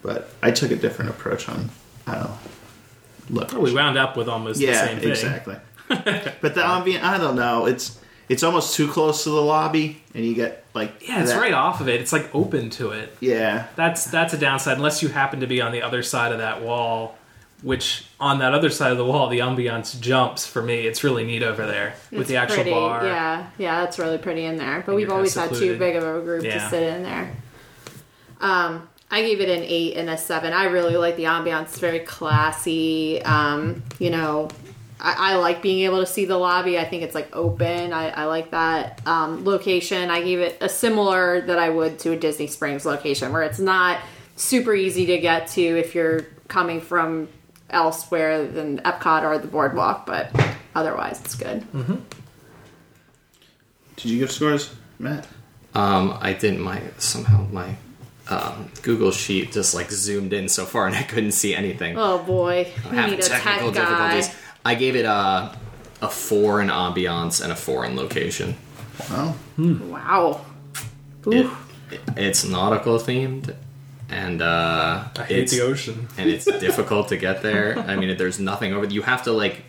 Speaker 4: But I took a different approach on how look.
Speaker 3: Well, Oh, we wound up with almost the
Speaker 4: yeah,
Speaker 3: same thing.
Speaker 4: exactly. but the ambient, I don't know. It's it's almost too close to the lobby, and you get like
Speaker 3: Yeah, it's
Speaker 4: that-
Speaker 3: right off of it. It's like open to it.
Speaker 4: Yeah,
Speaker 3: That's that's a downside unless you happen to be on the other side of that wall, which on that other side of the wall the ambiance jumps for me. It's really neat over there with
Speaker 1: It's
Speaker 3: the actual
Speaker 1: pretty,
Speaker 3: bar.
Speaker 1: Yeah, yeah, that's really pretty in there. But we've
Speaker 3: you're kinda
Speaker 1: always had too
Speaker 3: secluded.
Speaker 1: big of a group to
Speaker 3: Yeah.
Speaker 1: sit in there. Um, I gave it an eight and a seven. I really like the ambiance. It's very classy. Um, you know, I, I like being able to see the lobby. I think it's like open. I, I like that um, location. I gave it a similar that I would to a Disney Springs location where it's not super easy to get to if you're coming from elsewhere than Epcot or the boardwalk, but otherwise it's good.
Speaker 4: Did you give scores, Matt?
Speaker 2: Um, I didn't my somehow my um, Google sheet just like zoomed in so far and I couldn't see anything.
Speaker 1: Oh boy, we
Speaker 2: Having
Speaker 1: need a
Speaker 2: technical
Speaker 1: tech guy.
Speaker 2: difficulties. I gave it a a four in ambiance and a four in location.
Speaker 4: Well,
Speaker 1: Wow. Ooh.
Speaker 2: It, it's nautical themed, and uh,
Speaker 3: I hate
Speaker 2: it's,
Speaker 3: the ocean.
Speaker 2: and it's difficult to get there. I mean, there's nothing over. You have to like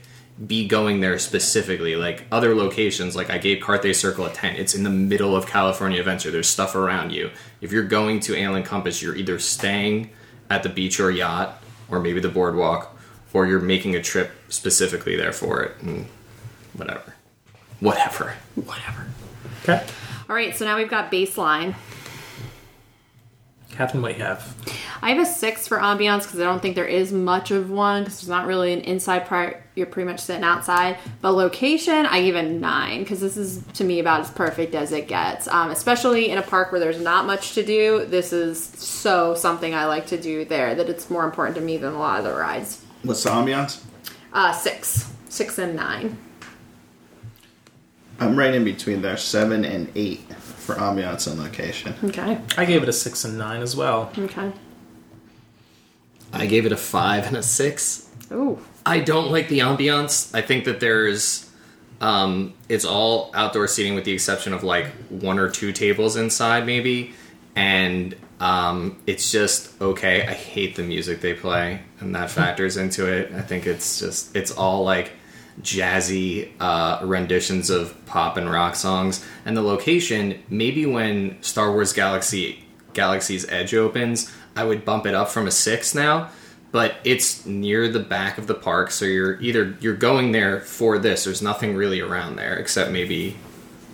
Speaker 2: be going there specifically. Like other locations, like I gave Carthay Circle a ten. It's in the middle of California Adventure. There's stuff around you. If you're going to Allen Compass, you're either staying at the beach or yacht, or maybe the boardwalk, or you're making a trip specifically there for it, and whatever, whatever, whatever.
Speaker 3: Okay.
Speaker 1: All right, so now we've got baseline.
Speaker 3: Catherine, what you have?
Speaker 1: I have a six for ambiance because I don't think there is much of one because there's not really an inside part. You're pretty much sitting outside. But location, I give a nine because this is to me about as perfect as it gets. Um, especially in a park where there's not much to do, this is so something I like to do there that it's more important to me than a lot of the rides.
Speaker 4: what's the ambiance?
Speaker 1: Uh, six, six and nine.
Speaker 4: I'm right in between there, seven and eight for ambiance and location.
Speaker 1: Okay,
Speaker 3: I gave it a six and nine as well.
Speaker 1: okay.
Speaker 2: I gave it a five and a six.
Speaker 1: Ooh.
Speaker 2: I don't like the ambiance. I think that there's um it's all outdoor seating with the exception of like one or two tables inside maybe and um it's just okay. I hate the music they play and that factors into it. I think it's just it's all like jazzy uh, renditions of pop and rock songs and the location maybe when Star Wars Galaxy Galaxy's Edge opens, I would bump it up from a six now. But it's near the back of the park, so you're either you're going there for this. There's nothing really around there except maybe,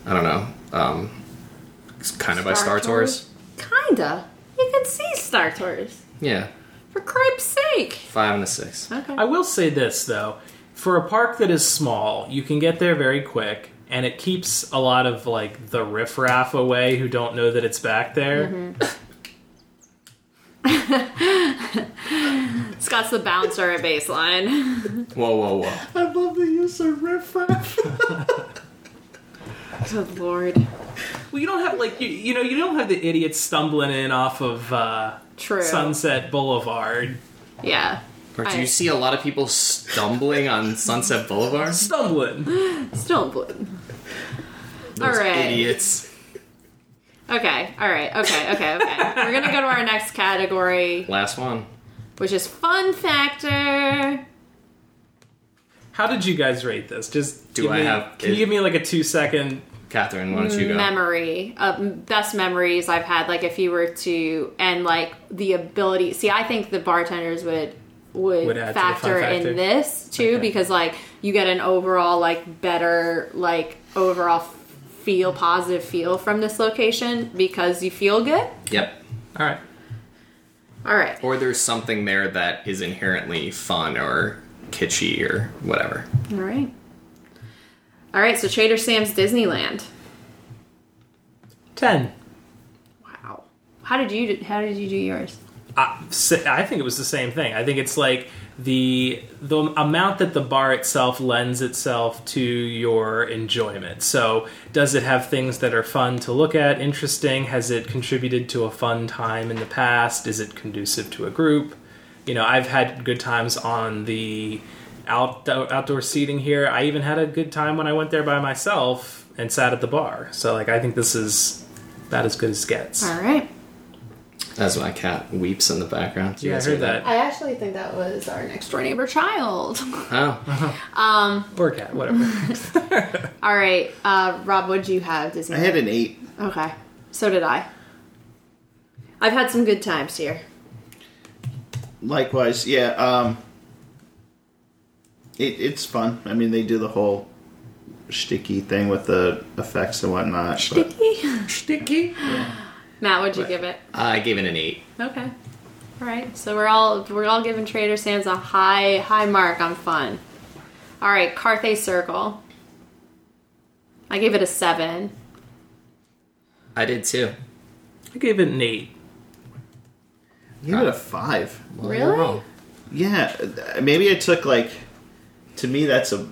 Speaker 2: I don't know, um, it's kind of by Star Tours.
Speaker 1: Kinda. You can see Star Tours.
Speaker 2: Yeah,
Speaker 1: For cripe's sake. Oh,
Speaker 2: five and a six.
Speaker 1: Okay.
Speaker 3: I will say this though, for a park that is small, you can get there very quick, and it keeps a lot of like the riffraff away who don't know that it's back there.
Speaker 4: Mm-hmm.
Speaker 1: Scott's the bouncer at baseline.
Speaker 2: Whoa, whoa, whoa.
Speaker 4: I love the use of riffraff.
Speaker 1: Good lord.
Speaker 3: Well, you don't have like you, you know you don't have the idiots stumbling in off of uh,
Speaker 1: True.
Speaker 3: Sunset Boulevard,
Speaker 1: Yeah.
Speaker 2: Or do
Speaker 1: I-
Speaker 2: you see a lot of people stumbling on Sunset Boulevard?
Speaker 3: stumbling.
Speaker 1: Still in blue.
Speaker 2: Those
Speaker 1: All right.
Speaker 2: idiots.
Speaker 1: Okay. All right. Okay. Okay. Okay. We're gonna go to our next category,
Speaker 2: Last one.
Speaker 1: which is fun factor.
Speaker 3: How did you guys rate this? Just
Speaker 2: Do
Speaker 3: give
Speaker 2: I
Speaker 3: me-
Speaker 2: have-
Speaker 3: Can you
Speaker 2: is-
Speaker 3: give me like a two second?
Speaker 2: Catherine, why don't you go?
Speaker 1: memory of best memories I've had. Like if you were to and like the ability. See, I think the bartenders would would,
Speaker 3: Would add to the fun
Speaker 1: factor
Speaker 3: factor.
Speaker 1: in this too
Speaker 3: Okay.
Speaker 1: because like you get an overall like better like overall feel positive feel from this location because you feel good.
Speaker 2: Yep.
Speaker 3: All right.
Speaker 1: All right.
Speaker 2: Or there's something there that is inherently fun or kitschy or whatever.
Speaker 1: All right. All right, so Trader Sam's Disneyland.
Speaker 3: Ten.
Speaker 1: Wow. How did you do, how did you do yours?
Speaker 3: I, si- I think it was the same thing. I think it's like the the amount that the bar itself lends itself to your enjoyment. So, does it have things that are fun to look at, interesting? Has it contributed to a fun time in the past? Is it conducive to a group? You know, I've had good times on the out, outdoor seating here. I even had a good time when I went there by myself and sat at the bar. So, like, I think this is about as good as it gets.
Speaker 1: All right.
Speaker 2: As my cat weeps in the background. Did you
Speaker 3: Yeah, I
Speaker 2: guys
Speaker 3: heard that.
Speaker 1: I actually think that was our next door neighbor child.
Speaker 2: Oh,
Speaker 3: Or cat, whatever.
Speaker 1: All right, uh, Rob, what did you have Disney?
Speaker 4: I had an eight.
Speaker 1: okay, so did I. I've had some good times here.
Speaker 4: Likewise, yeah. Um, it, it's fun. I mean, they do the whole sticky thing with the effects and whatnot. But
Speaker 3: Sticky.
Speaker 1: Matt, what'd you give it?
Speaker 2: I gave it an eight.
Speaker 1: Okay. All right, so we're all we're all giving Trader Sam's a high high mark on fun. All right, Carthay Circle. I gave it a seven.
Speaker 2: I did too.
Speaker 3: I gave it an eight.
Speaker 4: you had a five.
Speaker 2: Well, you're
Speaker 1: Really?
Speaker 2: wrong.
Speaker 4: Yeah, uh, maybe I took like. To me, that's a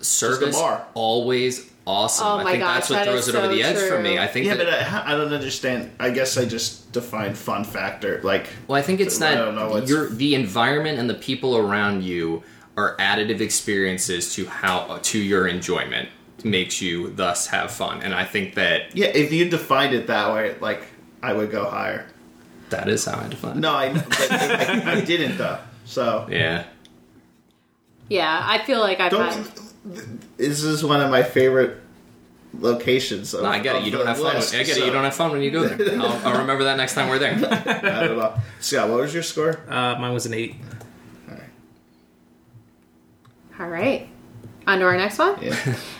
Speaker 2: Service
Speaker 4: bar.
Speaker 2: always awesome.
Speaker 1: Oh
Speaker 2: I
Speaker 1: my
Speaker 2: think
Speaker 1: gosh,
Speaker 2: that's what
Speaker 1: that
Speaker 2: throws
Speaker 1: is
Speaker 2: it over
Speaker 1: so
Speaker 2: the edge for
Speaker 1: true.
Speaker 2: me. I think
Speaker 4: yeah,
Speaker 2: that,
Speaker 4: but uh, I, I don't understand. I guess I just define fun factor like
Speaker 2: Well, I think it's
Speaker 4: I
Speaker 2: not.
Speaker 4: don't know what's-
Speaker 2: your the environment and the people around you are additive experiences to how to your enjoyment makes you thus have fun, and I think that
Speaker 4: yeah. If you defined it that way, like I would go higher.
Speaker 2: that is how I define. it.
Speaker 4: No, I but I, I didn't though. So
Speaker 2: Yeah.
Speaker 1: Yeah, I feel like I've had.
Speaker 4: don't. This is one of my favorite locations. Of,
Speaker 2: No, I get it.
Speaker 4: of
Speaker 2: You
Speaker 4: the
Speaker 2: don't have fun.
Speaker 4: list,
Speaker 2: When, I get
Speaker 4: so-
Speaker 2: it. You don't have fun when you go there. I'll, I'll remember that next time we're there.
Speaker 4: Not at all. Scott, what was your score?
Speaker 3: Uh, mine was an eight.
Speaker 1: All right, on to our next one.
Speaker 4: Yeah.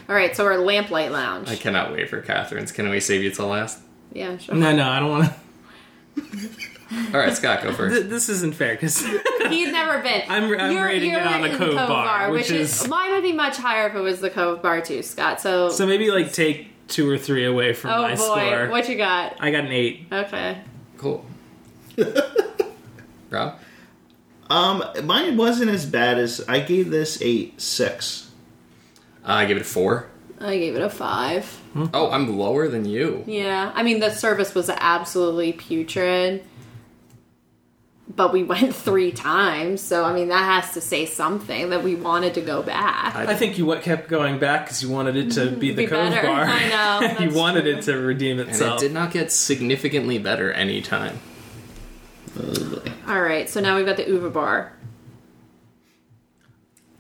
Speaker 1: All right, so our Lamplight Lounge.
Speaker 2: I cannot wait for Catherine's. Can we save you till last?
Speaker 1: yeah, sure.
Speaker 3: No, no, I don't want to.
Speaker 2: All right, Scott, go first.
Speaker 3: This isn't fair because
Speaker 1: He's never been.
Speaker 3: I'm- I'm rating it on the
Speaker 1: in
Speaker 3: Cove Bar, which is-
Speaker 1: mine would be much higher if it was the Cove Bar too, Scott. So,
Speaker 3: so maybe like take two or three away from
Speaker 1: oh boy,
Speaker 3: my score.
Speaker 1: what you got?
Speaker 3: I got an eight.
Speaker 1: Okay,
Speaker 2: Cool. Rob,
Speaker 4: Um, mine wasn't as bad as I gave this a six.
Speaker 2: I give it a four.
Speaker 1: I gave it a five.
Speaker 2: Oh, I'm lower than you.
Speaker 1: Yeah, I mean the service was absolutely putrid, but we went three times, so I mean that has to say something that we wanted to go back.
Speaker 3: I think you what kept going back because you wanted it to be the
Speaker 1: Be
Speaker 3: Cove
Speaker 1: better.
Speaker 3: Bar.
Speaker 1: I know,
Speaker 3: you
Speaker 1: that's
Speaker 3: wanted
Speaker 1: true.
Speaker 3: it to redeem
Speaker 2: And
Speaker 3: itself.
Speaker 2: it did not get significantly better any time.
Speaker 1: All right, so now we've got the Uber Bar.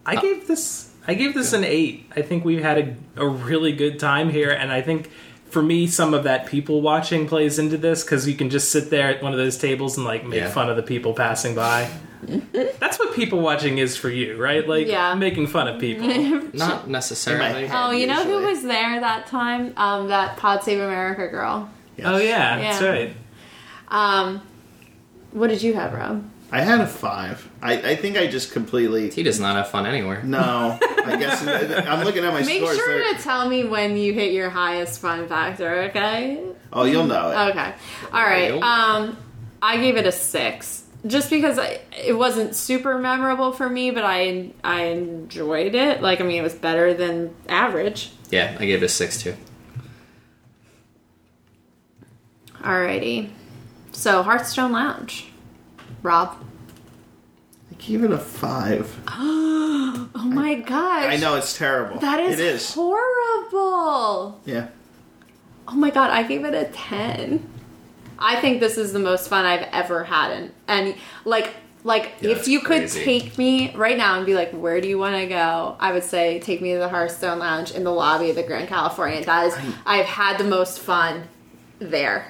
Speaker 3: I gave this. I gave this an eight. I think we've had a, a really good time here, and I think for me, some of that people watching plays into this because you can just sit there at one of those tables and like make
Speaker 2: Yeah.
Speaker 3: fun of the people passing by. That's what people watching is for you, right? Like
Speaker 1: Yeah.
Speaker 3: making fun of people.
Speaker 2: Not necessarily.
Speaker 4: head.
Speaker 1: Oh, you know who
Speaker 4: Usually.
Speaker 1: was there that time? Um, that Pod Save America girl.
Speaker 4: Yes.
Speaker 3: oh yeah, that's
Speaker 1: Yeah.
Speaker 3: right.
Speaker 1: Um, what did you have, Rob?
Speaker 4: I had a five. I, I think I just completely.
Speaker 2: He does not have fun anywhere.
Speaker 4: No, I guess I'm looking at my
Speaker 1: Make
Speaker 4: scores.
Speaker 1: sure
Speaker 4: They're-
Speaker 1: to tell me when you hit your highest fun factor, okay?
Speaker 4: oh, you'll know it.
Speaker 1: Okay. All right. Um, I gave it a six just because I, it wasn't super memorable for me, but I I enjoyed it. Like, I mean, it was better than average.
Speaker 2: Yeah, I gave it a six too.
Speaker 1: Alrighty. So, Hearthstone Lounge, Rob.
Speaker 4: I gave it a five.
Speaker 1: Oh my gosh.
Speaker 4: I know it's terrible.
Speaker 1: That is,
Speaker 4: It is.
Speaker 1: horrible.
Speaker 4: Yeah.
Speaker 1: Oh my god, I gave it a 10. I think this is the most fun I've ever had in any like like
Speaker 2: Yeah,
Speaker 1: if
Speaker 2: that's
Speaker 1: you could
Speaker 2: crazy.
Speaker 1: take me right now and be like, where do you want to go? I would say take me to the Hearthstone Lounge in the lobby of the Grand California. That is, I've had the most fun there.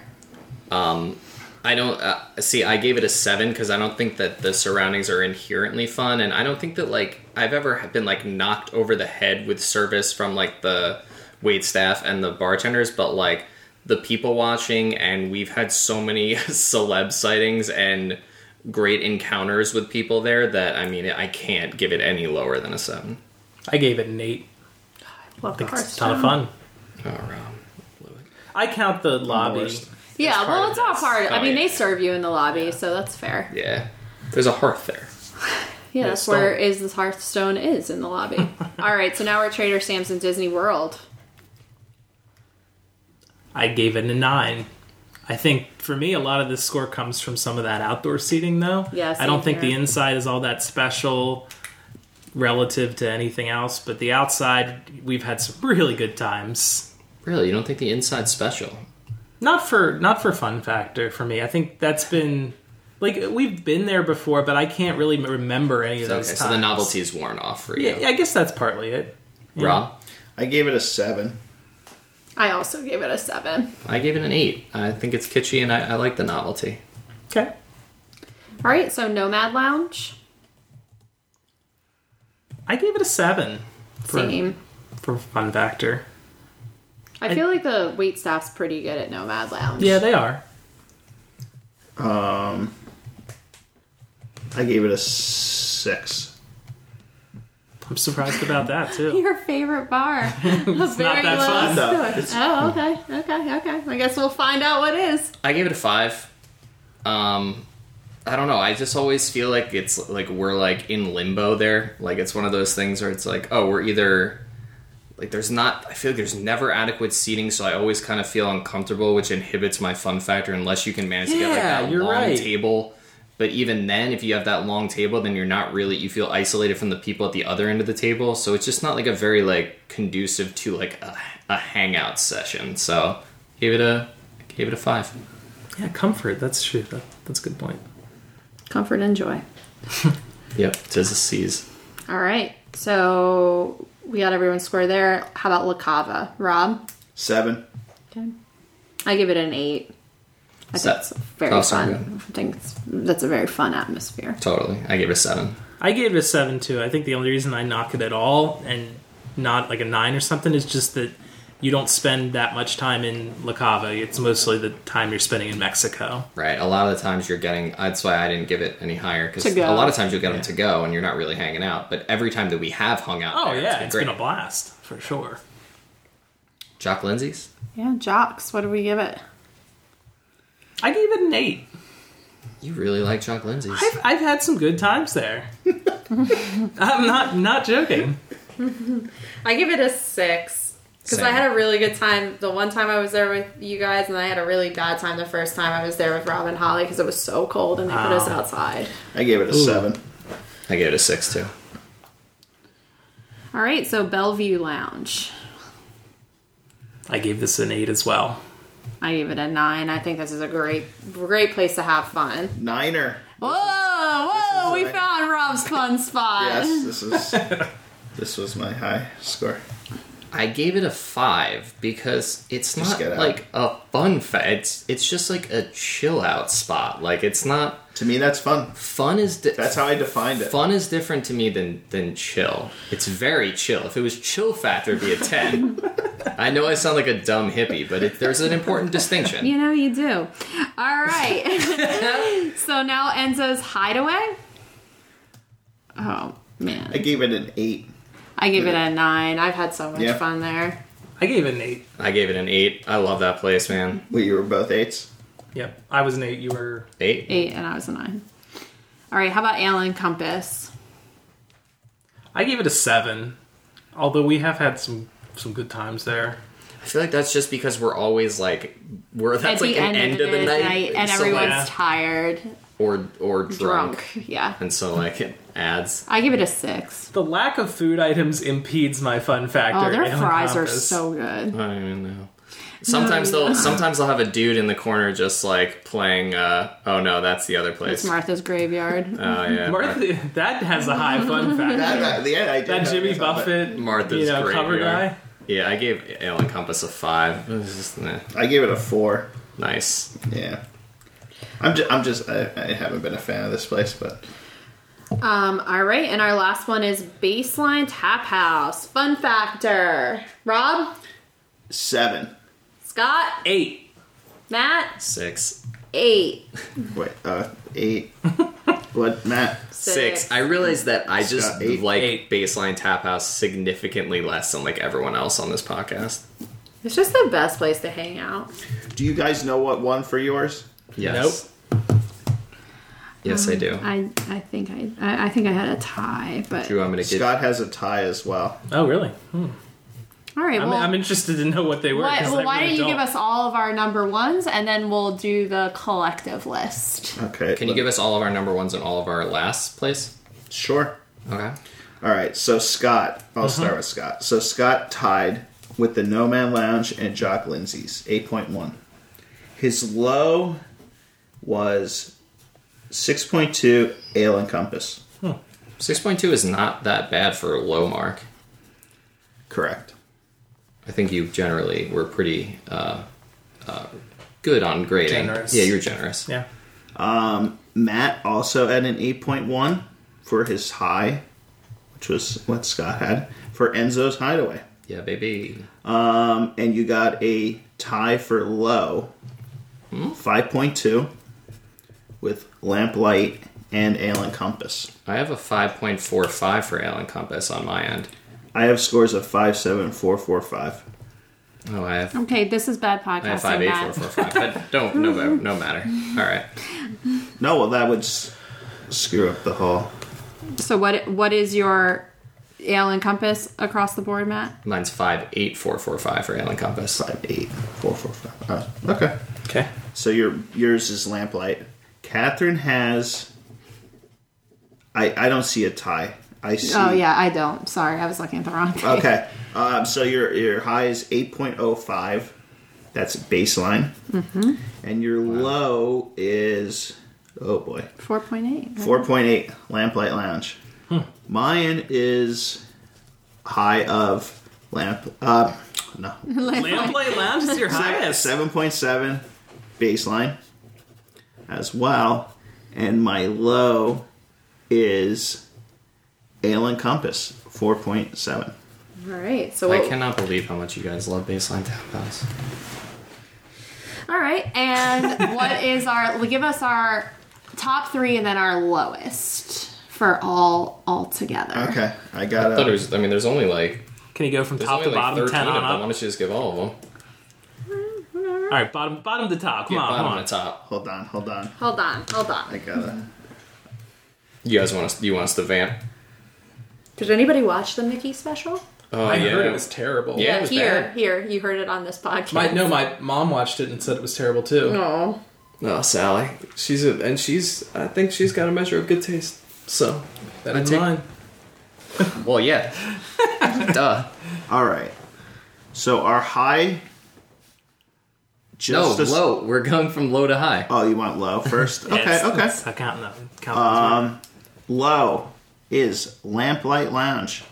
Speaker 2: Um, I don't uh, see. I gave it a seven because I don't think that the surroundings are inherently fun, and I don't think that like I've ever been like knocked over the head with service from like the wait staff and the bartenders, but like the people watching, and we've had so many celeb sightings and great encounters with people there that I mean I can't give it any lower than a seven.
Speaker 3: I gave it an eight.
Speaker 1: Love
Speaker 3: I think it's a ton of fun.
Speaker 2: Oh, Rob, blew it.
Speaker 3: I count the lobby.
Speaker 4: worst.
Speaker 1: Yeah,
Speaker 3: It's part
Speaker 1: well,
Speaker 3: of
Speaker 1: it's all
Speaker 3: this.
Speaker 1: part. I
Speaker 2: Oh,
Speaker 1: mean,
Speaker 2: yeah.
Speaker 1: they serve you in the lobby, so that's fair.
Speaker 2: Yeah, there's a hearth there.
Speaker 1: Yeah, that's
Speaker 3: Hearthstone.
Speaker 1: where is this Hearthstone is in the lobby. all right, so now we're at Trader Sam's in Disney World.
Speaker 3: I gave it a nine. I think for me, a lot of this score comes from some of that outdoor seating, though.
Speaker 1: Yeah,
Speaker 3: I don't
Speaker 1: same
Speaker 3: think the
Speaker 1: here.
Speaker 3: inside is all that special relative to anything else, but the outside, we've had some really good times.
Speaker 2: Really, you don't think the inside's special?
Speaker 3: Not for not for fun factor for me. I think that's been like we've been there before, but I can't really m- remember any of
Speaker 2: Okay,
Speaker 3: those
Speaker 2: so
Speaker 3: times.
Speaker 2: the novelty's worn off for you.
Speaker 3: Yeah, I guess that's partly it.
Speaker 2: Rob,
Speaker 4: I gave it a seven.
Speaker 1: I also gave it a seven.
Speaker 2: I gave it an eight. I think it's kitschy and I, I like the novelty.
Speaker 3: Okay.
Speaker 1: All right, so Nomad Lounge,
Speaker 3: I gave it a seven for,
Speaker 1: same.
Speaker 3: for fun factor.
Speaker 1: I feel like the wait staff's pretty good at Nomad Lounge.
Speaker 3: Yeah, they are.
Speaker 4: Um, I gave it a six.
Speaker 3: I'm surprised about that too.
Speaker 1: your favorite bar. it's not
Speaker 3: that fun,
Speaker 4: though. It's-
Speaker 1: Oh, okay, okay, okay. I guess we'll find out what is.
Speaker 2: I gave it a five. Um, I don't know. I just always feel like it's like we're like in limbo there. Like it's one of those things where it's like, oh, we're either like there's not. I feel like there's never adequate seating, so I always kind of feel uncomfortable, which inhibits my fun factor unless you can manage to get like
Speaker 3: Yeah,
Speaker 2: that
Speaker 3: you're
Speaker 2: long
Speaker 3: right.
Speaker 2: table. But even then, if you have that long table, then you're not really you feel isolated from the people at the other end of the table. So it's just not like a very like conducive to like a, a hangout session. So gave it a gave it a five.
Speaker 3: Yeah, comfort. That's true. That, that's a good point.
Speaker 1: Comfort and joy.
Speaker 2: Yep, tis the seas.
Speaker 1: All right, so we got everyone's score there. How about La Cava, Rob?
Speaker 4: Seven.
Speaker 1: Okay. I give it an eight. I think
Speaker 2: That's-
Speaker 1: it's very
Speaker 2: that's not
Speaker 1: fun. I think it's, that's a very fun atmosphere.
Speaker 2: Totally. I gave it a seven.
Speaker 3: I gave it a seven too. I think the only reason I knock it at all and not like a nine or something is just that you don't spend that much time in La Cava. It's mostly the time you're spending in Mexico.
Speaker 2: Right. A lot of the times you're getting, that's why I didn't give it any higher because
Speaker 1: To
Speaker 2: a
Speaker 1: go.
Speaker 2: lot of times you'll get them to go and you're not really hanging out. But every time that we have hung out,
Speaker 3: Oh
Speaker 2: there,
Speaker 3: yeah, it's been
Speaker 2: great.
Speaker 3: a blast for sure.
Speaker 2: Jock Lindsay's.
Speaker 1: Yeah, Jocks. What do we give it?
Speaker 3: I gave it an eight.
Speaker 2: You really like Jock Lindsay's.
Speaker 3: I've, I've had some good times there. I'm not not joking.
Speaker 1: I give it a six because I
Speaker 2: Same.
Speaker 1: had a really good time the one time I was there with you guys, and I had a really bad time the first time I was there with Rob and Holly because it was so cold and they put us
Speaker 4: Ah.
Speaker 3: Wow.
Speaker 1: outside.
Speaker 4: I gave it a seven.
Speaker 2: I gave it a six too.
Speaker 1: All right, so Bellevue Lounge.
Speaker 3: I gave this an eight as well.
Speaker 1: I give it a nine. I think this is a great, great place to have fun.
Speaker 4: Niner.
Speaker 1: Whoa, whoa!
Speaker 4: is
Speaker 1: We
Speaker 4: like-
Speaker 1: found Rob's fun spot.
Speaker 4: Yes, this is. this was my high score.
Speaker 2: I gave it a five because it's
Speaker 4: Just
Speaker 2: not
Speaker 4: get out.
Speaker 2: like a fun fact. It's it's just like a chill out spot. Like it's not
Speaker 4: To me, that's fun.
Speaker 2: fun is di-
Speaker 4: That's how I defined it.
Speaker 2: Fun is different to me than than chill. It's very chill. If it was chill factor, it'd be a ten. I know I sound like a dumb hippie, but it, there's an important distinction.
Speaker 1: You know you do. All right. so now Enzo's hideaway. Oh
Speaker 4: I
Speaker 1: man,
Speaker 4: gave it an eight.
Speaker 1: I give it a nine. I've had so much
Speaker 4: Yeah.
Speaker 1: fun there.
Speaker 3: I gave it an eight.
Speaker 2: I gave it an eight. I love that place, man.
Speaker 4: We were both eights.
Speaker 3: Yep, I was an eight. You were
Speaker 2: Eight.
Speaker 1: Eight and I was a nine. All right. How about Alan Compass?
Speaker 3: I gave it a seven, although we have had some some good times there.
Speaker 2: I feel like that's just because we're always like we're that's
Speaker 1: At
Speaker 2: like
Speaker 1: the
Speaker 2: an
Speaker 1: end, of the, night, and
Speaker 2: so, like,
Speaker 1: everyone's
Speaker 3: yeah.
Speaker 1: tired,
Speaker 2: or or drunk.
Speaker 1: drunk. Yeah,
Speaker 2: and so like it adds.
Speaker 1: I give it a six.
Speaker 3: The lack of food items impedes my fun factor.
Speaker 1: Oh, their
Speaker 3: Alan
Speaker 1: fries are
Speaker 3: Compass.
Speaker 1: so good.
Speaker 2: I don't even know. Sometimes they'll sometimes they'll have a dude in the corner just like playing. uh Oh no, that's the other place.
Speaker 1: It's Martha's Graveyard.
Speaker 2: Oh yeah,
Speaker 3: Martha, that has a high
Speaker 4: That,
Speaker 3: fun factor.
Speaker 4: that- yeah, I did
Speaker 3: that
Speaker 4: have
Speaker 3: Jimmy
Speaker 4: it on, but
Speaker 3: Buffett,
Speaker 2: Martha's
Speaker 3: you know, cover
Speaker 2: Graveyard.
Speaker 3: guy.
Speaker 2: Yeah, I gave Alan Compass a five. It was just nah,
Speaker 4: I gave it a four.
Speaker 2: nice.
Speaker 4: Yeah. I'm just, I'm just I, I haven't been a fan of this place, but
Speaker 1: Um, all right, and our last one is Baseline Tap House. Fun factor. Rob,
Speaker 4: seven.
Speaker 1: Scott,
Speaker 3: Eight.
Speaker 1: Matt,
Speaker 2: Six.
Speaker 1: eight.
Speaker 4: Wait, uh, eight. what, Matt?
Speaker 2: Six. I realized that I just
Speaker 4: Scott, eight.
Speaker 2: like
Speaker 3: Eight.
Speaker 2: baseline tap house significantly less than like everyone else on this podcast.
Speaker 1: It's just the best place to hang out.
Speaker 4: Do you guys know what one for yours?
Speaker 2: Yes. Yes, I do.
Speaker 1: Um, I, I think I, I I think I had a tie, but
Speaker 2: Drew, I'm gonna get.
Speaker 4: Scott has a tie as well.
Speaker 3: Oh, really? Hmm.
Speaker 1: all right.
Speaker 3: I'm,
Speaker 1: Well,
Speaker 3: I'm interested to know what they were.
Speaker 1: what-
Speaker 3: 'cause I
Speaker 1: well, why
Speaker 3: really
Speaker 1: don't you give us all of our number ones, and then we'll do the collective list.
Speaker 4: Okay.
Speaker 2: Can you give us all of our number ones and all of our last place?
Speaker 4: Sure.
Speaker 2: Okay.
Speaker 4: All right, so Scott, I'll start with Scott. So Scott tied with the No Man Lounge and Jock Lindsey's 8.1. His low was 6.2 Ale and Compass.
Speaker 2: Six point two is not that bad for a low mark.
Speaker 4: Correct.
Speaker 2: I think you generally were pretty uh, uh, good on grading.
Speaker 3: Generous.
Speaker 2: Yeah, you're generous.
Speaker 3: Yeah.
Speaker 4: Matt also had an 8.1 for his high, which was what Scott had, for Enzo's Hideaway.
Speaker 2: Yeah, baby.
Speaker 4: Um, and you got a tie for low, 5.2, with Lamplight and Ale and Compass.
Speaker 2: I have a 5.45 for Alan Compass on my end.
Speaker 4: I have scores of five, seven, four, four, five.
Speaker 2: Oh, I have
Speaker 1: Okay, this is bad
Speaker 2: I
Speaker 1: podcasting.
Speaker 2: have five eight four
Speaker 1: Matt.
Speaker 2: four five. But don't no ma- no matter. All right.
Speaker 4: No, well, that would s- screw up the whole.
Speaker 1: So what what is your Alan Compass across the board, Matt?
Speaker 2: Mine's five eight four four five for Alan Compass.
Speaker 4: Five, eight, four, four, five. Oh, okay.
Speaker 3: Okay.
Speaker 4: So your yours is lamplight. Catherine has. I I don't see a tie. I see.
Speaker 1: Oh yeah, I don't. Sorry, I was looking at the wrong thing.
Speaker 4: Okay. Um, so your your high is eight point oh five. That's baseline. Mm-hmm. And your low is oh boy.
Speaker 1: Four point eight.
Speaker 4: Four point eight Lamplight Lounge.
Speaker 2: Hmm.
Speaker 4: Mine is high of lamp. Uh, no,
Speaker 3: Lamplight Lounge is your highest.
Speaker 4: seven point seven baseline as well, and my low is Ale and Compass four point seven.
Speaker 1: All right. So
Speaker 2: I
Speaker 1: what-
Speaker 2: cannot believe how much you guys love baseline tap house.
Speaker 1: all right. And what is our? well, Give us our top three and then our lowest for all all together.
Speaker 4: Okay, I got
Speaker 2: I thought it
Speaker 4: a
Speaker 2: was. I mean, there's only like
Speaker 3: Can you go from
Speaker 2: there's
Speaker 3: top
Speaker 2: only
Speaker 3: to
Speaker 2: like
Speaker 3: bottom,
Speaker 2: thirteen
Speaker 3: ten
Speaker 2: of
Speaker 3: on
Speaker 2: them. Why
Speaker 3: up?
Speaker 2: don't you just give all of them?
Speaker 3: All right, bottom bottom to top. Come
Speaker 2: Yeah,
Speaker 3: on,
Speaker 2: bottom
Speaker 3: come on.
Speaker 2: to top.
Speaker 4: hold on, hold on.
Speaker 1: Hold on. Hold
Speaker 4: I
Speaker 1: on.
Speaker 4: got a
Speaker 2: Mm-hmm. You guys want us? You want us to vamp?
Speaker 1: Did anybody watch the Mickey special?
Speaker 2: Oh
Speaker 3: I
Speaker 2: yeah.
Speaker 3: heard it was terrible.
Speaker 2: Yeah. it was
Speaker 1: here,
Speaker 2: bad.
Speaker 1: here. You heard it on this podcast.
Speaker 3: My no, my mom watched it and said it was terrible too.
Speaker 1: No.
Speaker 2: Oh, Sally.
Speaker 5: She's a, and she's I think she's got a measure of good taste. So
Speaker 3: That
Speaker 2: I
Speaker 3: is
Speaker 2: take-
Speaker 3: mine.
Speaker 2: Well, yeah. Duh.
Speaker 4: all right. So our high.
Speaker 2: No,
Speaker 4: Just a s-
Speaker 2: low. We're going from low to high.
Speaker 4: Oh, you want low first? Okay,
Speaker 3: Yes,
Speaker 4: okay.
Speaker 3: that's- I count that. Um, Count that as well.
Speaker 4: Low is Lamplight Lounge,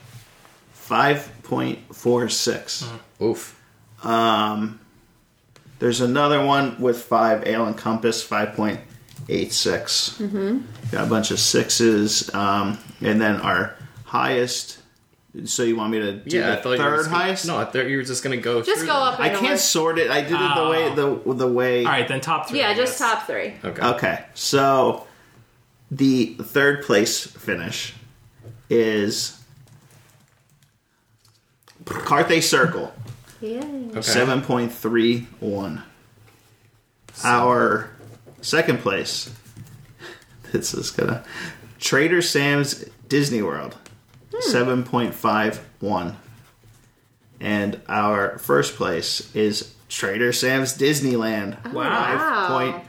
Speaker 4: 5.46.
Speaker 2: Mm-hmm. Oof.
Speaker 4: There's another one with five, Ale and Compass, 5.86. Mm-hmm. Got a bunch of sixes. Um, and then our highest. So you want me to do
Speaker 2: Yeah, I
Speaker 4: the
Speaker 2: thought you were
Speaker 4: third
Speaker 2: just gonna-
Speaker 4: highest?
Speaker 2: No, I thought you were just gonna go.
Speaker 1: Just
Speaker 2: through
Speaker 1: go
Speaker 2: them.
Speaker 1: up.
Speaker 4: I
Speaker 1: in
Speaker 4: can't
Speaker 1: order.
Speaker 4: sort it. I did it
Speaker 2: Ah.
Speaker 4: the way the the way.
Speaker 3: All right, then top three.
Speaker 1: Yeah,
Speaker 3: I
Speaker 1: just
Speaker 3: guess.
Speaker 1: top three.
Speaker 2: Okay.
Speaker 4: Okay, so the third place finish is Carthay Circle,
Speaker 1: Yeah.
Speaker 2: Okay.
Speaker 4: seven point three one. Our second place. This is gonna Trader Sam's Disney World, seven point five one. And our first place is Trader Sam's Disneyland.
Speaker 3: Wow.
Speaker 1: Wow.
Speaker 4: Point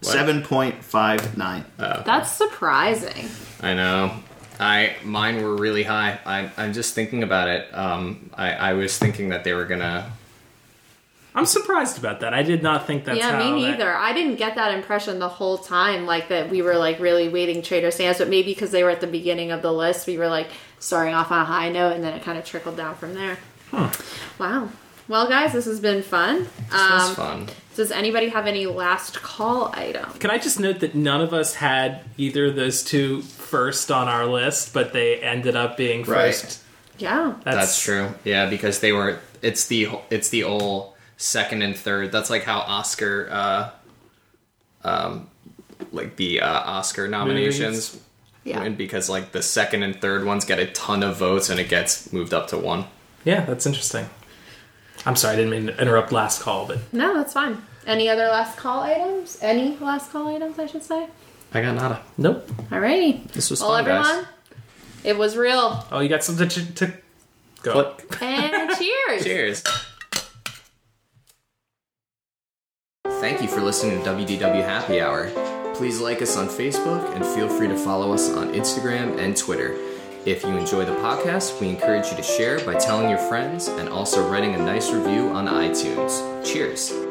Speaker 4: seven point five nine.
Speaker 1: That's surprising.
Speaker 2: I know. I mine were really high. I'm I'm just thinking about it. Um, I I was thinking that they were gonna.
Speaker 3: I'm surprised about that. I did not think that's
Speaker 1: yeah,
Speaker 3: how
Speaker 1: me
Speaker 3: that-
Speaker 1: neither. I didn't get that impression the whole time, like that we were like really waiting Trader Sam's, but maybe because they were at the beginning of the list, we were like starting off on a high note, and then it kind of trickled down from there. Wow. Well, guys, this has been fun.
Speaker 2: That's
Speaker 1: Um,
Speaker 2: fun.
Speaker 1: Does anybody have any last call item?
Speaker 3: Can I just note that none of us had either of those two first on our list, but they ended up being
Speaker 4: Right.
Speaker 3: first.
Speaker 1: Yeah.
Speaker 2: That's, true. Yeah, because they were. It's the it's the old second and third. That's like how Oscar. Uh, um, like the uh, Oscar nominations.
Speaker 1: Yeah.
Speaker 2: win because like the second and third ones get a ton of votes and it gets moved up to one.
Speaker 3: Yeah, that's interesting. I'm sorry, I didn't mean to interrupt last call, but
Speaker 1: No, that's fine. Any other last call items? Any last call items, I should say?
Speaker 2: I got nada.
Speaker 3: nope.
Speaker 1: Alrighty.
Speaker 2: This was
Speaker 1: Well,
Speaker 2: fun, guys.
Speaker 1: everyone, it was real.
Speaker 3: Oh, you got something to, to go.
Speaker 2: Click.
Speaker 1: And cheers.
Speaker 2: Cheers. Thank you for listening to WDW Happy Hour. Please like us on Facebook and feel free to follow us on Instagram and Twitter. If you enjoy the podcast, we encourage you to share by telling your friends and also writing a nice review on iTunes. Cheers.